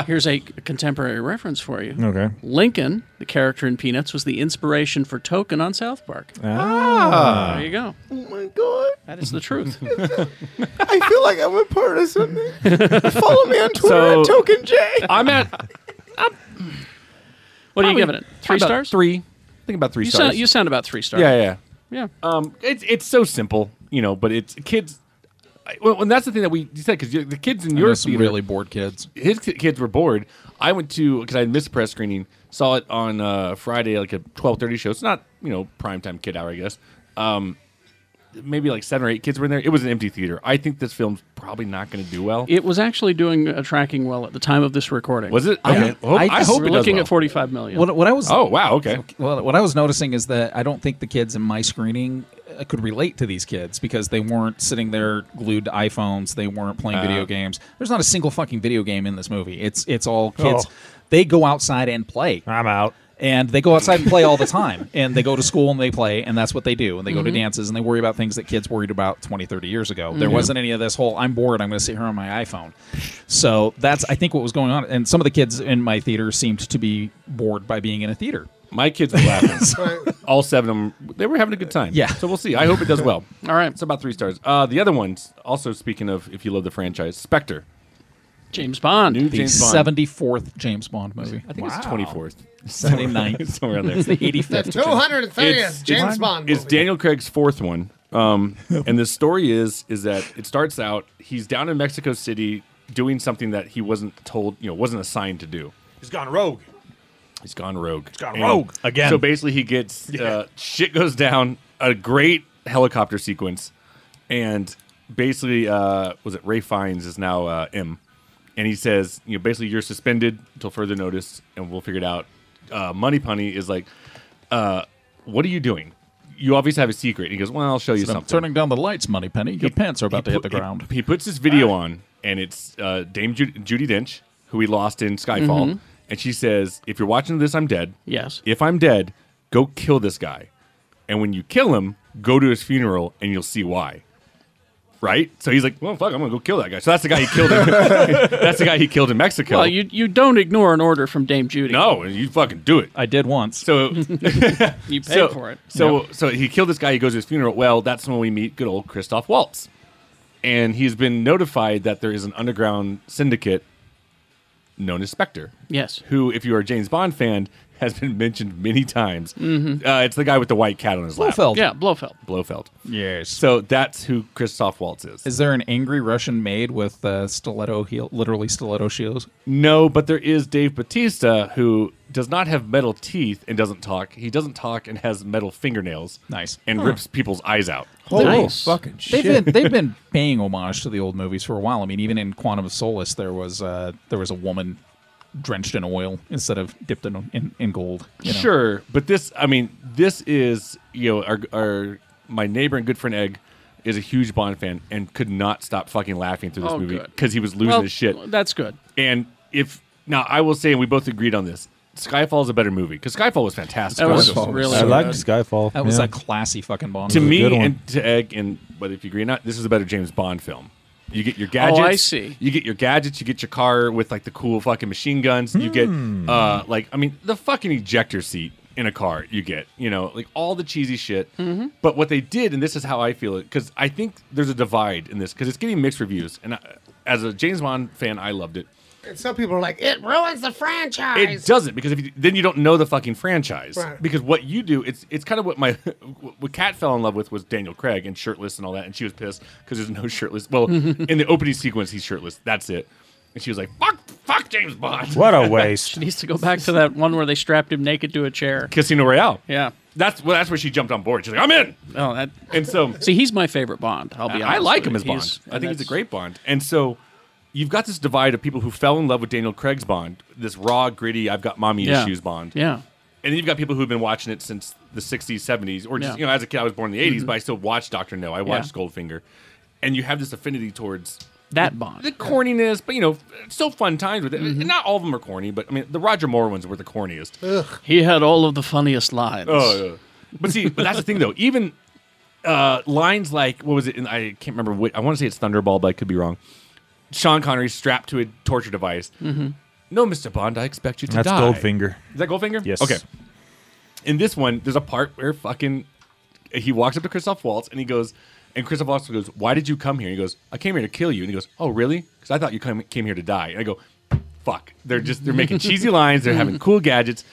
[SPEAKER 2] here's a contemporary reference for you.
[SPEAKER 10] Okay.
[SPEAKER 2] Lincoln, the character in Peanuts, was the inspiration for Token on South Park.
[SPEAKER 5] Ah.
[SPEAKER 2] There you go.
[SPEAKER 6] oh my god!
[SPEAKER 2] That is the truth.
[SPEAKER 6] I feel like I'm a part of something. Follow me on Twitter
[SPEAKER 5] So- uh,
[SPEAKER 6] at Token J.
[SPEAKER 5] I'm at
[SPEAKER 2] What are you
[SPEAKER 5] Probably-
[SPEAKER 2] giving it? Three
[SPEAKER 5] about
[SPEAKER 2] stars?
[SPEAKER 5] Three. I think about three
[SPEAKER 2] You
[SPEAKER 5] stars.
[SPEAKER 2] sound, you sound about three stars.
[SPEAKER 5] Yeah, yeah.
[SPEAKER 2] Yeah.
[SPEAKER 5] Um, it's it's so simple, you know. But it's kids. I, well, and that's the thing that we you said because the kids in your
[SPEAKER 3] there's some
[SPEAKER 5] theater,
[SPEAKER 3] really bored kids.
[SPEAKER 5] his ki- kids were bored. I went to because I had missed a press screening. Saw it on uh, Friday, like a twelve thirty show. It's not you know prime time kid hour, I guess. Um, maybe like seven or eight kids were in there. It was an empty theater. I think this film's probably not going to do well.
[SPEAKER 2] It was actually doing uh, tracking well at the time of this recording.
[SPEAKER 5] Was it?
[SPEAKER 3] I-
[SPEAKER 5] Okay. Hope- I,
[SPEAKER 3] I just-
[SPEAKER 5] hope
[SPEAKER 2] We're
[SPEAKER 5] it does
[SPEAKER 2] looking
[SPEAKER 5] well.
[SPEAKER 2] at 45 million.
[SPEAKER 3] What, what I was
[SPEAKER 5] Oh wow. Okay.
[SPEAKER 3] well, what I was noticing is that I don't think the kids in my screening uh, could relate to these kids because they weren't sitting there glued to iPhones. They weren't playing
[SPEAKER 6] Uh-huh.
[SPEAKER 3] video games. There's not a single fucking video game in this movie. It's it's all kids.
[SPEAKER 10] Oh.
[SPEAKER 3] They go outside and play.
[SPEAKER 10] I'm out.
[SPEAKER 3] and they go outside and play all the time and they go to school and they play and that's what they do and they go
[SPEAKER 5] Mm-hmm.
[SPEAKER 3] to dances and they worry about things that kids worried about 20 30 years ago there wasn't any of this whole i'm bored i'm going to sit here on my iphone so that's i think what was going on and some of the kids in my theater seemed to be bored by being in a theater
[SPEAKER 5] My kids
[SPEAKER 9] <laughs>
[SPEAKER 5] were laughing. All seven of them, they were having a good time.
[SPEAKER 3] Yeah.
[SPEAKER 5] So we'll see. I hope it does well.
[SPEAKER 2] All right.
[SPEAKER 5] It's about three stars. Uh, the other ones, also speaking of if you love the franchise, Spectre.
[SPEAKER 2] James Bond.
[SPEAKER 5] New
[SPEAKER 3] the
[SPEAKER 5] James Bond.
[SPEAKER 3] 74th james bond movie
[SPEAKER 5] I think it's 24th.
[SPEAKER 3] 79th
[SPEAKER 5] <laughs> Somewhere around there.
[SPEAKER 3] the 85th
[SPEAKER 9] The 230th James Bond.
[SPEAKER 5] It's
[SPEAKER 9] movie.
[SPEAKER 5] Daniel Craig's fourth one. Um, and the story is is that it starts out he's down in Mexico City doing something that he wasn't told, you know, wasn't assigned to do.
[SPEAKER 10] He's gone rogue.
[SPEAKER 5] He's gone rogue. He's
[SPEAKER 10] gone rogue again.
[SPEAKER 5] So basically,
[SPEAKER 10] <laughs>
[SPEAKER 5] he gets uh, shit goes down. A great helicopter sequence, and basically, uh, was it Ray Fiennes is now uh, M, and he says, you know, basically you're suspended until further notice, and we'll figure it out. Uh, Money Punny is like, uh, what are you doing? You obviously have a secret. And he goes, well, I'll show you
[SPEAKER 3] i'm
[SPEAKER 5] something.
[SPEAKER 3] turning down the lights money penny your pants are about to hit the
[SPEAKER 5] He-
[SPEAKER 3] ground
[SPEAKER 5] He, puts this video on, and it's uh, Dame Ju- Judy Dench, who he lost in Skyfall,
[SPEAKER 3] Mm-hmm.
[SPEAKER 5] and she says, "If you're watching this, I'm dead.
[SPEAKER 2] Yes.
[SPEAKER 5] If I'm dead, go kill this guy, and when you kill him, go to his funeral, and you'll see why." Right? So he's like, "Well, fuck, I'm gonna go kill that guy." So that's the guy he
[SPEAKER 3] <laughs>
[SPEAKER 5] killed. In, <laughs> that's the guy he killed in Mexico.
[SPEAKER 2] Well, you, you don't ignore an order from Dame Judy.
[SPEAKER 5] no, you fucking do it.
[SPEAKER 3] i did once
[SPEAKER 5] So
[SPEAKER 3] <laughs>
[SPEAKER 2] You paid for it.
[SPEAKER 5] so so he killed this guy. He goes to his funeral. Well, that's when we meet good old Christoph Waltz, and he's been notified that there is an underground syndicate known as Spectre.
[SPEAKER 2] Yes.
[SPEAKER 5] Who, if you are a James Bond fan, <laughs> has been mentioned many times.
[SPEAKER 2] Mm-hmm.
[SPEAKER 5] Uh, it's the guy with the white cat on his lap,
[SPEAKER 3] Blofeld.
[SPEAKER 2] Yeah, Blofeld.
[SPEAKER 5] Blofeld.
[SPEAKER 3] yes
[SPEAKER 5] So that's who Christoph Waltz is.
[SPEAKER 3] Is there an angry Russian maid with uh, stiletto heel, literally stiletto shoes?
[SPEAKER 5] No, but there is Dave Batista who does not have metal teeth and doesn't talk. He doesn't talk and has metal fingernails.
[SPEAKER 3] Nice.
[SPEAKER 5] And rips people's eyes out.
[SPEAKER 6] Holy
[SPEAKER 2] Nice.
[SPEAKER 6] fucking
[SPEAKER 3] They've
[SPEAKER 6] shit!
[SPEAKER 3] been they've been paying homage to the old movies for a while. I mean, even in Quantum of Solace, there was uh, there was a woman drenched in oil instead of dipped in in, in gold. you know?
[SPEAKER 5] Sure, but this, I mean, this is you know our our my neighbor and good friend Egg is a huge Bond fan and could not stop fucking laughing through this
[SPEAKER 2] Oh,
[SPEAKER 5] movie
[SPEAKER 2] good.
[SPEAKER 5] because he was losing
[SPEAKER 2] Well,
[SPEAKER 5] his shit.
[SPEAKER 2] That's good.
[SPEAKER 5] And if now I will say, and we both agreed on this, Skyfall is a better movie because Skyfall was fantastic.
[SPEAKER 2] That was
[SPEAKER 6] Skyfall was
[SPEAKER 2] really
[SPEAKER 10] I
[SPEAKER 2] good.
[SPEAKER 10] liked Skyfall.
[SPEAKER 3] That was
[SPEAKER 10] yeah.
[SPEAKER 3] a classy fucking Bond.
[SPEAKER 5] to
[SPEAKER 3] movie.
[SPEAKER 5] me
[SPEAKER 10] good one.
[SPEAKER 5] and to Egg and whether if you agree or not, this is a better James Bond film. You get your gadgets.
[SPEAKER 2] Oh, I see.
[SPEAKER 5] You get your gadgets. You get your car with like the cool fucking machine guns. You
[SPEAKER 10] Hmm.
[SPEAKER 5] get uh like I mean the fucking ejector seat in a car. You get you know like all the cheesy shit.
[SPEAKER 2] Mm-hmm.
[SPEAKER 5] But what they did, and this is how I feel it, because I think there's a divide in this because it's getting mixed reviews. And I, as a James Bond fan, I loved it.
[SPEAKER 9] And some people are like, it ruins the franchise.
[SPEAKER 5] It doesn't because if you, then you don't know the fucking franchise.
[SPEAKER 9] Right.
[SPEAKER 5] Because what you do, it's it's kind of what my <laughs> what Kat fell in love with was Daniel Craig and shirtless and all that, and she was pissed because there's no
[SPEAKER 9] <laughs>
[SPEAKER 5] shirtless. Well, in the opening sequence, he's shirtless. That's it. And she was like, "Fuck, fuck James Bond."
[SPEAKER 10] <laughs>
[SPEAKER 2] she needs to go back to that one where they strapped him naked to a chair.
[SPEAKER 5] <laughs> Casino Royale.
[SPEAKER 2] Yeah.
[SPEAKER 5] That's well, that's where she jumped on board. She's like, "I'm in."
[SPEAKER 2] Oh, that
[SPEAKER 5] and
[SPEAKER 2] <laughs>
[SPEAKER 5] so
[SPEAKER 2] see, he's my favorite Bond. I'll be honest.
[SPEAKER 5] I like him as
[SPEAKER 2] with you.
[SPEAKER 5] Bond. I think he's a
[SPEAKER 2] that's-
[SPEAKER 5] great Bond. And so you've got this divide of people who fell in love with Daniel Craig's Bond, this raw, gritty, I've got mommy
[SPEAKER 2] Yeah.
[SPEAKER 5] issues Bond.
[SPEAKER 2] Yeah.
[SPEAKER 5] And then you've got people who've been watching it since the 60s, 70s, or just,
[SPEAKER 2] Yeah.
[SPEAKER 5] you know, as a kid, I was born in the 80s,
[SPEAKER 2] Mhm.
[SPEAKER 5] but I still watched Dr. No. I watched Goldfinger. And you have this affinity towards
[SPEAKER 2] that Bond.
[SPEAKER 5] The corniness, but, you know, still fun times with it. And Not all of them are corny, but I mean, the Roger Moore ones were the corniest.
[SPEAKER 2] He had all of the funniest lines.
[SPEAKER 5] Oh, yeah. but see, but that's the thing though. Even uh, lines like what was it? In, I can't remember. What, I want to say it's Thunderball, but I could be wrong. Sean Connery strapped to a torture device.
[SPEAKER 10] Mhm.
[SPEAKER 5] No, Mister Bond, I expect you to
[SPEAKER 10] That's
[SPEAKER 5] die.
[SPEAKER 10] Goldfinger.
[SPEAKER 5] Is that Goldfinger?
[SPEAKER 10] Yes.
[SPEAKER 5] Okay. In this one, there's a part where fucking he walks up to Christoph Waltz and he goes, and Christoph Waltz goes, "Why did you come here?" And he goes, "I came here to kill you." And he goes, "Oh, really? Because I thought you come, came here to die." And I go, "Fuck!" They're just they're making cheesy lines. They're having cool gadgets.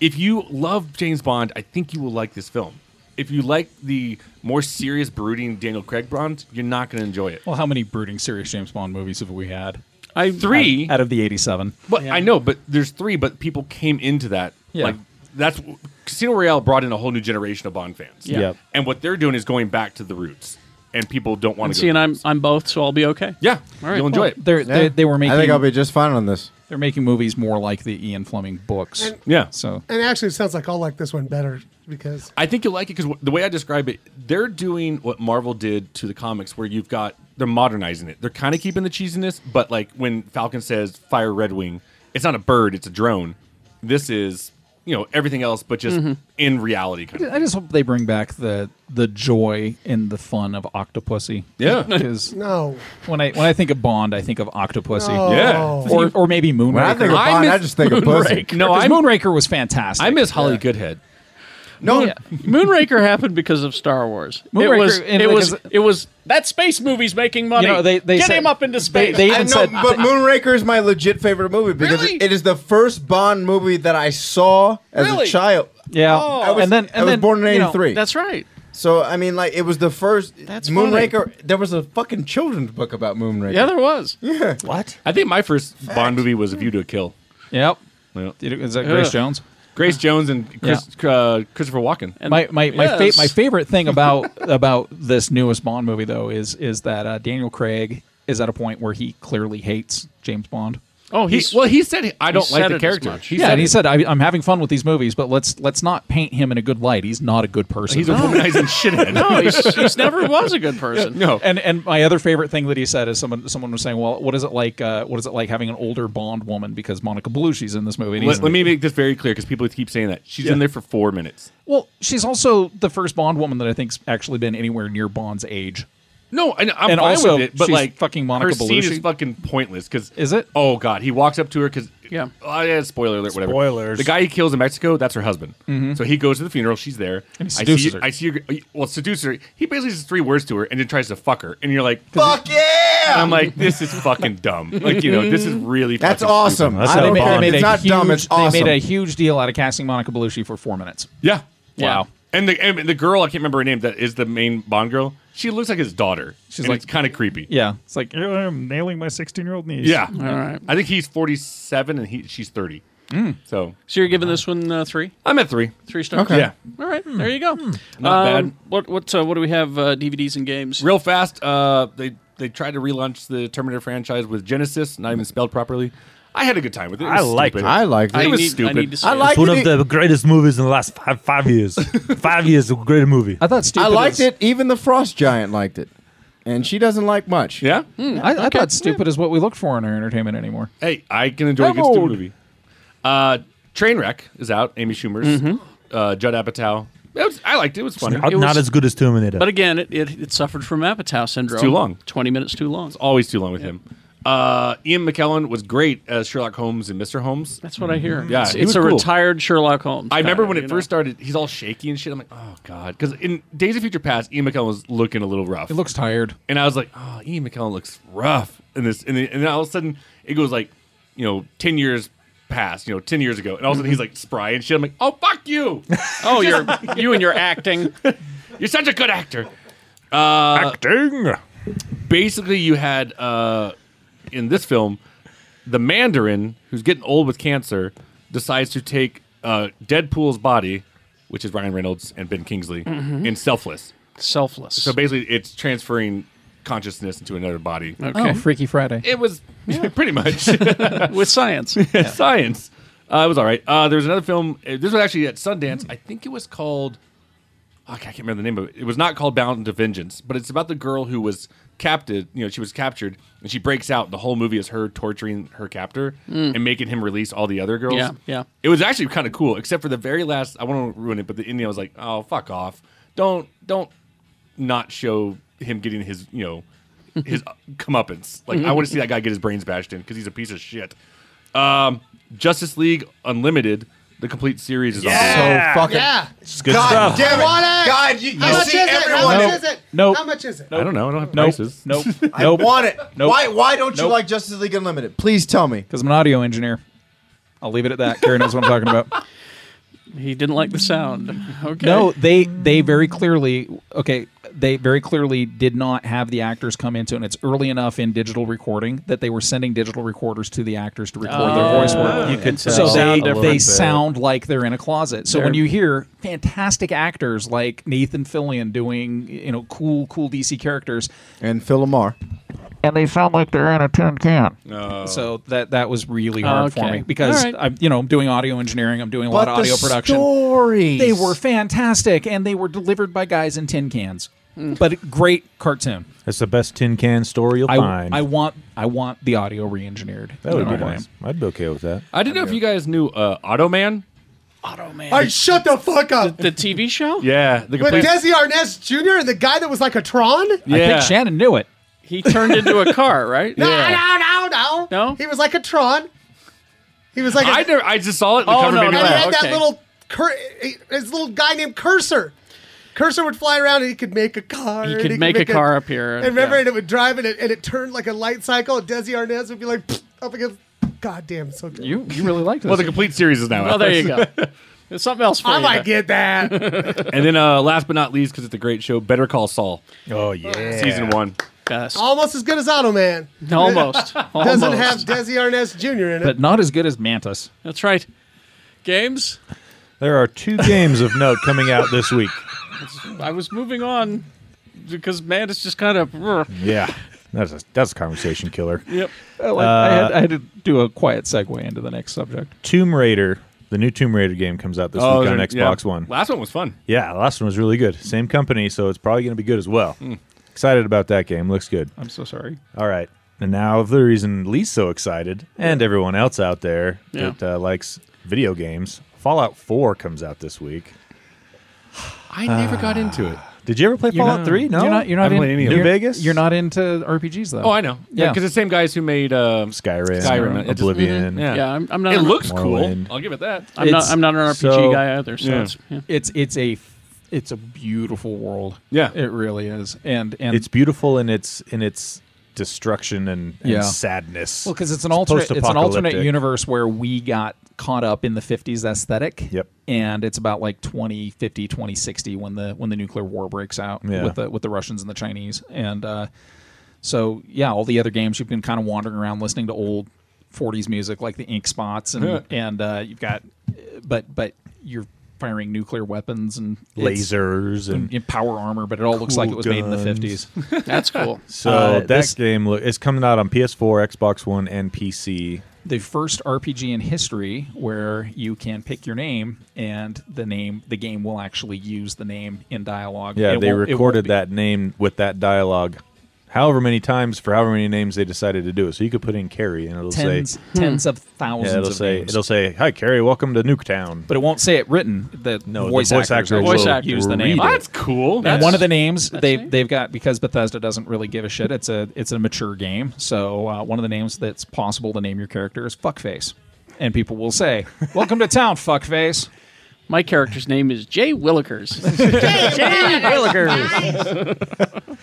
[SPEAKER 5] If you love James Bond, I think you will like this film. If you like the more serious, brooding Daniel Craig Bond, you're not going to enjoy it.
[SPEAKER 3] Well, how many brooding serious James Bond movies have we had?
[SPEAKER 5] I three
[SPEAKER 3] out, out of the eighty-seven.
[SPEAKER 5] But I know, but there's three, but people came into that.
[SPEAKER 3] Yeah.
[SPEAKER 5] Like that's Casino Royale brought in a whole new generation of Bond fans.
[SPEAKER 2] Yeah. Yep.
[SPEAKER 5] And what they're doing is going back to the roots. And people don't want
[SPEAKER 2] And
[SPEAKER 5] to
[SPEAKER 2] see,
[SPEAKER 5] go.
[SPEAKER 2] and I'm I'm both, so I'll be okay.
[SPEAKER 5] Yeah,
[SPEAKER 2] all right.
[SPEAKER 5] you'll enjoy it.
[SPEAKER 3] They're, they, they were making.
[SPEAKER 6] I think I'll be just fine on this.
[SPEAKER 3] They're making movies more like the Ian Fleming books.
[SPEAKER 9] And-
[SPEAKER 5] yeah.
[SPEAKER 3] So
[SPEAKER 9] And actually, it sounds like I'll like this one better because
[SPEAKER 5] I think you'll like it because the way I describe it, they're doing what Marvel did to the comics, where you've got they're modernizing it. They're kind of keeping the cheesiness, but like when Falcon says "Fire Red Wing," it's not a bird; it's a drone. This is you know everything else, but just
[SPEAKER 2] Mm-hmm.
[SPEAKER 3] Mhm.
[SPEAKER 5] in reality. Kind
[SPEAKER 3] I just hope they bring back the the joy and the fun of Octopussy. <laughs>
[SPEAKER 5] Yeah.
[SPEAKER 3] Because
[SPEAKER 9] no.
[SPEAKER 3] when I when I think of Bond, I think of Octopussy.
[SPEAKER 9] No. Yeah.
[SPEAKER 6] Oh.
[SPEAKER 3] Or or maybe Moonraker.
[SPEAKER 6] When I think of I Bond, I miss just think of pussy. Moonraker.
[SPEAKER 3] No,
[SPEAKER 5] Oh,
[SPEAKER 6] No,
[SPEAKER 3] I
[SPEAKER 6] I'm-
[SPEAKER 3] Moonraker was fantastic.
[SPEAKER 5] I miss Holly Goodhead.
[SPEAKER 2] No, <laughs> Moonraker happened because of Star Wars.
[SPEAKER 3] Moonraker-
[SPEAKER 2] it was
[SPEAKER 3] and
[SPEAKER 2] it
[SPEAKER 3] like
[SPEAKER 2] was
[SPEAKER 3] as-
[SPEAKER 2] it was that space movie's making money.
[SPEAKER 6] You know, they- they
[SPEAKER 2] Get
[SPEAKER 6] said-
[SPEAKER 2] him up into
[SPEAKER 6] They,
[SPEAKER 2] space.
[SPEAKER 6] they even said, but Moonraker is my legit favorite movie because it- it is the first Bond movie that I saw as
[SPEAKER 2] Really?
[SPEAKER 6] a child.
[SPEAKER 3] Yeah,
[SPEAKER 5] Oh,
[SPEAKER 6] I was,
[SPEAKER 3] and then-
[SPEAKER 6] I
[SPEAKER 3] and
[SPEAKER 6] was
[SPEAKER 3] then,
[SPEAKER 6] born in
[SPEAKER 3] you know,
[SPEAKER 6] '83.
[SPEAKER 2] that's right.
[SPEAKER 6] So I mean, like, it was the first
[SPEAKER 2] That's
[SPEAKER 6] Moonraker. There was a fucking children's book about Moonraker.
[SPEAKER 2] Yeah, there was.
[SPEAKER 6] Yeah.
[SPEAKER 5] What? I think my first Bond movie was A View to a Kill.
[SPEAKER 3] Yep.
[SPEAKER 5] Is
[SPEAKER 3] that Grace Jones?
[SPEAKER 5] Grace Jones and Chris, uh, Christopher Walken.
[SPEAKER 3] my my my, fa- my favorite
[SPEAKER 5] <laughs>
[SPEAKER 3] thing about about this newest Bond movie though is is that uh, Daniel Craig is at a point where he clearly hates James Bond.
[SPEAKER 2] Oh,
[SPEAKER 5] He-
[SPEAKER 2] he's
[SPEAKER 5] well, he said, "I
[SPEAKER 2] he
[SPEAKER 5] don't like
[SPEAKER 2] said
[SPEAKER 5] the
[SPEAKER 2] it as
[SPEAKER 5] character."
[SPEAKER 2] much.
[SPEAKER 5] He
[SPEAKER 3] yeah,
[SPEAKER 5] said
[SPEAKER 3] and he
[SPEAKER 5] it.
[SPEAKER 3] said, I, "I'm having fun with these movies, but let's let's not paint him in a good light. He's not a good person.
[SPEAKER 5] He's
[SPEAKER 10] <laughs>
[SPEAKER 5] a womanizing shithead.
[SPEAKER 2] No, he's- he's never was a good
[SPEAKER 5] <laughs>
[SPEAKER 2] person.
[SPEAKER 3] Yeah, no, <laughs> and and my other favorite thing that he said is someone someone was saying, "Well, what is it like? Uh, what is it like having an older Bond woman because Monica Bellucci's in this movie?" And he's
[SPEAKER 5] Let, let me make this very clear because people keep saying that she's
[SPEAKER 3] Yeah.
[SPEAKER 5] in there for four minutes.
[SPEAKER 3] Well, she's also the first Bond woman that I think's actually been anywhere near Bond's age.
[SPEAKER 5] No, I know, I'm
[SPEAKER 3] And
[SPEAKER 5] fine
[SPEAKER 3] also,
[SPEAKER 5] with it, but
[SPEAKER 3] she's
[SPEAKER 5] like
[SPEAKER 3] fucking Monica
[SPEAKER 5] her scene is
[SPEAKER 3] Bellucci.
[SPEAKER 5] fucking pointless. Because
[SPEAKER 3] is it?
[SPEAKER 5] Oh god, he walks up to her because
[SPEAKER 2] yeah.
[SPEAKER 5] Oh, yeah, spoiler alert, whatever.
[SPEAKER 10] Spoilers.
[SPEAKER 5] The guy he kills in Mexico, that's her husband.
[SPEAKER 10] Mhm.
[SPEAKER 5] So he goes to the funeral. She's there.
[SPEAKER 10] And he
[SPEAKER 5] I see.
[SPEAKER 10] seduces her.
[SPEAKER 5] I see. Her, well, seduces her. He basically says three words to her and then tries to fuck her. And you're like,
[SPEAKER 6] Fuck yeah!
[SPEAKER 5] And I'm <laughs> like, this is fucking dumb. Like, you know, this is really
[SPEAKER 6] That's
[SPEAKER 5] fucking
[SPEAKER 6] awesome.
[SPEAKER 5] stupid.
[SPEAKER 6] I don't care. It's
[SPEAKER 3] a
[SPEAKER 6] not dumb. It's
[SPEAKER 3] huge- They
[SPEAKER 6] awesome.
[SPEAKER 3] made a huge deal out of casting Monica Bellucci for four minutes.
[SPEAKER 5] Yeah.
[SPEAKER 3] Wow.
[SPEAKER 5] And the and the girl I can't remember her name that is the main Bond girl. She looks like his daughter. She's
[SPEAKER 3] like-
[SPEAKER 5] like kind of creepy.
[SPEAKER 3] Yeah, it's like
[SPEAKER 10] I'm nailing my 16 year old niece.
[SPEAKER 5] Yeah.
[SPEAKER 2] right.
[SPEAKER 5] I think he's 47 and he she's 30. So
[SPEAKER 2] So you're giving this one uh, three?
[SPEAKER 5] I'm at three.
[SPEAKER 2] Three stars.
[SPEAKER 5] Okay. Yeah.
[SPEAKER 2] All right.
[SPEAKER 3] Hmm.
[SPEAKER 2] There you go.
[SPEAKER 5] Not
[SPEAKER 2] Um,
[SPEAKER 5] bad.
[SPEAKER 2] What what uh, what do we have? Uh, DVDs and games.
[SPEAKER 5] real fast, uh, they they tried to relaunch the Terminator franchise with Genesis, not even spelled properly. I had a good time with it. it
[SPEAKER 10] I
[SPEAKER 5] was
[SPEAKER 10] liked
[SPEAKER 5] stupid.
[SPEAKER 10] it. I liked
[SPEAKER 5] It
[SPEAKER 10] it.
[SPEAKER 5] was
[SPEAKER 10] I need- I
[SPEAKER 5] stupid.
[SPEAKER 10] need to see I it. liked One of it. the greatest movies in the last five, five years. five years, a great movie.
[SPEAKER 3] I thought
[SPEAKER 6] I liked it. Even the Frost Giant liked it, and she doesn't like much.
[SPEAKER 5] Yeah,
[SPEAKER 3] I, I thought stupid is what we look for in our entertainment anymore.
[SPEAKER 5] Hey, I can enjoy a good
[SPEAKER 3] I'm
[SPEAKER 5] stupid
[SPEAKER 3] old.
[SPEAKER 5] movie. Uh, Trainwreck is out. Amy Schumer's.
[SPEAKER 2] Mm-hmm.
[SPEAKER 5] Uh, Judd Apatow. It was, I liked it. It was fun.
[SPEAKER 10] Not,
[SPEAKER 5] It was-
[SPEAKER 10] not as good as Terminator.
[SPEAKER 2] But again, it, it, it suffered from Apatow syndrome.
[SPEAKER 5] It's too long.
[SPEAKER 2] Twenty minutes too long. It's
[SPEAKER 5] always too long with him. Uh, Ian McKellen was great as Sherlock Holmes and Mr. Holmes.
[SPEAKER 2] That's what I hear.
[SPEAKER 5] Mm-hmm. Yeah,
[SPEAKER 2] it's,
[SPEAKER 5] he
[SPEAKER 2] it's
[SPEAKER 5] was
[SPEAKER 2] a
[SPEAKER 5] cool.
[SPEAKER 2] retired Sherlock Holmes.
[SPEAKER 5] I remember
[SPEAKER 2] kinda,
[SPEAKER 5] when it
[SPEAKER 2] you know?
[SPEAKER 5] first started, he's all shaky and shit. I'm like, oh god, because in Days of Future Past, Ian McKellen was looking a little rough. He
[SPEAKER 3] looks tired,
[SPEAKER 5] and I was like, oh, Ian McKellen looks rough. And this, and, then- and then all of a sudden, it goes like, you know, ten years past, you know, ten years ago, and all of a sudden he's like spry and shit. I'm like, oh
[SPEAKER 2] <laughs>
[SPEAKER 5] fuck you, oh <laughs> you're you and your acting, you're such a good actor. Uh,
[SPEAKER 10] acting.
[SPEAKER 5] Basically, you had uh, in this film the Mandarin, who's getting old with cancer, decides to take uh, Deadpool's body, which is Ryan Reynolds and Ben Kingsley,
[SPEAKER 2] Mhm.
[SPEAKER 5] in Selfless.
[SPEAKER 2] Selfless.
[SPEAKER 5] So basically, it's transferring consciousness into another body.
[SPEAKER 3] Oh, Freaky Friday.
[SPEAKER 5] It was <laughs> pretty much Oh.
[SPEAKER 2] <laughs> with science.
[SPEAKER 5] <laughs> Science. Uh, it was all right. Uh, there was another film. uh, This was actually at Sundance. I think it was called. oh, I can't remember the name of it. It was not called Bound to Vengeance, but it's about the girl who was captive. You know, she was captured, and she breaks out. The whole movie is her torturing her captor
[SPEAKER 2] Mm.
[SPEAKER 5] and making him release all the other girls.
[SPEAKER 2] Yeah, yeah.
[SPEAKER 5] It was actually kind of cool, except for the very last. I want to ruin it, but the ending I was like, oh fuck off! Don't don't not show him getting his you know his comeuppance. Like I want to see that guy get his brains bashed in because he's a piece of shit. Um, Justice League Unlimited, the complete series is
[SPEAKER 9] Yeah!
[SPEAKER 5] on.
[SPEAKER 9] So fucking- Yeah.
[SPEAKER 5] it's good
[SPEAKER 9] God
[SPEAKER 5] stuff.
[SPEAKER 9] damn it.
[SPEAKER 5] I
[SPEAKER 9] Wanna-
[SPEAKER 6] God, you, you
[SPEAKER 9] How much
[SPEAKER 6] see
[SPEAKER 9] is it? How
[SPEAKER 6] everyone.
[SPEAKER 9] much is it?
[SPEAKER 3] Nope.
[SPEAKER 9] How much is it?
[SPEAKER 5] don't know. I don't have
[SPEAKER 3] Nope.
[SPEAKER 5] prices.
[SPEAKER 3] <laughs> Nope.
[SPEAKER 6] I want it. Why? Why don't you like Justice League Unlimited? Please tell me.
[SPEAKER 3] Because I'm an audio engineer. I'll leave it at that. Karen knows what I'm talking about.
[SPEAKER 2] He didn't like the sound. Okay.
[SPEAKER 3] No, they they very clearly okay. They very clearly did not have the actors come into, it, and it's early enough in digital recording that they were sending digital recorders to the actors to record their
[SPEAKER 10] Oh,
[SPEAKER 3] voice work.
[SPEAKER 10] You could
[SPEAKER 3] so
[SPEAKER 10] tell.
[SPEAKER 3] they
[SPEAKER 10] Sound different,
[SPEAKER 3] they
[SPEAKER 10] but-
[SPEAKER 3] sound like they're in a closet. So when
[SPEAKER 10] They're-
[SPEAKER 3] you hear fantastic actors like Nathan Fillion doing you know cool cool DC characters,
[SPEAKER 6] And Phil Lamar.
[SPEAKER 3] and they sound like they're in a tin can.
[SPEAKER 5] Oh.
[SPEAKER 3] So that that was really hard for
[SPEAKER 5] Okay.
[SPEAKER 3] me because
[SPEAKER 5] All right.
[SPEAKER 3] I'm you know I'm doing audio engineering, I'm doing a lot
[SPEAKER 5] But
[SPEAKER 3] of
[SPEAKER 5] the
[SPEAKER 3] audio production.
[SPEAKER 6] stories.
[SPEAKER 3] They were fantastic, and they were delivered by guys in tin cans. But great cartoon.
[SPEAKER 10] That's the best tin can story you'll
[SPEAKER 3] I,
[SPEAKER 10] find.
[SPEAKER 3] I want I want the audio re-engineered.
[SPEAKER 10] that would
[SPEAKER 3] No,
[SPEAKER 10] be
[SPEAKER 3] I
[SPEAKER 10] nice. I'd be okay with that.
[SPEAKER 5] didn't know if you guys knew uh, Automan.
[SPEAKER 9] Hey, shut the fuck up.
[SPEAKER 2] The TV show?
[SPEAKER 5] Yeah, the
[SPEAKER 9] With Desi Arnaz Jr. and the guy that was like a Tron?
[SPEAKER 3] I think Shannon knew it.
[SPEAKER 2] He turned into a car, right? <laughs>
[SPEAKER 9] No, no, no, no. No? He was like a Tron. He was like a
[SPEAKER 5] I, never, I just saw it. The
[SPEAKER 9] Oh,
[SPEAKER 5] cover
[SPEAKER 9] no,
[SPEAKER 5] made me
[SPEAKER 9] and he
[SPEAKER 5] laugh.
[SPEAKER 9] had that little cur- his little guy named Cursor. Cursor would fly around and he could make a car.
[SPEAKER 2] He
[SPEAKER 9] and
[SPEAKER 2] could make a car appear,
[SPEAKER 9] And remember,
[SPEAKER 2] yeah.
[SPEAKER 9] and it would drive and it, and it turned like a light cycle. And Desi Arnaz would be like up against. God damn, so good.
[SPEAKER 3] You you really liked
[SPEAKER 5] Well, the complete series is now.
[SPEAKER 2] Well,
[SPEAKER 5] out.
[SPEAKER 2] Oh, there you
[SPEAKER 5] <laughs>
[SPEAKER 2] go. There's something else for
[SPEAKER 9] I
[SPEAKER 2] you.
[SPEAKER 9] might get that.
[SPEAKER 5] and then, uh, last but not least, because it's a great show, Better Call Saul.
[SPEAKER 10] Oh yeah,
[SPEAKER 5] season one.
[SPEAKER 9] Almost as good as Automan.
[SPEAKER 5] <laughs>
[SPEAKER 2] Almost.
[SPEAKER 9] Doesn't
[SPEAKER 2] Almost.
[SPEAKER 9] have Desi Arnaz Jr. in it.
[SPEAKER 3] But not as good as Mantis.
[SPEAKER 2] That's right. Games?
[SPEAKER 10] There are two games of note coming out this week.
[SPEAKER 2] I was moving on because man, it's just kind of.
[SPEAKER 10] Yeah, that's a that's a conversation killer.
[SPEAKER 2] Yep.
[SPEAKER 3] Well, Oh, I, I, had,
[SPEAKER 10] Uh,
[SPEAKER 3] I had to do a quiet segue into the next subject.
[SPEAKER 10] Tomb Raider, the new Tomb Raider game comes out this
[SPEAKER 5] Oh,
[SPEAKER 10] week on
[SPEAKER 5] there- yeah.
[SPEAKER 10] Xbox One.
[SPEAKER 5] Last one was fun.
[SPEAKER 10] Yeah, the last one was really good. Same company, so it's probably going to be good as well. Excited about that game. Looks good.
[SPEAKER 3] I'm so sorry.
[SPEAKER 10] All right. And now the reason Lee's so excited, and everyone else out there
[SPEAKER 2] Yeah.
[SPEAKER 10] that uh, likes video games, Fallout 4 comes out this week.
[SPEAKER 5] I never got into it.
[SPEAKER 10] Did you ever play
[SPEAKER 3] You're
[SPEAKER 10] Fallout
[SPEAKER 3] not-
[SPEAKER 10] 3? No.
[SPEAKER 3] you're not. You're not
[SPEAKER 10] I haven't
[SPEAKER 3] in
[SPEAKER 10] played any of
[SPEAKER 3] you're,
[SPEAKER 10] them. Vegas.
[SPEAKER 3] You're not into RPGs though.
[SPEAKER 5] <sighs> Oh, I know. Yeah,
[SPEAKER 3] Yeah.
[SPEAKER 5] because the same guys who made uh,
[SPEAKER 10] Skyrim,
[SPEAKER 5] Skyrim, It just-
[SPEAKER 10] Oblivion.
[SPEAKER 3] Mm-hmm.
[SPEAKER 5] yeah,
[SPEAKER 2] Yeah, I'm- I'm not
[SPEAKER 5] It
[SPEAKER 2] an-
[SPEAKER 5] looks cool.
[SPEAKER 10] Morrowind.
[SPEAKER 5] I'll give it that.
[SPEAKER 2] I'm not.
[SPEAKER 3] It's-
[SPEAKER 2] I'm not an RPG
[SPEAKER 10] so-
[SPEAKER 2] guy either. So
[SPEAKER 10] yeah.
[SPEAKER 2] it's, yeah.
[SPEAKER 3] It's it's a it's a beautiful world.
[SPEAKER 5] Yeah.
[SPEAKER 3] it really is. And and
[SPEAKER 10] It's beautiful in its in its destruction and, and
[SPEAKER 3] Yeah.
[SPEAKER 10] sadness.
[SPEAKER 3] Well, because it's an alternate it's an alternate
[SPEAKER 10] post-apocalyptic.
[SPEAKER 3] universe where we got caught up in the 50s aesthetic.
[SPEAKER 10] Yep.
[SPEAKER 3] And it's about like 2050, 2060 when the when the nuclear war breaks out
[SPEAKER 10] Yeah.
[SPEAKER 3] with the with the Russians and the Chinese. And uh, so yeah, all the other games you've been kind of wandering around listening to old 40s music like the Ink Spots and
[SPEAKER 10] Yeah.
[SPEAKER 3] and uh, you've got but but you're firing nuclear weapons and it's- Mm,
[SPEAKER 10] Lasers and
[SPEAKER 3] power armor, but it all looks like it
[SPEAKER 10] cool
[SPEAKER 3] was made in the
[SPEAKER 10] guns.
[SPEAKER 3] 50s.
[SPEAKER 2] That's cool.
[SPEAKER 10] So
[SPEAKER 3] Uh,
[SPEAKER 10] that
[SPEAKER 3] this-
[SPEAKER 10] game look, it's coming out on PS4, Xbox One, and PC.
[SPEAKER 3] the first RPG in history where you can pick your name and the name the game will actually use the name in dialogue.
[SPEAKER 10] Yeah,
[SPEAKER 3] It
[SPEAKER 10] they
[SPEAKER 3] won't- it won't
[SPEAKER 10] recorded
[SPEAKER 3] be-
[SPEAKER 10] that name with that dialogue, however many times for however many names they decided to do it. So you could put in Carrie, and it'll
[SPEAKER 3] tens
[SPEAKER 5] Hmm.
[SPEAKER 10] say
[SPEAKER 3] tens of
[SPEAKER 10] Yeah,
[SPEAKER 3] thousands
[SPEAKER 10] it'll
[SPEAKER 3] of
[SPEAKER 10] say
[SPEAKER 3] names.
[SPEAKER 10] it'll say hi Carrie, welcome to Nuketown.
[SPEAKER 3] but it won't say it written. The
[SPEAKER 10] No, the
[SPEAKER 3] voice,
[SPEAKER 10] voice
[SPEAKER 3] actors
[SPEAKER 10] actor
[SPEAKER 3] will
[SPEAKER 10] will
[SPEAKER 3] use the name.
[SPEAKER 10] read it. That's
[SPEAKER 5] cool.
[SPEAKER 3] and
[SPEAKER 5] That's-
[SPEAKER 3] one of the names they they've got because Bethesda doesn't really give a shit. It's a it's a mature game, so uh, one of the names that's possible to name your character is Fuckface, and people will say, "Welcome to town, Fuckface."
[SPEAKER 2] <laughs> My character's name is Jay Willikers. <laughs> Jay Willikers.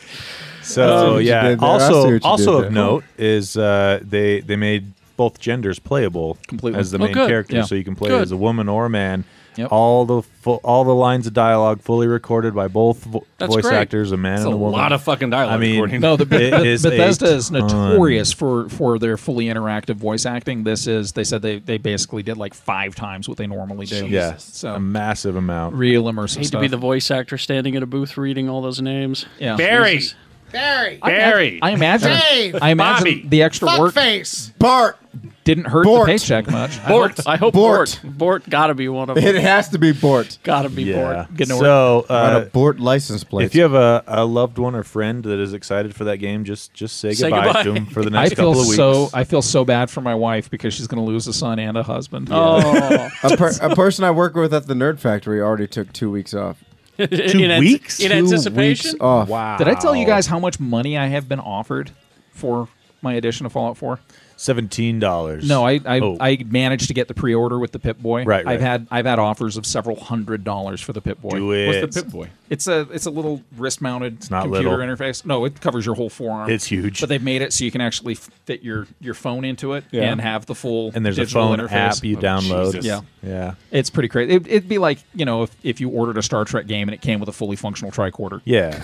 [SPEAKER 10] So
[SPEAKER 6] what you
[SPEAKER 10] yeah.
[SPEAKER 6] did there. I see what
[SPEAKER 10] Also,
[SPEAKER 6] you
[SPEAKER 10] also
[SPEAKER 6] did
[SPEAKER 10] of
[SPEAKER 6] there.
[SPEAKER 10] note is uh, they they made both genders playable
[SPEAKER 3] Completely.
[SPEAKER 10] as the
[SPEAKER 3] Oh,
[SPEAKER 10] main
[SPEAKER 3] good.
[SPEAKER 10] character,
[SPEAKER 3] Yeah.
[SPEAKER 10] so you can play
[SPEAKER 3] Good.
[SPEAKER 10] as a woman or a man.
[SPEAKER 3] Yep.
[SPEAKER 10] All the full, all the lines of dialogue fully recorded by both vo-
[SPEAKER 5] That's
[SPEAKER 10] voice
[SPEAKER 5] great.
[SPEAKER 10] actors, a man
[SPEAKER 5] That's
[SPEAKER 10] and
[SPEAKER 5] a
[SPEAKER 10] a woman.
[SPEAKER 5] lot of fucking dialogue
[SPEAKER 10] I mean,
[SPEAKER 5] recording.
[SPEAKER 3] No, the
[SPEAKER 10] it
[SPEAKER 3] Beth-
[SPEAKER 10] is a
[SPEAKER 3] Bethesda is
[SPEAKER 10] ton.
[SPEAKER 3] notorious for for their fully interactive voice acting. This is they said they, they basically did like five times what they normally do.
[SPEAKER 10] Yeah,
[SPEAKER 3] so
[SPEAKER 10] a massive amount.
[SPEAKER 3] real immersive
[SPEAKER 2] Hate
[SPEAKER 3] stuff.
[SPEAKER 2] to be the voice actor standing in a booth reading all those names.
[SPEAKER 3] Yeah.
[SPEAKER 5] Barry.
[SPEAKER 2] Jesus.
[SPEAKER 9] Barry.
[SPEAKER 3] I- I, imagine.
[SPEAKER 9] Dave.
[SPEAKER 3] I imagine
[SPEAKER 9] Bobby.
[SPEAKER 3] the extra work
[SPEAKER 9] Fuckface.
[SPEAKER 6] Bart.
[SPEAKER 3] didn't hurt the paycheck much.
[SPEAKER 2] Bort. I hope Bort. Bort, gotta be one of them.
[SPEAKER 6] It has to be Bort.
[SPEAKER 2] gotta be
[SPEAKER 10] Yeah.
[SPEAKER 2] Bort. Get
[SPEAKER 10] So
[SPEAKER 6] Got a
[SPEAKER 10] uh,
[SPEAKER 6] Bort license plate.
[SPEAKER 10] If you have a, a loved one or friend that is excited for that game, just just say,
[SPEAKER 2] Say
[SPEAKER 10] goodbye,
[SPEAKER 2] goodbye.
[SPEAKER 10] to them for
[SPEAKER 3] <laughs>
[SPEAKER 10] the
[SPEAKER 3] I
[SPEAKER 10] next
[SPEAKER 3] feel
[SPEAKER 10] couple of weeks.
[SPEAKER 3] so I feel so bad for my wife because she's going to lose a son and a husband.
[SPEAKER 2] Oh,
[SPEAKER 6] a, per- a person I work with at the Nerd Factory already took two weeks off.
[SPEAKER 2] two in, an-
[SPEAKER 10] weeks?
[SPEAKER 2] in
[SPEAKER 6] Two
[SPEAKER 2] anticipation.
[SPEAKER 6] weeks off.
[SPEAKER 10] wow!
[SPEAKER 3] <laughs> Did I tell you guys how much money I have been offered for my edition of Fallout 4?
[SPEAKER 10] seventeen dollars?
[SPEAKER 3] No, I I,
[SPEAKER 10] Oh.
[SPEAKER 3] I managed to get the pre-order with the Pip Boy.
[SPEAKER 10] Right, right.
[SPEAKER 3] I've had I've had offers of several hundred dollars for the Pip Boy.
[SPEAKER 10] do it.
[SPEAKER 5] What's the Pip Boy?
[SPEAKER 3] It's a it's a little wrist-mounted
[SPEAKER 10] not
[SPEAKER 3] computer
[SPEAKER 10] little.
[SPEAKER 3] interface. No, it covers your whole forearm.
[SPEAKER 10] It's huge.
[SPEAKER 3] But they've made it so you can actually f- fit your your phone into it
[SPEAKER 10] Yeah.
[SPEAKER 3] and have the full
[SPEAKER 10] and there's a
[SPEAKER 3] digital
[SPEAKER 10] phone
[SPEAKER 3] interface.
[SPEAKER 10] app you
[SPEAKER 5] Oh,
[SPEAKER 10] download.
[SPEAKER 5] Jesus.
[SPEAKER 3] Yeah.
[SPEAKER 10] yeah,
[SPEAKER 3] It's pretty crazy. It, it'd be like you know if, if you ordered a Star Trek game and it came with a fully functional tricorder.
[SPEAKER 10] yeah.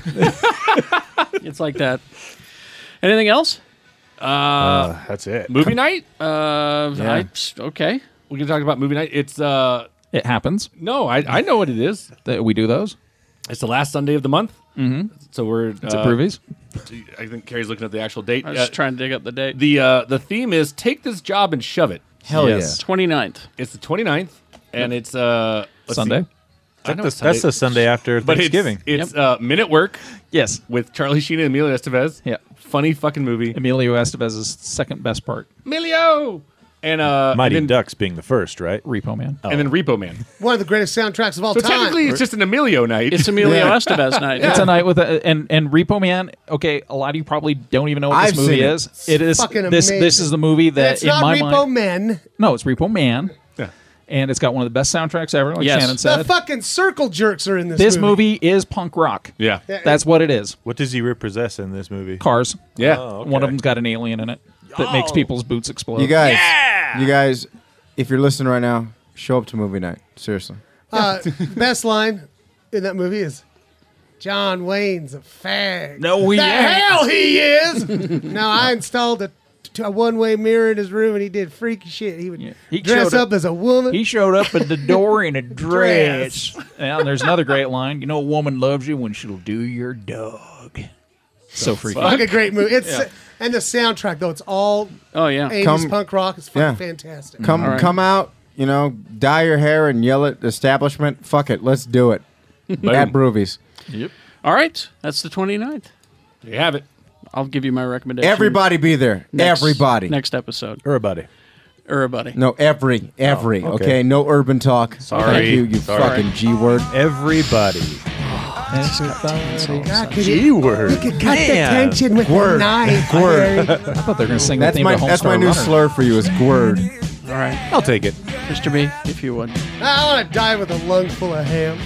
[SPEAKER 2] It's like that. Anything else?
[SPEAKER 10] Uh, that's it.
[SPEAKER 5] Movie night?
[SPEAKER 2] Uh,
[SPEAKER 6] Yeah.
[SPEAKER 2] I, psst, okay.
[SPEAKER 5] We can talk about movie night. It's uh
[SPEAKER 3] It happens
[SPEAKER 5] no, I, I know what it is.
[SPEAKER 3] that we do those.
[SPEAKER 5] It's the last Sunday of the month. Mm-hmm. So we're
[SPEAKER 3] It's
[SPEAKER 5] uh,
[SPEAKER 3] at Broovies.
[SPEAKER 5] I think Carrie's looking at the actual date.
[SPEAKER 2] I was just
[SPEAKER 5] Uh,
[SPEAKER 2] trying to dig up the date.
[SPEAKER 5] the uh, the theme is take this job and shove it.
[SPEAKER 6] Hell
[SPEAKER 10] Yes.
[SPEAKER 6] yeah.
[SPEAKER 2] 29th.
[SPEAKER 6] <laughs>
[SPEAKER 5] It's the 29th, and it's uh let's
[SPEAKER 3] Sunday.
[SPEAKER 5] see. I know it's
[SPEAKER 10] That's the Sunday after
[SPEAKER 5] but it's,
[SPEAKER 10] Thanksgiving.
[SPEAKER 5] It's uh, Minute Work
[SPEAKER 3] Yes.
[SPEAKER 5] with Charlie Sheen and Emilio Estevez.
[SPEAKER 3] Yeah.
[SPEAKER 5] funny fucking movie.
[SPEAKER 3] Emilio Estevez's second best part,
[SPEAKER 5] Emilio and uh
[SPEAKER 10] Mighty
[SPEAKER 5] and then,
[SPEAKER 10] Ducks being the first, right?
[SPEAKER 3] Repo Man.
[SPEAKER 5] and then Repo Man.
[SPEAKER 9] One of the greatest soundtracks of all
[SPEAKER 5] So
[SPEAKER 9] time.
[SPEAKER 5] technically, it's just an Emilio night.
[SPEAKER 2] It's
[SPEAKER 5] <laughs>
[SPEAKER 2] Emilio Estevez night.
[SPEAKER 3] It's a night with a, and and Repo Man. Okay, a lot of you probably don't even know what
[SPEAKER 6] I've
[SPEAKER 3] this movie
[SPEAKER 6] seen it.
[SPEAKER 3] is. It is
[SPEAKER 9] fucking
[SPEAKER 3] this
[SPEAKER 9] amazing.
[SPEAKER 3] this is the movie that
[SPEAKER 9] That's
[SPEAKER 3] in
[SPEAKER 9] not
[SPEAKER 3] my
[SPEAKER 9] Repo
[SPEAKER 3] mind
[SPEAKER 9] Men.
[SPEAKER 3] no, it's Repo Man.
[SPEAKER 5] Yeah.
[SPEAKER 3] And it's got one of the best soundtracks ever, like
[SPEAKER 2] Yes.
[SPEAKER 3] Shannon
[SPEAKER 9] The
[SPEAKER 3] said.
[SPEAKER 9] fucking circle jerks are in this.
[SPEAKER 3] this movie is punk rock.
[SPEAKER 5] yeah,
[SPEAKER 3] That's what it is.
[SPEAKER 10] What does he repossess in this movie?
[SPEAKER 3] Cars.
[SPEAKER 5] yeah.
[SPEAKER 3] One of them's got an alien in it that makes people's boots explode.
[SPEAKER 6] You guys, you guys, if you're listening right now, show up to movie night. Seriously.
[SPEAKER 9] Uh, best line in that movie is John Wayne's a fag.
[SPEAKER 3] No, he
[SPEAKER 9] the
[SPEAKER 3] ain't.
[SPEAKER 9] hell he is. no, I installed a, a one way mirror in his room and he did freaky shit. He would
[SPEAKER 3] Yeah. He
[SPEAKER 9] dress
[SPEAKER 3] showed
[SPEAKER 9] up as a woman.
[SPEAKER 3] He showed up at the door
[SPEAKER 9] <laughs>
[SPEAKER 3] in a dress. yeah, and there's another great line. You know, a woman loves you when she'll do your dog. So freaky.
[SPEAKER 9] Fuck a great movie. It's and the soundtrack though. It's all
[SPEAKER 2] Oh, yeah.
[SPEAKER 9] 80s
[SPEAKER 6] Come-
[SPEAKER 9] punk rock. It's fucking
[SPEAKER 6] Yeah.
[SPEAKER 9] fantastic.
[SPEAKER 6] Come, come out. You know, dye your hair and yell at establishment. Fuck it, let's do it. At Broovies.
[SPEAKER 2] All right. That's the 29th.
[SPEAKER 5] You have it.
[SPEAKER 2] I'll give you my recommendation.
[SPEAKER 6] Everybody be there.
[SPEAKER 2] next-
[SPEAKER 6] Everybody.
[SPEAKER 2] Next episode.
[SPEAKER 10] Everybody.
[SPEAKER 2] Everybody.
[SPEAKER 6] No, every, every.
[SPEAKER 10] okay.
[SPEAKER 6] okay. no urban talk.
[SPEAKER 10] Sorry.
[SPEAKER 6] Thank you, you
[SPEAKER 10] Sorry.
[SPEAKER 6] fucking G word.
[SPEAKER 10] Everybody.
[SPEAKER 9] God, could you
[SPEAKER 10] G word.
[SPEAKER 9] cut the tension with a
[SPEAKER 6] Word.
[SPEAKER 9] knife?
[SPEAKER 6] Word.
[SPEAKER 9] Barry?
[SPEAKER 3] I thought they were going to sing
[SPEAKER 6] That's
[SPEAKER 3] the theme
[SPEAKER 6] my
[SPEAKER 3] to Home
[SPEAKER 6] that's my
[SPEAKER 3] Star
[SPEAKER 6] new
[SPEAKER 3] Runner.
[SPEAKER 6] slur for you is gword.
[SPEAKER 2] All right.
[SPEAKER 10] I'll take it.
[SPEAKER 2] Mr. B, if you would.
[SPEAKER 9] I want to die with a lung full of ham.